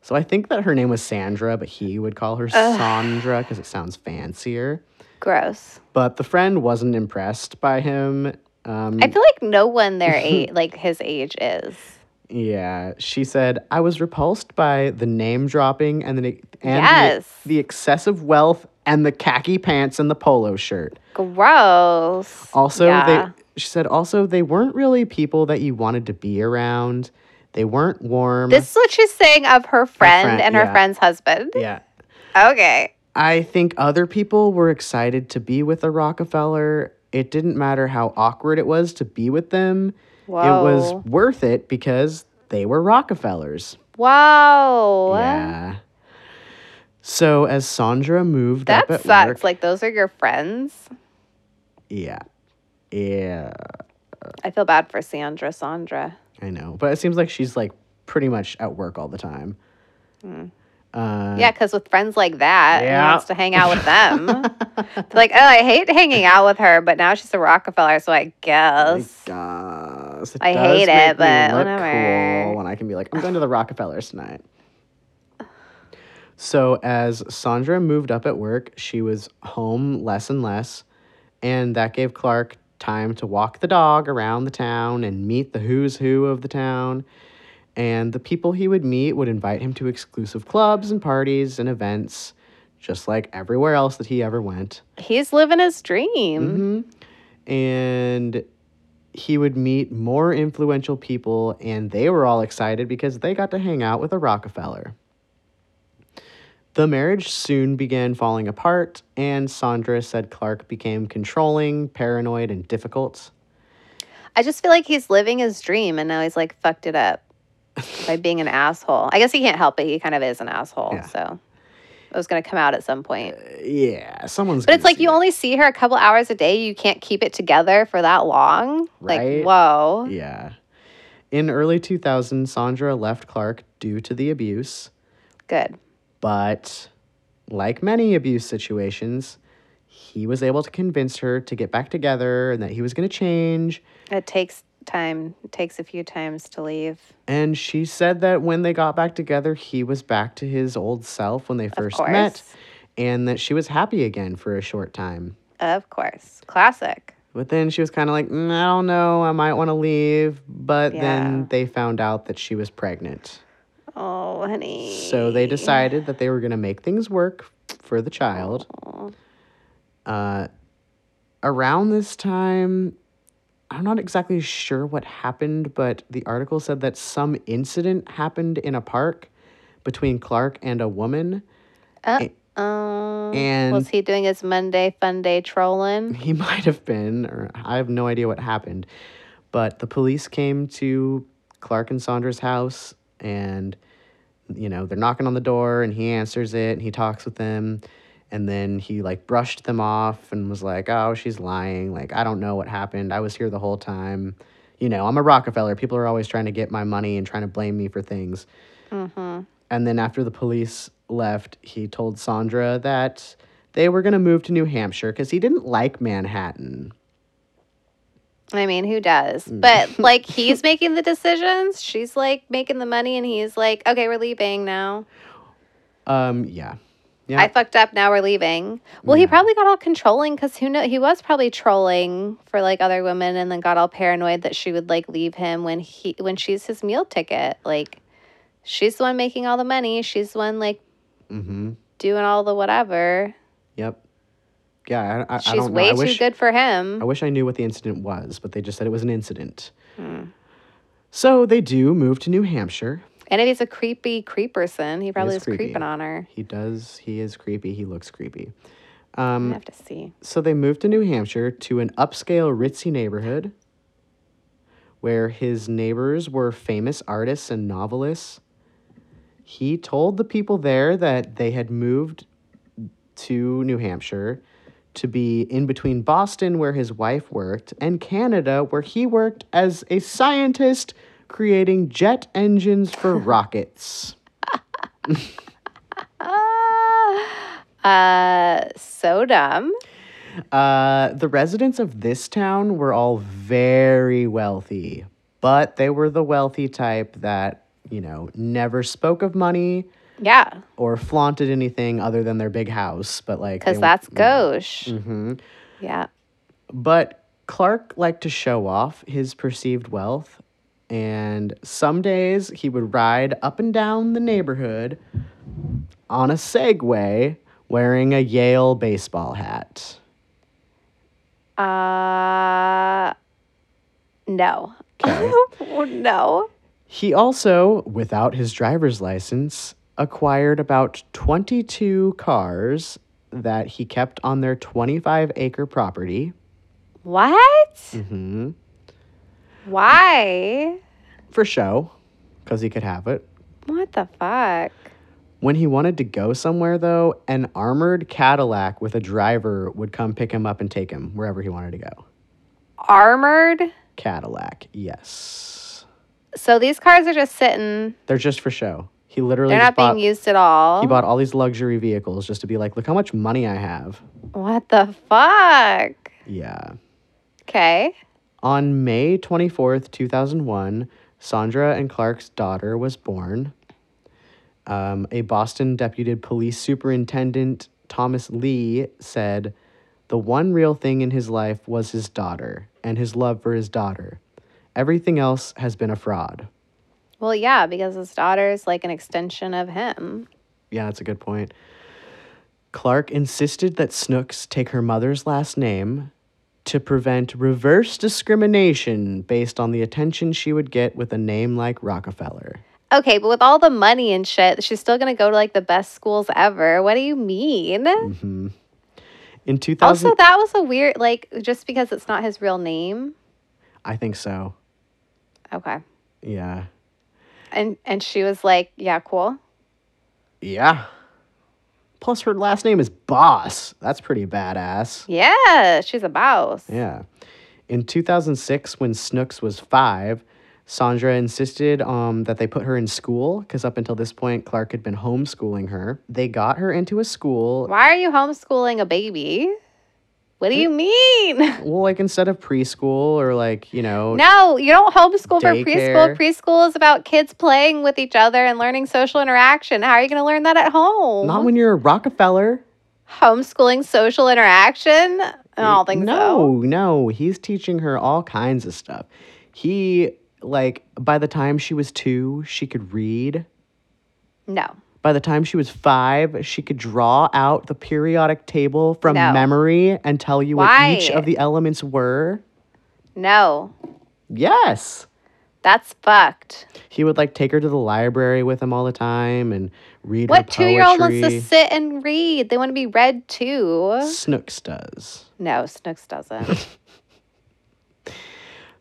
Speaker 4: So I think that her name was Sandra, but he would call her Sandra because it sounds fancier.
Speaker 5: Gross.
Speaker 4: But the friend wasn't impressed by him. Um,
Speaker 5: I feel like no one their age, like his age, is.
Speaker 4: Yeah, she said, I was repulsed by the name dropping and the and the-
Speaker 5: Yes.
Speaker 4: the, excessive wealth and the khaki pants and the polo shirt.
Speaker 5: Gross.
Speaker 4: Also,
Speaker 5: Yeah.
Speaker 4: they she said also they weren't really people that you wanted to be around. They weren't warm.
Speaker 5: This is what she's saying of her friend,
Speaker 4: Mm-hmm. friend,
Speaker 5: and her
Speaker 4: yeah.
Speaker 5: friend's husband.
Speaker 4: yeah.
Speaker 5: Okay.
Speaker 4: I think other people were excited to be with a Rockefeller. It didn't matter how awkward it was to be with them.
Speaker 5: Whoa.
Speaker 4: It was worth it because they were Rockefellers.
Speaker 5: Wow.
Speaker 4: Yeah. So as Sandra moved
Speaker 5: That
Speaker 4: up at
Speaker 5: sucks.
Speaker 4: work,
Speaker 5: Like those are your friends.
Speaker 4: yeah, yeah,
Speaker 5: I feel bad for Sandra. Sandra.
Speaker 4: I know, but it seems like she's like pretty much at work all the time.
Speaker 5: Hmm.
Speaker 4: Uh,
Speaker 5: Yeah, because with friends like that,
Speaker 4: Yeah.
Speaker 5: he wants to hang out with them. They're like, oh, I hate hanging out with her, but now she's a Rockefeller, so I
Speaker 4: I
Speaker 5: guess.
Speaker 4: guess
Speaker 5: I
Speaker 4: does
Speaker 5: hate it,
Speaker 4: make me
Speaker 5: but
Speaker 4: look
Speaker 5: whatever.
Speaker 4: Cool when I can be like, I'm going to the Rockefellers tonight. So as Sandra moved up at work, she was home less and less, and that gave Clark time to walk the dog around the town and meet the who's who of the town. And the people he would meet would invite him to exclusive clubs and parties and events, just like everywhere else that he ever went
Speaker 5: He's living his dream.
Speaker 4: Mm-hmm. and he would meet more influential people, and they were all excited because they got to hang out with a Rockefeller. The marriage soon began falling apart, and Sandra said Clark became controlling, paranoid, and difficult.
Speaker 5: I just feel like he's living his dream, and now he's like fucked it up by being an asshole. I guess he can't help it. He kind of is an asshole.
Speaker 4: Yeah.
Speaker 5: So it was going to come out at some point.
Speaker 4: Uh, Yeah, someone's.
Speaker 5: But it's
Speaker 4: gonna
Speaker 5: like
Speaker 4: see
Speaker 5: you
Speaker 4: it.
Speaker 5: only see her a couple hours a day. You can't keep it together for that long. Like,
Speaker 4: Right?
Speaker 5: whoa.
Speaker 4: Yeah. In early 2000, Sandra left Clark due to the abuse.
Speaker 5: Good.
Speaker 4: But like many abuse situations, he was able to convince her to get back together and that he was going to change.
Speaker 5: It takes time, it takes a few times to leave.
Speaker 4: And she said that when they got back together, he was back to his old self when they first met
Speaker 5: course.
Speaker 4: and that she was happy again for a short time.
Speaker 5: Of course. Classic.
Speaker 4: But then she was kind of like, "Mm, I don't know, I might want to leave. But
Speaker 5: Yeah.
Speaker 4: then they found out that she was pregnant.
Speaker 5: Oh, honey.
Speaker 4: So they decided that they were going to make things work for the child. Uh, around this time, I'm not exactly sure what happened, but the article said that some incident happened in a park between Clark and a woman.
Speaker 5: Um,
Speaker 4: And-
Speaker 5: was he doing his Monday fun day trolling?
Speaker 4: He might have been, or I have no idea what happened, but the police came to Clark and Sandra's house and you know, they're knocking on the door and he answers it and he talks with them and then he like brushed them off and was like, "Oh, she's lying. Like, I don't know what happened. I was here the whole time." You know, I'm a Rockefeller. People are always trying to get my money and trying to blame me for things. And then after the police left, he told Sandra that they were going to move to New Hampshire because he didn't like Manhattan.
Speaker 5: I mean, who does?
Speaker 4: Mm.
Speaker 5: But like, he's making the decisions. She's like making the money, and he's like, okay, we're leaving now.
Speaker 4: Um, yeah.
Speaker 5: I fucked up. Now we're leaving. Well, he probably got all controlling because who know he was probably trolling for like other women, and then got all paranoid that she would like leave him when he when she's his meal ticket. Like, she's the one making all the money. She's the one like
Speaker 4: Mm-hmm.
Speaker 5: doing all the whatever.
Speaker 4: Yep. Yeah, I, I, I
Speaker 5: She's
Speaker 4: don't know.
Speaker 5: way
Speaker 4: I
Speaker 5: too
Speaker 4: wish,
Speaker 5: good for him.
Speaker 4: I wish I knew what the incident was, but they just said it was an incident.
Speaker 5: Hmm.
Speaker 4: So they do move to New Hampshire.
Speaker 5: And if he's a creepy creeperson, he probably
Speaker 4: is
Speaker 5: was
Speaker 4: creepy.
Speaker 5: creeping on her.
Speaker 4: He does. He is creepy. He looks creepy.
Speaker 5: I
Speaker 4: Um,
Speaker 5: have to see.
Speaker 4: so they moved to New Hampshire to an upscale ritzy neighborhood where his neighbors were famous artists and novelists. He told the people there that they had moved to New Hampshire to be in between Boston, where his wife worked, and Canada, where he worked as a scientist creating jet engines for rockets.
Speaker 5: Uh, so uh, dumb.
Speaker 4: Uh, the residents of this town were all very wealthy, but they were the wealthy type that, you know, never spoke of money
Speaker 5: Yeah,
Speaker 4: or flaunted anything other than their big house. But like,
Speaker 5: because
Speaker 4: they-
Speaker 5: that's gauche.
Speaker 4: Mhm.
Speaker 5: Yeah.
Speaker 4: But Clark liked to show off his perceived wealth, and some days he would ride up and down the neighborhood on a Segway wearing a Yale baseball hat.
Speaker 5: Uh, no. no.
Speaker 4: He also, without his driver's license, acquired about 22 cars that he kept on their 25 acre property.
Speaker 5: What?
Speaker 4: hmm
Speaker 5: Why?
Speaker 4: For show, because he could have it.
Speaker 5: What the fuck?
Speaker 4: When he wanted to go somewhere, though, an armored Cadillac with a driver would come pick him up and take him wherever he wanted to go.
Speaker 5: Armored?
Speaker 4: Cadillac, yes.
Speaker 5: So these cars are just sitting.
Speaker 4: They're just for show. He literally
Speaker 5: They're
Speaker 4: just
Speaker 5: not
Speaker 4: bought,
Speaker 5: being used at all.
Speaker 4: he bought all these luxury vehicles just to be like, look how much money I have.
Speaker 5: what the fuck?
Speaker 4: Yeah.
Speaker 5: Okay.
Speaker 4: On May 24th, 2001, Sandra and Clark's daughter was born. Um, a Boston deputy police superintendent, Thomas Lee, said the one real thing in his life was his daughter and his love for his daughter. Everything else has been a fraud.
Speaker 5: Well, yeah, because his daughter's like an extension of him.
Speaker 4: Yeah, that's a good point. Clark insisted that Snooks take her mother's last name to prevent reverse discrimination based on the attention she would get with a name like Rockefeller.
Speaker 5: Okay, but with all the money and shit, she's still gonna go to like the best schools ever. What do you mean?
Speaker 4: Mm-hmm. In 2000,
Speaker 5: Also, that was a weird like just because it's not his real name.
Speaker 4: I think so.
Speaker 5: Okay.
Speaker 4: Yeah.
Speaker 5: And and she was like, Yeah, cool.
Speaker 4: Yeah. Plus, her last name is Boss. That's pretty badass.
Speaker 5: Yeah, she's a boss.
Speaker 4: Yeah. In 2006, when Snooks was five, Sandra insisted um, that they put her in school because up until this point, Clark had been homeschooling her. They got her into a school.
Speaker 5: Why are you homeschooling a baby? What do you
Speaker 4: Mm.
Speaker 5: mean?
Speaker 4: Well, like instead of preschool or like, you know,
Speaker 5: No, you don't homeschool for
Speaker 4: Oh, Daycare.
Speaker 5: preschool. Preschool is about kids playing with each other and learning social interaction. How are you going to learn that at home?
Speaker 4: not when you're a Rockefeller.
Speaker 5: homeschooling social interaction? I don't think so.
Speaker 4: No, no. He's teaching her all kinds of stuff. He, like, by the time she was two, she could read.
Speaker 5: No.
Speaker 4: By the time she was five, she could draw out the periodic table from
Speaker 5: No.
Speaker 4: memory and tell you
Speaker 5: Why?
Speaker 4: what each of the elements were.
Speaker 5: No.
Speaker 4: Yes.
Speaker 5: That's fucked.
Speaker 4: He would like take her to the library with him all the time and read
Speaker 5: What
Speaker 4: her
Speaker 5: two year old wants to
Speaker 4: poetry.
Speaker 5: sit and read? They want to be read to.
Speaker 4: Snooks does.
Speaker 5: No, Snooks doesn't.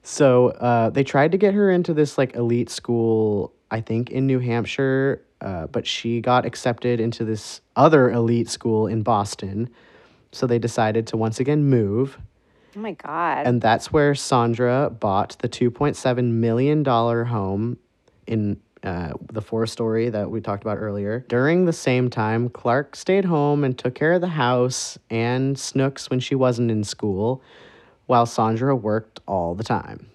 Speaker 4: So uh, they tried to get her into this like elite school, I think in New Hampshire, uh, but she got accepted into this other elite school in Boston. So they decided to once again move.
Speaker 5: oh my God.
Speaker 4: And that's where Sandra bought the $2.7 million home in uh, the four story that we talked about earlier. During the same time, Clark stayed home and took care of the house and Snooks when she wasn't in school, while Sandra worked all the time.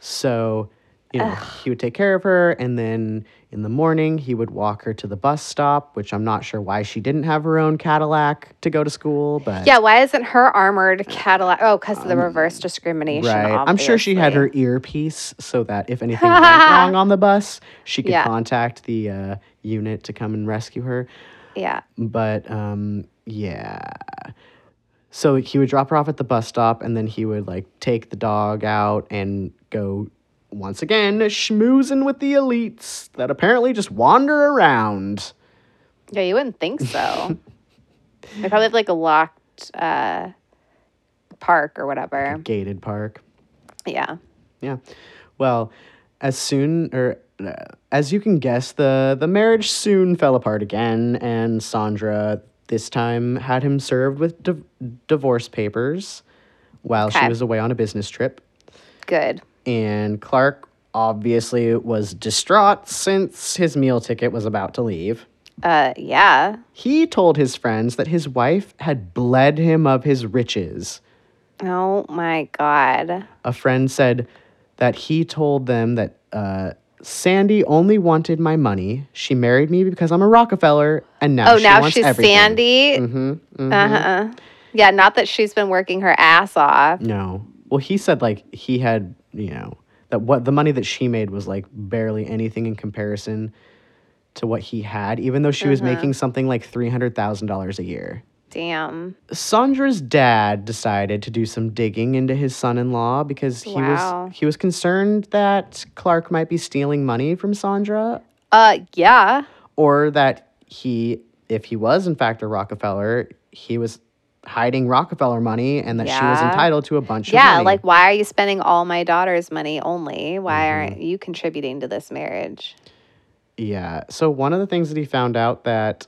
Speaker 4: So, you know, he would take care of her. And then in the morning, he would walk her to the bus stop, which I'm not sure why she didn't have her own Cadillac to go to school, but.
Speaker 5: yeah, why isn't her armored Cadillac? Oh, because of the reverse discrimination.
Speaker 4: Um, Right. I'm sure she had
Speaker 5: obviously.
Speaker 4: her earpiece so that if anything went wrong on the bus, she could
Speaker 5: Yeah.
Speaker 4: contact the uh, unit to come and rescue her.
Speaker 5: Yeah.
Speaker 4: But um, yeah. So he would drop her off at the bus stop and then he would like take the dog out and go once again schmoozing with the elites that apparently just wander around.
Speaker 5: Yeah, you wouldn't think so. they probably have like a locked uh, park or whatever.
Speaker 4: Gated park.
Speaker 5: Yeah.
Speaker 4: Yeah. Well, as soon or uh, as you can guess, the the marriage soon fell apart again, and Sandra this time had him served with div divorce papers while she
Speaker 5: Okay.
Speaker 4: was away on a business trip,
Speaker 5: Good.
Speaker 4: and Clark obviously was distraught since his meal ticket was about to leave.
Speaker 5: Uh, yeah.
Speaker 4: He told his friends that his wife had bled him of his riches.
Speaker 5: Oh my God.
Speaker 4: A friend said that he told them that uh, Sandy only wanted my money. She married me because I'm a Rockefeller, and now
Speaker 5: oh,
Speaker 4: she
Speaker 5: now
Speaker 4: wants
Speaker 5: she's
Speaker 4: everything. Mm-hmm,
Speaker 5: Sandy. Uh huh. Yeah, not that she's been working her ass off.
Speaker 4: No. Well, he said like he had, you know, that what the money that she made was like barely anything in comparison to what he had, even though she was
Speaker 5: Uh-huh.
Speaker 4: making something like $300,000 a year.
Speaker 5: Damn.
Speaker 4: Sandra's dad decided to do some digging into his son-in-law because he
Speaker 5: Wow.
Speaker 4: was he was concerned that Clark might be stealing money from Sandra
Speaker 5: Uh, yeah.
Speaker 4: or that he if he was in fact a Rockefeller, he was hiding Rockefeller money and that she was
Speaker 5: Yeah.
Speaker 4: entitled to a bunch of
Speaker 5: yeah.
Speaker 4: money.
Speaker 5: Like, why are you spending all my daughter's money only? Why
Speaker 4: Mm-hmm.
Speaker 5: aren't you contributing to this marriage?
Speaker 4: Yeah. So one of the things that he found out that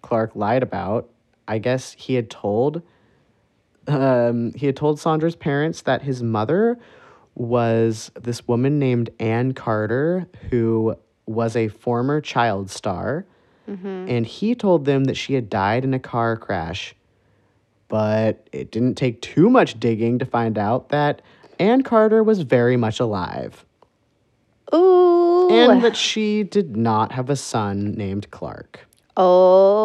Speaker 4: Clark lied about, I guess he had told um, he had told Sandra's parents that his mother was this woman named Ann Carter who was a former child star. And he told them that she had died in a car crash. But it didn't take too much digging to find out that Ann Carter was very much alive
Speaker 5: Ooh.
Speaker 4: and that she did not have a son named Clark.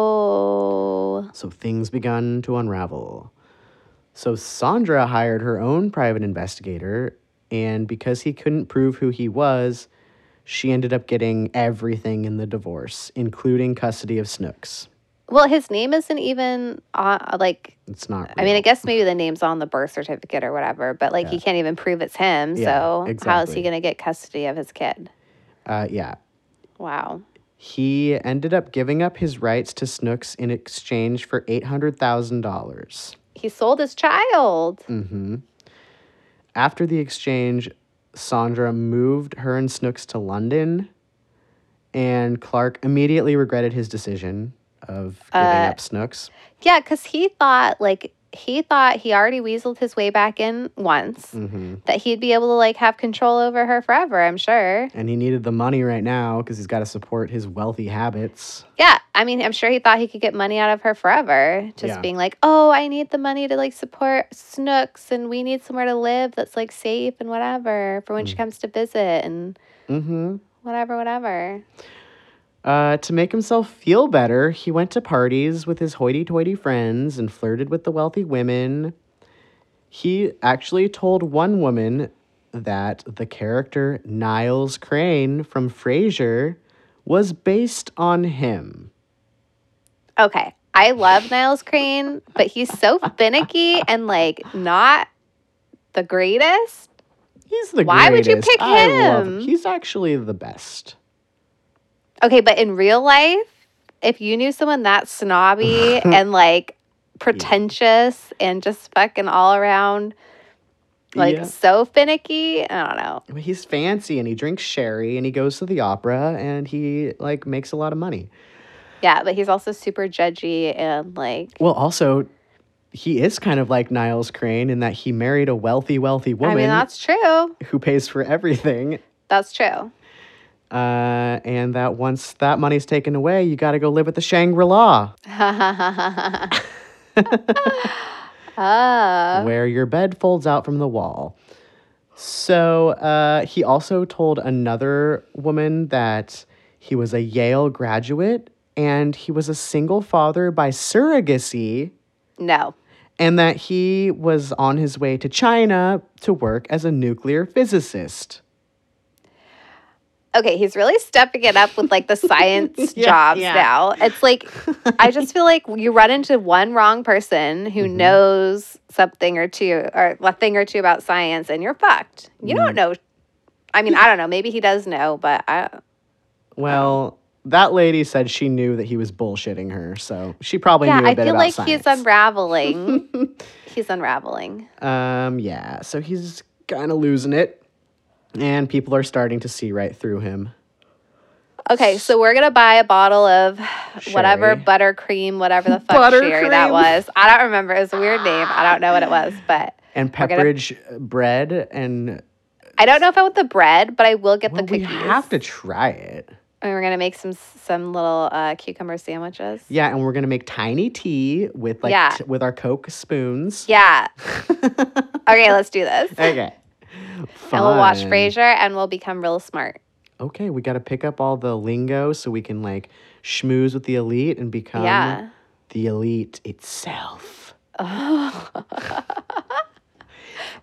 Speaker 5: oh.
Speaker 4: So things began to unravel. So Sandra hired her own private investigator, and because he couldn't prove who he was, she ended up getting everything in the divorce, including custody of Snooks.
Speaker 5: Well, his name isn't even on, like,
Speaker 4: It's not. Real.
Speaker 5: I mean, I guess maybe the name's on the birth certificate or whatever, but like, he can't even prove it's him.
Speaker 4: Yeah,
Speaker 5: so, how is he
Speaker 4: exactly.
Speaker 5: going to get custody of his kid?
Speaker 4: uh, yeah.
Speaker 5: Wow.
Speaker 4: He ended up giving up his rights to Snooks in exchange for eight hundred thousand dollars.
Speaker 5: He sold his child.
Speaker 4: After the exchange, Sandra moved her and Snooks to London, and Clark immediately regretted his decision of giving up Snooks.
Speaker 5: Yeah, because he thought like he thought he already weaseled his way back in once that he'd be able to like have control over her forever. I'm sure.
Speaker 4: And he needed the money right now because he's got to support his wealthy habits.
Speaker 5: Yeah, I mean, I'm sure he thought he could get money out of her forever, just
Speaker 4: Yeah.
Speaker 5: being like, "Oh, I need the money to like support Snooks, and we need somewhere to live that's like safe and whatever for when she comes to visit and
Speaker 4: hmm
Speaker 5: whatever, whatever."
Speaker 4: Uh, to make himself feel better, he went to parties with his hoity toity friends and flirted with the wealthy women. He actually told one woman that the character Niles Crane from Frasier was based on him.
Speaker 5: Okay, I love Niles Crane, but he's so finicky and like not the greatest.
Speaker 4: He's the
Speaker 5: Why would you
Speaker 4: greatest.
Speaker 5: pick
Speaker 4: I love
Speaker 5: him?
Speaker 4: He's actually the best.
Speaker 5: Okay, but in real life, if you knew someone that snobby and like pretentious and just fucking all around like
Speaker 4: Yeah.
Speaker 5: so finicky, I don't know.
Speaker 4: But he's fancy and he drinks sherry and he goes to the opera and he like makes a lot of money.
Speaker 5: Yeah, but he's also super judgy and like
Speaker 4: Well, also, he is kind of like Niles Crane in that he married a wealthy, wealthy woman
Speaker 5: I mean that's true.
Speaker 4: who pays for everything.
Speaker 5: That's true.
Speaker 4: Uh, and that once that money's taken away, you got to go live at the Shangri La,
Speaker 5: Ah,
Speaker 4: where your bed folds out from the wall. So uh, he also told another woman that he was a Yale graduate and he was a single father by surrogacy.
Speaker 5: no.
Speaker 4: and that he was on his way to China to work as a nuclear physicist.
Speaker 5: Okay, he's really stepping it up with like the science
Speaker 4: Yeah,
Speaker 5: jobs
Speaker 4: yeah.
Speaker 5: now. It's like I just feel like you run into one wrong person who
Speaker 4: Mm-hmm.
Speaker 5: knows something or two or a thing or two about science and you're fucked. You
Speaker 4: Mm-hmm.
Speaker 5: don't know I mean, I don't know. Maybe he does know, but I
Speaker 4: Well, that lady said she knew that he was bullshitting her, so she probably
Speaker 5: Yeah,
Speaker 4: knew a
Speaker 5: I
Speaker 4: bit
Speaker 5: feel
Speaker 4: about
Speaker 5: like
Speaker 4: science.
Speaker 5: he's unraveling. he's unraveling.
Speaker 4: um, yeah, so he's kind of losing it, and people are starting to see right through him.
Speaker 5: Okay, so we're gonna buy a bottle of whatever
Speaker 4: Sherry.
Speaker 5: buttercream, whatever the fuck sherry that
Speaker 4: Buttercream.
Speaker 5: was. I don't remember. It was a weird name. I don't know what it was, but
Speaker 4: And
Speaker 5: We're gonna-
Speaker 4: pepperidge bread, and
Speaker 5: I don't know if I want the bread, but I will get
Speaker 4: well,
Speaker 5: the
Speaker 4: we
Speaker 5: cookies.
Speaker 4: have to try it.
Speaker 5: And we're gonna make some some little uh, cucumber sandwiches.
Speaker 4: Yeah, and we're gonna make tiny tea with like
Speaker 5: Yeah.
Speaker 4: t- with our Coke spoons.
Speaker 5: Yeah. okay, let's do this.
Speaker 4: Okay.
Speaker 5: And we'll watch
Speaker 4: Fun.
Speaker 5: Frasier, and we'll become real smart.
Speaker 4: Okay, we got to pick up all the lingo so we can like schmooze with the elite and become
Speaker 5: yeah.
Speaker 4: the elite itself.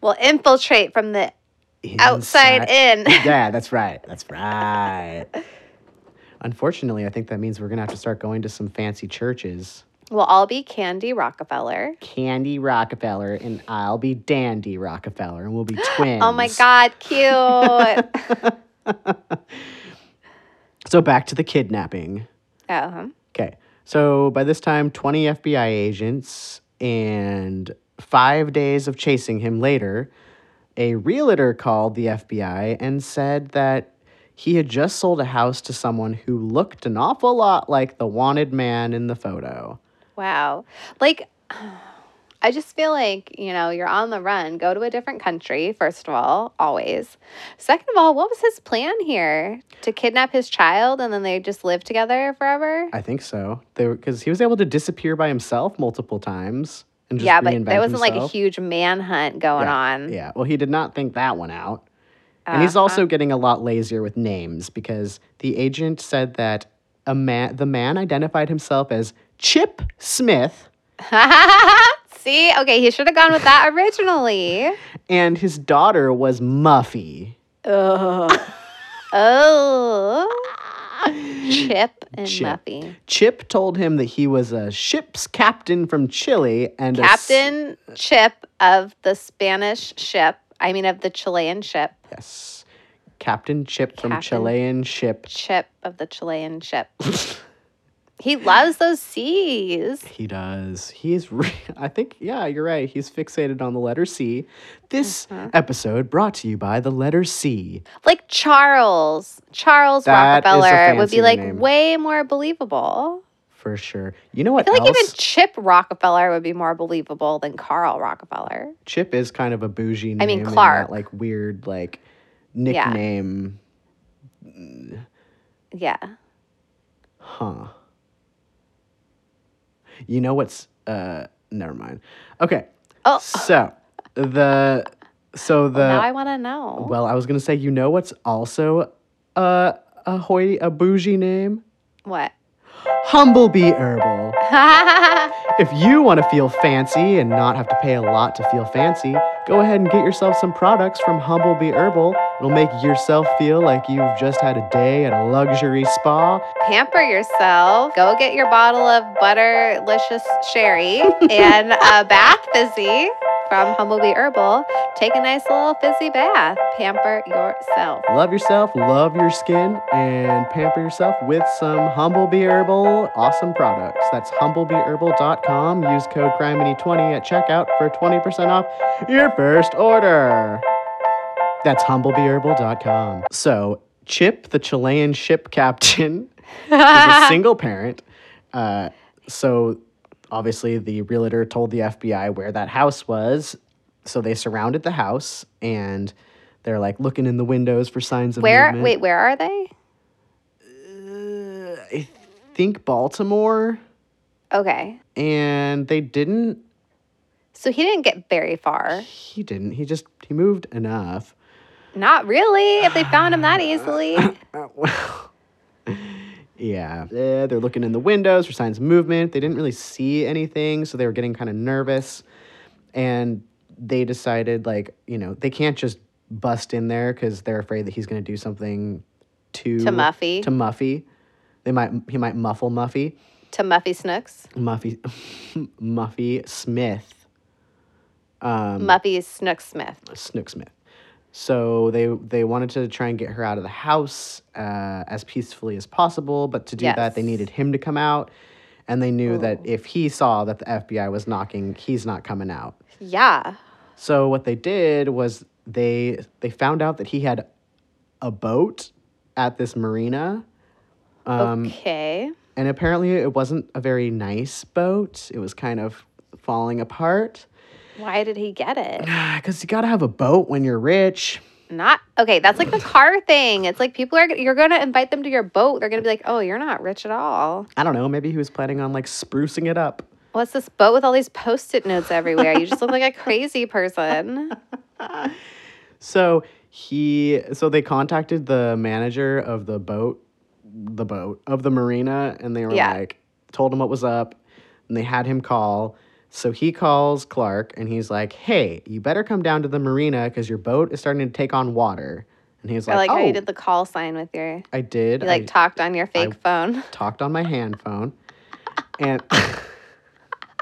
Speaker 5: We'll infiltrate from the outside
Speaker 4: Inside-
Speaker 5: in.
Speaker 4: yeah, that's right. That's right. Unfortunately, I think that means we're gonna have to start going to some fancy churches.
Speaker 5: we'll all be Candy Rockefeller.
Speaker 4: Candy Rockefeller and I'll be Dandy Rockefeller, and we'll be twins.
Speaker 5: Oh my God, cute.
Speaker 4: So back to the kidnapping.
Speaker 5: oh,
Speaker 4: Okay. So by this time, 20 FBI agents and five days of chasing him later, a realtor called the FBI and said that he had just sold a house to someone who looked an awful lot like the wanted man in the photo.
Speaker 5: wow. Like, I just feel like, you know, you're on the run. Go to a different country, first of all, always. Second of all, what was his plan here? To kidnap his child and then they just live together forever?
Speaker 4: I think so. Because he was able to disappear by himself multiple times and just
Speaker 5: yeah, but
Speaker 4: reinvent
Speaker 5: there wasn't like a
Speaker 4: himself.
Speaker 5: huge manhunt going on. Uh-huh.
Speaker 4: Yeah. Well, he did not think that one out. And he's also getting a lot lazier with names because the agent said that a man, the man identified himself as Chip Smith,
Speaker 5: See, okay, he should have gone with that originally.
Speaker 4: and his daughter was Muffy.
Speaker 5: Oh, Chip and
Speaker 4: Chip.
Speaker 5: Muffy.
Speaker 4: Chip told him that he was a ship's captain from Chile and a s-
Speaker 5: Captain Chip of the Spanish ship, I mean, of the Chilean ship,
Speaker 4: yes, Captain Chip from
Speaker 5: Captain.
Speaker 4: Chilean ship.
Speaker 5: Chip of the Chilean ship. he loves those C's.
Speaker 4: He does. He is. Re- I think. Yeah, you're right. He's fixated on the letter C. This
Speaker 5: Uh-huh.
Speaker 4: episode brought to you by the letter C.
Speaker 5: Like Charles, Charles
Speaker 4: That is a
Speaker 5: Rockefeller would
Speaker 4: fancier
Speaker 5: be like
Speaker 4: name.
Speaker 5: way more believable.
Speaker 4: For sure. You know what
Speaker 5: I feel like
Speaker 4: else?
Speaker 5: even Chip Rockefeller would be more believable than Carl Rockefeller.
Speaker 4: Chip is kind of a bougie name.
Speaker 5: I mean,
Speaker 4: and that,
Speaker 5: Clark.
Speaker 4: like weird like nickname.
Speaker 5: Yeah.
Speaker 4: Huh. You know what's uh never mind. Okay.
Speaker 5: Oh.
Speaker 4: So the so the
Speaker 5: now I want to know.
Speaker 4: well, I was gonna say, you know what's also a a hoity a bougie name?
Speaker 5: what?
Speaker 4: Humblebee Herbal. If you want to feel fancy and not have to pay a lot to feel fancy, go ahead and get yourself some products from Humblebee Herbal. It'll make yourself feel like you've just had a day at a luxury spa.
Speaker 5: Pamper yourself. Go get your bottle of butterlicious sherry and a bath fizzy from Humblebee Herbal. Take a nice little fizzy bath. Pamper yourself.
Speaker 4: Love yourself, love your skin, and pamper yourself with some Humblebee Herbal awesome products. That's humblebeeherbal.com. Use code CRIMENY20 at checkout for 20% off your first order. That's humblebeeherbal.com. So, Chip, the Chilean ship captain, is a single parent. Uh, so obviously, the realtor told the FBI where that house was. So they surrounded the house and they're like looking in the windows for signs of
Speaker 5: Where?
Speaker 4: movement.
Speaker 5: Wait, where are they?
Speaker 4: I think Baltimore,
Speaker 5: Okay.
Speaker 4: and they didn't.
Speaker 5: So he didn't get very far.
Speaker 4: He didn't. He just he moved enough.
Speaker 5: Not really, if they found him that easily.
Speaker 4: Yeah, Eh, they're looking in the windows for signs of movement. They didn't really see anything, so they were getting kind of nervous. And they decided, like, you know, they can't just bust in there because they're afraid that he's going to do something to
Speaker 5: To Muffy.
Speaker 4: To Muffy, they might he might muffle Muffy,
Speaker 5: to Muffy Snooks.
Speaker 4: Muffy, Muffy Smith,
Speaker 5: Muffy Snook Smith.
Speaker 4: Snook Smith. So they they wanted to try and get her out of the house uh, as peacefully as possible, but to do that they
Speaker 5: Yes.
Speaker 4: needed him to come out, and they knew that if he saw that the FBI was knocking, he's not coming out.
Speaker 5: Yeah.
Speaker 4: So what they did was they they found out that he had a boat at this marina,
Speaker 5: okay.
Speaker 4: and apparently it wasn't a very nice boat. It was kind of falling apart
Speaker 5: Why did he get it?
Speaker 4: because you gotta have a boat when you're rich.
Speaker 5: not okay. That's like the car thing. It's like people are you're gonna invite them to your boat. They're gonna be like, oh, you're not rich at all.
Speaker 4: I don't know. Maybe he was planning on like sprucing it up.
Speaker 5: What's this boat with all these post-it notes everywhere? You just look like a crazy person.
Speaker 4: So he, so they contacted the manager of the boat, the boat of the marina, and they were
Speaker 5: Yeah.
Speaker 4: like, told him what was up, and they had him call. So he calls Clark and he's like, "Hey, you better come down to the marina because your boat is starting to take on water." And he's
Speaker 5: I
Speaker 4: like,
Speaker 5: like
Speaker 4: "Oh,
Speaker 5: how you did the call sign with your
Speaker 4: I did.
Speaker 5: you like
Speaker 4: I
Speaker 5: talked on your fake phone.
Speaker 4: talked on my hand phone, and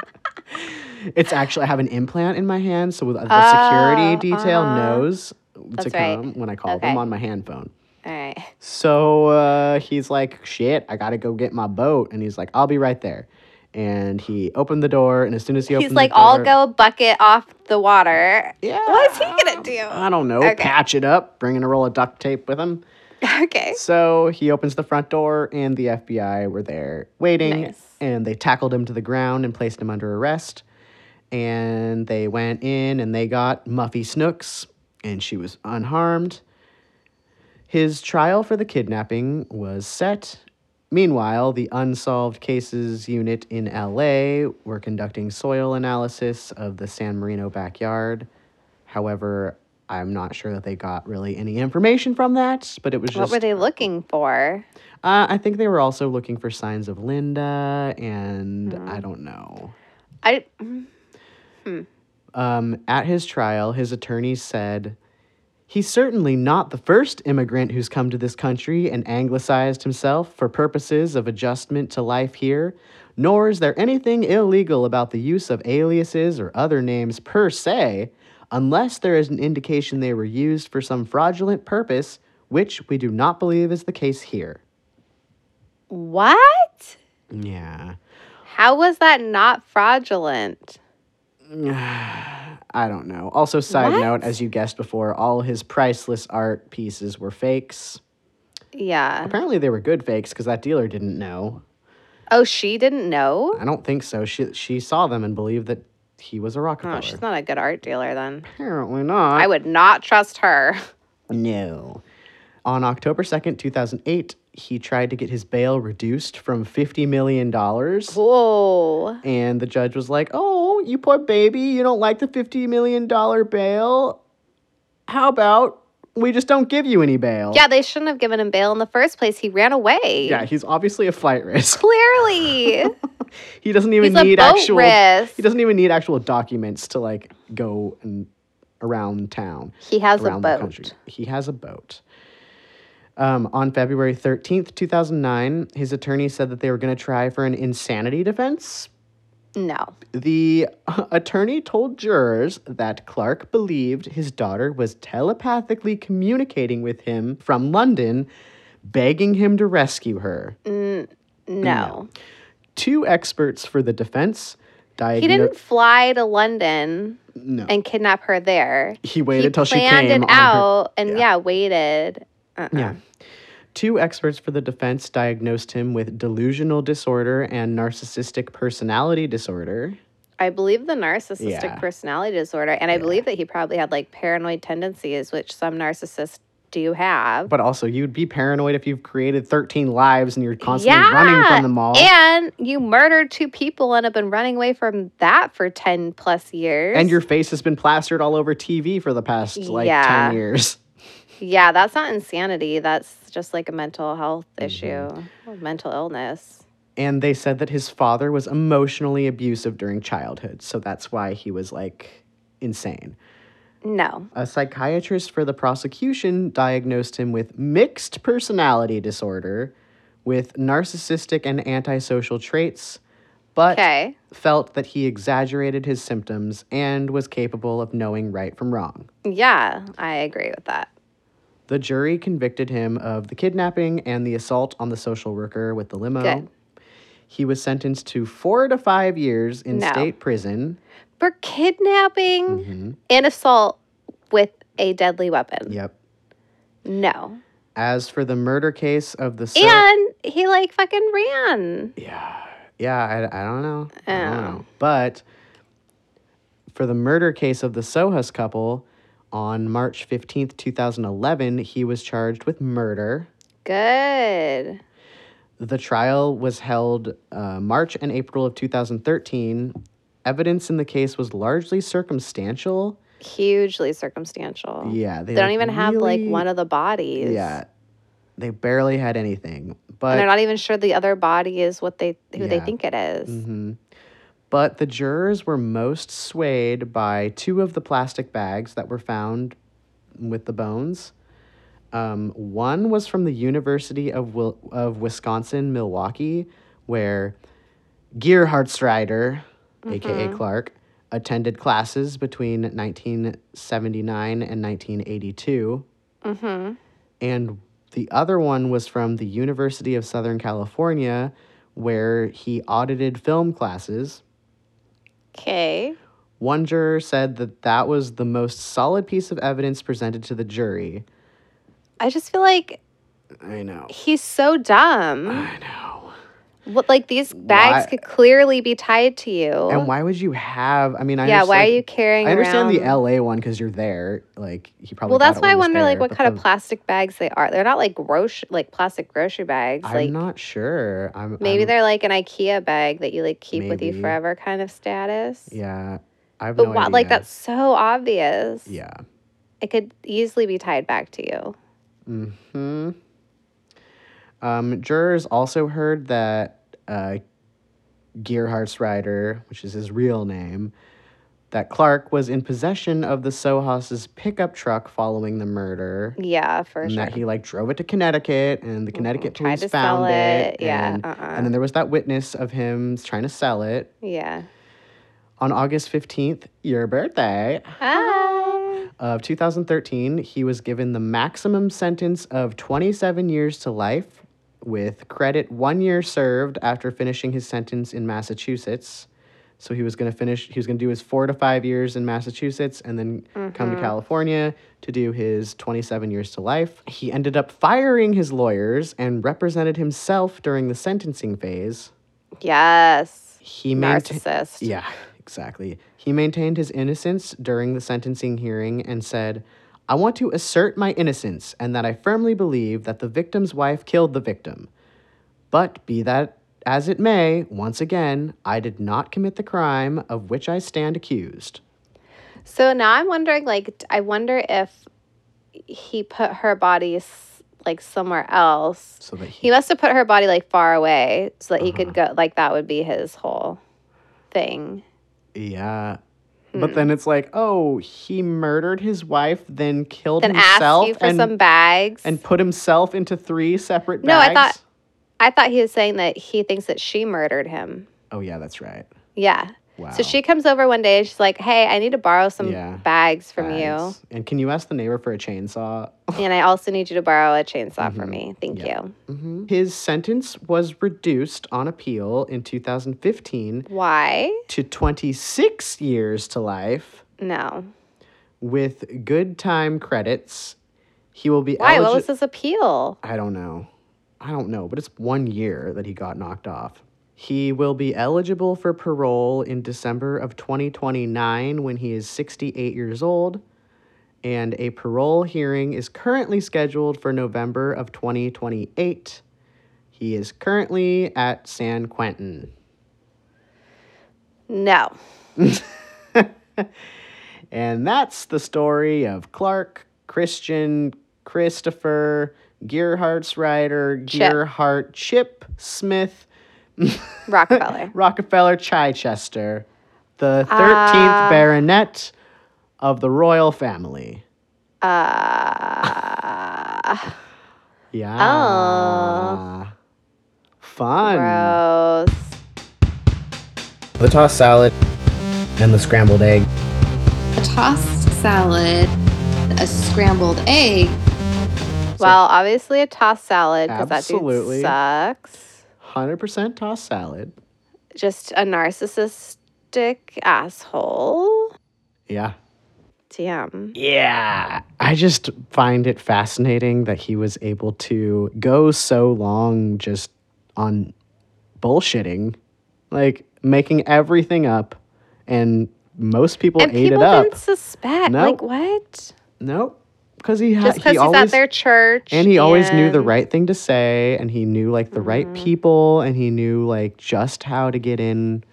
Speaker 4: it's actually I have an implant in my hand, so the
Speaker 5: Oh,
Speaker 4: security detail
Speaker 5: uh-huh.
Speaker 4: knows to
Speaker 5: That's right.
Speaker 4: come when I call
Speaker 5: Okay.
Speaker 4: them on my hand phone."
Speaker 5: All right.
Speaker 4: So uh, he's like, shit, I gotta go get my boat. And he's like, I'll be right there. And he opened the door, and as soon as he opened
Speaker 5: He's like,
Speaker 4: the door,
Speaker 5: I'll go bucket off the water.
Speaker 4: Yeah.
Speaker 5: What is he gonna
Speaker 4: I
Speaker 5: do?
Speaker 4: don't know,
Speaker 5: Okay.
Speaker 4: patch it up, bringing a roll of duct tape with him.
Speaker 5: Okay.
Speaker 4: So he opens the front door, and the FBI were there waiting,
Speaker 5: Nice.
Speaker 4: and they tackled him to the ground and placed him under arrest. And they went in and they got Muffy Snooks, and she was unharmed. His trial for the kidnapping was set. Meanwhile, the Unsolved Cases Unit in LA were conducting soil analysis of the San Marino backyard. However, I'm not sure that they got really any information from that, but it was just
Speaker 5: What were they looking for?
Speaker 4: uh, I think they were also looking for signs of Linda, and I don't know.
Speaker 5: I
Speaker 4: Um, at his trial, his attorney said, He's certainly not the first immigrant who's come to this country and anglicized himself for purposes of adjustment to life here, nor is there anything illegal about the use of aliases or other names per se, unless there is an indication they were used for some fraudulent purpose, which we do not believe is the case here.
Speaker 5: what?
Speaker 4: Yeah.
Speaker 5: How was that not fraudulent?
Speaker 4: I don't know. Also, side
Speaker 5: What?
Speaker 4: note, as you guessed before, all his priceless art pieces were fakes.
Speaker 5: Yeah.
Speaker 4: Apparently, they were good fakes because that dealer didn't know.
Speaker 5: Oh, she didn't know?
Speaker 4: I don't think so. She she saw them and believed that he was a Rockefeller.
Speaker 5: Oh, she's not a good art dealer then.
Speaker 4: Apparently not.
Speaker 5: I would not trust her.
Speaker 4: No. On October 2nd, 2008, he tried to get his bail reduced from $50 million.
Speaker 5: Whoa.
Speaker 4: And the judge was like, Oh, you poor baby, you don't like the $50 million bail? How about we just don't give you any bail?
Speaker 5: Yeah, they shouldn't have given him bail in the first place. He ran away.
Speaker 4: Yeah, he's obviously a flight risk.
Speaker 5: Clearly.
Speaker 4: He doesn't even
Speaker 5: He's a
Speaker 4: need
Speaker 5: boat
Speaker 4: actual
Speaker 5: risk.
Speaker 4: He doesn't even need actual documents to like go and around town.
Speaker 5: he has a
Speaker 4: around the country.
Speaker 5: boat.
Speaker 4: He has a boat. Um, on February 13th, 2009, his attorney said that they were going to try for an insanity defense.
Speaker 5: No.
Speaker 4: The attorney told jurors that Clark believed his daughter was telepathically communicating with him from London, begging him to rescue her.
Speaker 5: No.
Speaker 4: two experts for the defense diagnosed.
Speaker 5: He didn't fly to London
Speaker 4: No.
Speaker 5: and kidnap her there.
Speaker 4: He waited till she
Speaker 5: planned
Speaker 4: came
Speaker 5: it
Speaker 4: on her-
Speaker 5: out and yeah, waited. Uh-uh.
Speaker 4: Yeah. Two experts for the defense diagnosed him with delusional disorder and narcissistic personality disorder.
Speaker 5: I believe the narcissistic
Speaker 4: Yeah.
Speaker 5: personality disorder, and I believe that he probably had like paranoid tendencies, which some narcissists do have.
Speaker 4: But also, you'd be paranoid if you've created 13 lives and you're constantly running from them all.
Speaker 5: And you murdered two people and have been running away from that for 10 plus years.
Speaker 4: And your face has been plastered all over TV for the past like
Speaker 5: Yeah.
Speaker 4: 10 years.
Speaker 5: Yeah, that's not insanity. That's just like a mental health
Speaker 4: Mm-hmm.
Speaker 5: issue, or mental illness.
Speaker 4: And they said that his father was emotionally abusive during childhood. So that's why he was like insane.
Speaker 5: No.
Speaker 4: A psychiatrist for the prosecution diagnosed him with mixed personality disorder with narcissistic and antisocial traits, but
Speaker 5: Okay.
Speaker 4: felt that he exaggerated his symptoms and was capable of knowing right from wrong.
Speaker 5: Yeah, I agree with that.
Speaker 4: The jury convicted him of the kidnapping and the assault on the social worker with the limo.
Speaker 5: Good.
Speaker 4: He was sentenced to four to five years in
Speaker 5: No.
Speaker 4: state prison.
Speaker 5: For kidnapping
Speaker 4: Mm-hmm.
Speaker 5: and assault with a deadly weapon.
Speaker 4: Yep.
Speaker 5: No.
Speaker 4: As for the murder case of the cell-
Speaker 5: And he like fucking ran.
Speaker 4: Yeah, I, I don't know.
Speaker 5: Oh.
Speaker 4: I don't know. But for the murder case of the Sohus couple, On March 15th, 2011, he was charged with murder.
Speaker 5: Good.
Speaker 4: The trial was held uh, March and April of 2013. Evidence in the case was largely circumstantial.
Speaker 5: Hugely circumstantial.
Speaker 4: Yeah,
Speaker 5: They don't
Speaker 4: like,
Speaker 5: even have like
Speaker 4: really-
Speaker 5: one of the bodies.
Speaker 4: Yeah, they barely had anything. But
Speaker 5: and they're not even sure the other body is what they who they
Speaker 4: Yeah.
Speaker 5: think it is.
Speaker 4: hmm But the jurors were most swayed by two of the plastic bags that were found with the bones. Um, one was from the University of, Wil- of Wisconsin Milwaukee, where Gearhart Strider, aka Clark, attended classes between 1979 and 1982.
Speaker 5: Mm-hmm.
Speaker 4: And the other one was from the University of Southern California, where he audited film classes.
Speaker 5: Okay.
Speaker 4: One juror said that that was the most solid piece of evidence presented to the jury.
Speaker 5: I just feel like
Speaker 4: I know.
Speaker 5: he's so dumb.
Speaker 4: I know.
Speaker 5: What like these bags
Speaker 4: Why-
Speaker 5: could clearly be tied to you.
Speaker 4: And why would you have? I mean, I
Speaker 5: yeah,
Speaker 4: understand-
Speaker 5: why are you carrying
Speaker 4: I understand
Speaker 5: around?
Speaker 4: the LA one because you're there. Like he probably.
Speaker 5: Well, that's
Speaker 4: got it
Speaker 5: why I
Speaker 4: when he
Speaker 5: wonder
Speaker 4: was
Speaker 5: like
Speaker 4: there,
Speaker 5: what
Speaker 4: but
Speaker 5: kind
Speaker 4: the-
Speaker 5: of plastic bags they are. They're not like grocery like plastic grocery bags.
Speaker 4: I'm
Speaker 5: like
Speaker 4: not sure. I'm
Speaker 5: maybe
Speaker 4: I'm-
Speaker 5: they're like an IKEA bag that you like keep with you
Speaker 4: Maybe.
Speaker 5: forever kind of status.
Speaker 4: Yeah, I have
Speaker 5: But
Speaker 4: no
Speaker 5: why, like
Speaker 4: idea.
Speaker 5: that's so obvious.
Speaker 4: Yeah.
Speaker 5: It could easily be tied back to you.
Speaker 4: Hmm. Um, jurors also heard that uh, Gearhart's rider, which is his real name, that Clark was in possession of the Sohaus's pickup truck following the murder,
Speaker 5: Yeah, for
Speaker 4: and
Speaker 5: sure.
Speaker 4: that he like drove it to Connecticut, and the Connecticut
Speaker 5: Tried
Speaker 4: police
Speaker 5: to sell
Speaker 4: found
Speaker 5: it. Yeah.
Speaker 4: and,
Speaker 5: uh-uh.
Speaker 4: and then there was that witness of him trying to sell it
Speaker 5: yeah.
Speaker 4: on August fifteenth, your birthday
Speaker 5: Ah.
Speaker 4: of 2013, he was given the maximum sentence of 27 years to life, with credit one year served after finishing his sentence in Massachusetts. So he was going to finish, he was going to do his four to five years in Massachusetts and then come to California to do his 27 years to life. He ended up firing his lawyers and represented himself during the sentencing phase.
Speaker 5: Yes.
Speaker 4: He maintained.
Speaker 5: Narcissist.
Speaker 4: Yeah, exactly. He maintained his innocence during the sentencing hearing and said, I want to assert my innocence and that I firmly believe that the victim's wife killed the victim. But be that as it may, once again, I did not commit the crime of which I stand accused.
Speaker 5: So now I'm wondering, like, d- I wonder if he put her body s- like somewhere else.
Speaker 4: So Uh-huh. that he,
Speaker 5: He must have put her body like far away so that he could go. Like that would be his whole thing.
Speaker 4: yeah. But then it's like, oh, he murdered his wife, then killed
Speaker 5: Then ask
Speaker 4: himself,
Speaker 5: you for
Speaker 4: and,
Speaker 5: some bags.
Speaker 4: and put himself into three separate
Speaker 5: No, I
Speaker 4: bags.
Speaker 5: thought- I thought he was saying that he thinks that she murdered him.
Speaker 4: Oh yeah, that's right.
Speaker 5: Yeah.
Speaker 4: Wow.
Speaker 5: So she comes over one day and she's like, "Hey, I need to borrow some
Speaker 4: Yeah.
Speaker 5: bags from
Speaker 4: Bags. And can you ask the neighbor for a chainsaw?
Speaker 5: you, and I also need you to borrow a chainsaw for me. Thank
Speaker 4: Mm-hmm. Yeah.
Speaker 5: you."
Speaker 4: His sentence was reduced on appeal in 2015
Speaker 5: Why?
Speaker 4: to 26 years to life
Speaker 5: No.
Speaker 4: with good time credits. He will be
Speaker 5: Why? What
Speaker 4: eligi-
Speaker 5: was his appeal?
Speaker 4: I don't know. I don't know, but it's one year that he got knocked off. He will be eligible for parole in December of 2029 when he is 68 years old. And a parole hearing is currently scheduled for November of 2028. He is currently at San Quentin.
Speaker 5: No.
Speaker 4: And that's the story of Clark, Christian, Christopher, Gearhart's rider,
Speaker 5: Chip.
Speaker 4: Gearhart, Chip Smith,
Speaker 5: Rockefeller.
Speaker 4: Rockefeller Chichester, the 13th
Speaker 5: Ah.
Speaker 4: baronet of the royal family.
Speaker 5: uh,
Speaker 4: Hmm. Yeah.
Speaker 5: Oh.
Speaker 4: Fun.
Speaker 5: gross.
Speaker 4: The tossed salad and the scrambled egg.
Speaker 2: A tossed salad, a scrambled egg.
Speaker 5: Well, obviously a tossed salad because that dude
Speaker 4: Absolutely.
Speaker 5: sucks.
Speaker 4: 100% tossed salad.
Speaker 5: Just a narcissistic asshole.
Speaker 4: Yeah.
Speaker 5: Damn.
Speaker 4: Yeah. I just find it fascinating that he was able to go so long just on bullshitting, like making everything up and most people
Speaker 5: and
Speaker 4: ate
Speaker 5: people
Speaker 4: it up.
Speaker 5: didn't suspect.
Speaker 4: No.
Speaker 5: Like what?
Speaker 4: Nope. Because he, ha-
Speaker 5: Just because
Speaker 4: he
Speaker 5: he's
Speaker 4: always,
Speaker 5: at their church,
Speaker 4: And he always knew the
Speaker 5: and-
Speaker 4: right thing to say, and he knew like the right
Speaker 5: Mm-hmm.
Speaker 4: people, and he knew like just how to get in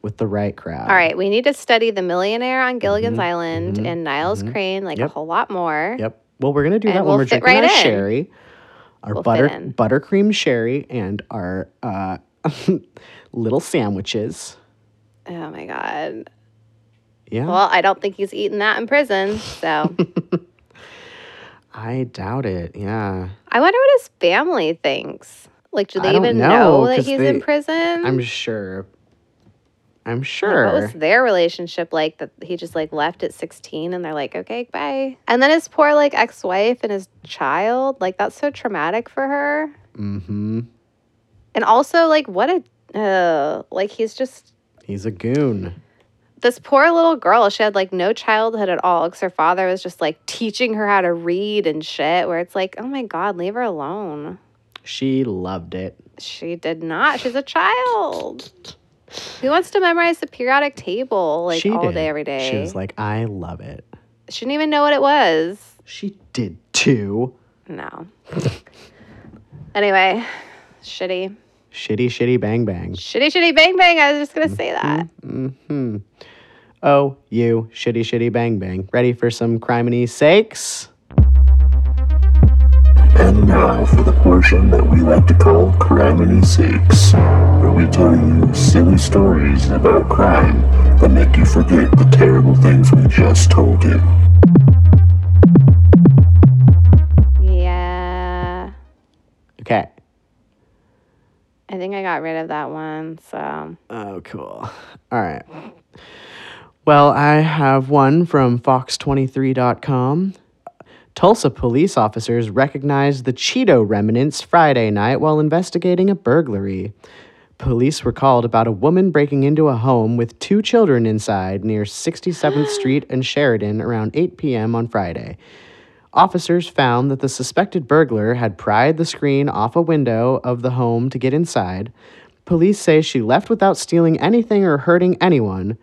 Speaker 4: with the right crowd.
Speaker 5: All right, we need to study the millionaire on Gilligan's Island
Speaker 4: mhm,
Speaker 5: and Niles Crane like
Speaker 4: Yep.
Speaker 5: a whole lot more.
Speaker 4: Yep. Well, we're gonna do
Speaker 5: And
Speaker 4: that when
Speaker 5: we'll
Speaker 4: we're
Speaker 5: fit
Speaker 4: drinking
Speaker 5: right
Speaker 4: our
Speaker 5: in.
Speaker 4: sherry, our
Speaker 5: We'll fit
Speaker 4: butter
Speaker 5: in.
Speaker 4: buttercream sherry, and our uh, little sandwiches.
Speaker 5: Oh my god.
Speaker 4: Yeah,
Speaker 5: Well, I don't think he's eaten that in prison. So
Speaker 4: I doubt it. Yeah,
Speaker 5: I wonder what his family thinks. Like, do
Speaker 4: I
Speaker 5: they
Speaker 4: don't
Speaker 5: even
Speaker 4: know,
Speaker 5: know, that
Speaker 4: 'cause
Speaker 5: he's
Speaker 4: they-
Speaker 5: in prison?
Speaker 4: I'm sure. I'm sure.
Speaker 5: Like, What was their relationship like that he just like left at 16 and they're like, okay, bye. And then his poor like ex wife and his child, like that's so traumatic for her.
Speaker 4: mm-hmm.
Speaker 5: And also, like, what a, uh, like he's just
Speaker 4: He's a goon.
Speaker 5: this poor little girl. She had like no childhood at all because her father was just like teaching her how to read and shit, where it's like, oh my God, leave her alone.
Speaker 4: She loved it.
Speaker 5: She did not. She's a child. Who wants to memorize the periodic table like
Speaker 4: she
Speaker 5: all
Speaker 4: did.
Speaker 5: day, every day?
Speaker 4: She was like, I love it.
Speaker 5: she didn't even know what it was.
Speaker 4: She did too.
Speaker 5: No. anyway, shitty.
Speaker 4: Shitty, shitty, bang, bang.
Speaker 5: Shitty, shitty, bang, bang. I was just going to say that.
Speaker 4: Hmm. Oh, you shitty, shitty, bang, bang. Ready for some criminy sakes?
Speaker 6: And now for the portion that we like to call Crime and Sakes, where we tell you silly stories about crime that make you forget the terrible things we just told you.
Speaker 4: Mm-hmm.
Speaker 5: Yeah.
Speaker 4: Okay.
Speaker 5: I think I got rid of that one. So,
Speaker 4: Oh, cool. All right. Well, I have one from Fox23.com. Tulsa police officers recognized the Cheeto remnants Friday night while investigating a burglary. Police were called about a woman breaking into a home with two children inside near 67th Street and Sheridan around 8 p.m. on Friday. Officers found that the suspected burglar had pried the screen off a window of the home to get inside. Police say she left without stealing anything or hurting anyone.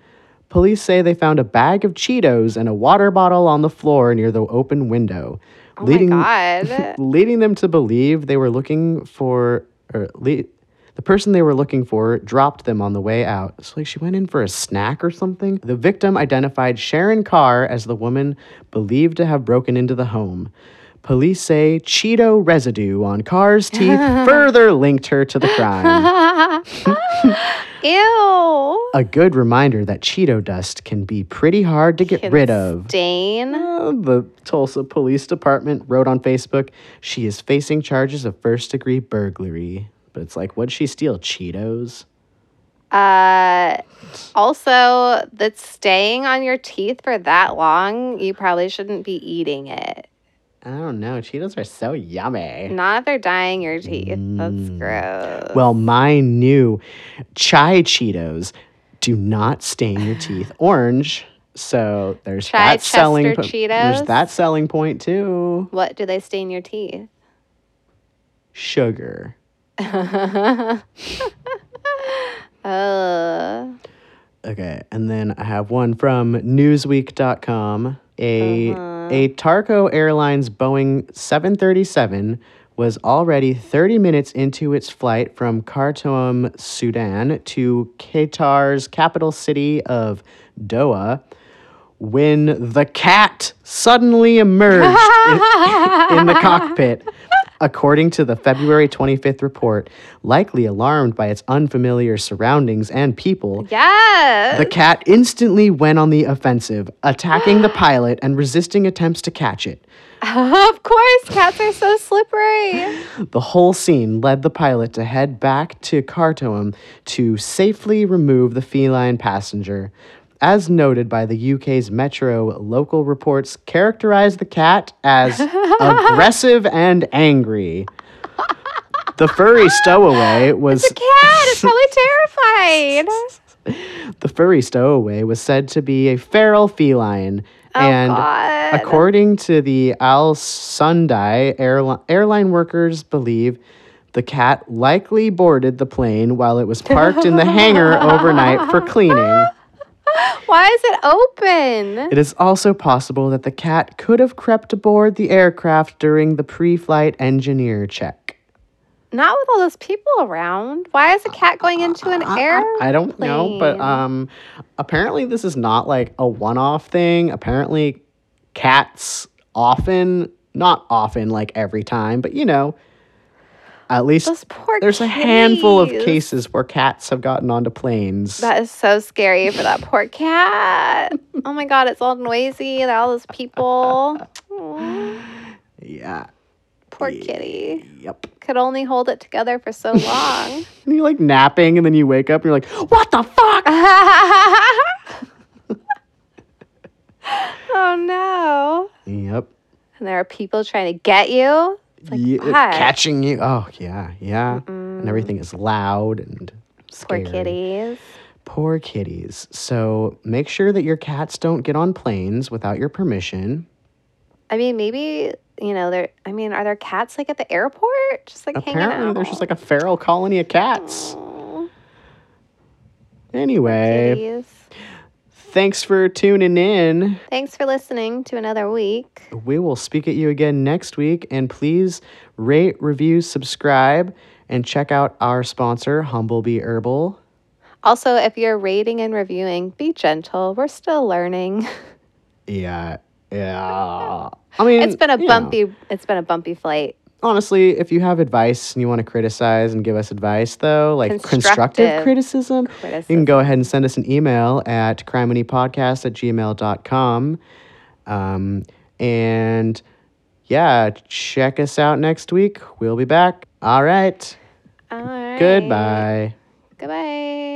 Speaker 4: Police say they found a bag of Cheetos and a water bottle on the floor near the open window,
Speaker 5: oh my God.
Speaker 4: leading them to believe they were looking for or le- the person they were looking for dropped them on the way out. So like she went in for a snack or something. The victim identified Sharon Carr as the woman believed to have broken into the home. Police say Cheeto residue on Carr's teeth further linked her to the crime.
Speaker 5: Ew.
Speaker 4: A good reminder that Cheeto dust can be pretty hard to get rid of.
Speaker 5: Dane.
Speaker 4: Uh, the Tulsa Police Department wrote on Facebook, she is facing charges of first degree burglary. But it's like, what'd she steal? Cheetos?
Speaker 5: Uh, also, that's staying on your teeth for that long, you probably shouldn't be eating it.
Speaker 4: I don't know. Cheetos are so yummy.
Speaker 5: Not if they're dyeing your teeth. That's
Speaker 4: Mm.
Speaker 5: gross.
Speaker 4: Well, my new chai Cheetos do not stain your teeth orange. So there's
Speaker 5: Chai
Speaker 4: that selling
Speaker 5: Chester
Speaker 4: po- There's
Speaker 5: Cheetos?
Speaker 4: that selling point too.
Speaker 5: What do they stain your teeth?
Speaker 4: Sugar.
Speaker 5: Uh,
Speaker 4: Okay, and then I have one from Newsweek.com. A a Tarco Airlines Boeing 737 was already 30 minutes into its flight from Khartoum, Sudan, to Qatar's capital city of Doha, when the cat suddenly emerged in, in the cockpit. According to the February 25th report, likely alarmed by its unfamiliar surroundings and people,
Speaker 5: yes.
Speaker 4: the cat instantly went on the offensive, attacking the pilot and resisting attempts to catch it.
Speaker 5: of course, cats are so slippery.
Speaker 4: The whole scene led the pilot to head back to Khartoum to safely remove the feline passenger. As noted by the UK's Metro, local reports characterized the cat as aggressive and angry. The furry stowaway was
Speaker 5: Cat is probably terrified.
Speaker 4: The furry stowaway was said to be a feral feline. and
Speaker 5: Oh, God.
Speaker 4: according to the Al Sundai, airline, airline workers believe the cat likely boarded the plane while it was parked in the hangar overnight for cleaning.
Speaker 5: Why is it open?
Speaker 4: It is also possible that the cat could have crept aboard the aircraft during the pre flight engineer check.
Speaker 5: Not with all those people around. Why is a cat going into an air?
Speaker 4: I don't know, but um, apparently this is not like a one off thing. Apparently, cats often, not often like every time, but you know, at least
Speaker 5: Those poor
Speaker 4: there's a handful of
Speaker 5: kitties.
Speaker 4: cases where cats have gotten onto planes.
Speaker 5: That is so scary for that poor cat. oh my god, it's all noisy and all those people. Aw,
Speaker 4: yeah.
Speaker 5: poor kitty.
Speaker 4: Yep.
Speaker 5: Could only hold it together for so long.
Speaker 4: And you're like napping, and then you wake up, and you're like, "What the
Speaker 5: Uh,
Speaker 4: fuck?"
Speaker 5: oh no.
Speaker 4: yep.
Speaker 5: And there are people trying to get you.
Speaker 4: Ye-
Speaker 5: "What?"
Speaker 4: catching you. Oh yeah, yeah. And everything is loud and
Speaker 5: Poor
Speaker 4: scary.
Speaker 5: kitties.
Speaker 4: Poor kitties. So make sure that your cats don't get on planes without your permission.
Speaker 5: I mean, maybe, you know, there I mean, are there cats like at the airport? Just like hanging
Speaker 4: Apparently,
Speaker 5: out.
Speaker 4: there's just like a feral colony of cats.
Speaker 5: Aw,
Speaker 4: Anyway,
Speaker 5: kitties.
Speaker 4: thanks for tuning in.
Speaker 5: Thanks for listening to another week.
Speaker 4: We will speak at you again next week. And please rate, review, subscribe, and check out our sponsor, Humblebee Herbal.
Speaker 5: Also, if you're rating and reviewing, be gentle. We're still learning.
Speaker 4: Yeah. Yeah. I mean,
Speaker 5: It's been a
Speaker 4: you know.
Speaker 5: bumpy it's been a bumpy flight.
Speaker 4: honestly, if you have advice and you want to criticize and give us advice, though, like constructive,
Speaker 5: Constructive
Speaker 4: criticism, you can go ahead and send us an email at crimeanypodcast at gmail.com. Um, and yeah, check us out next week. We'll be back. All right.
Speaker 5: All right.
Speaker 4: Goodbye.
Speaker 5: Goodbye.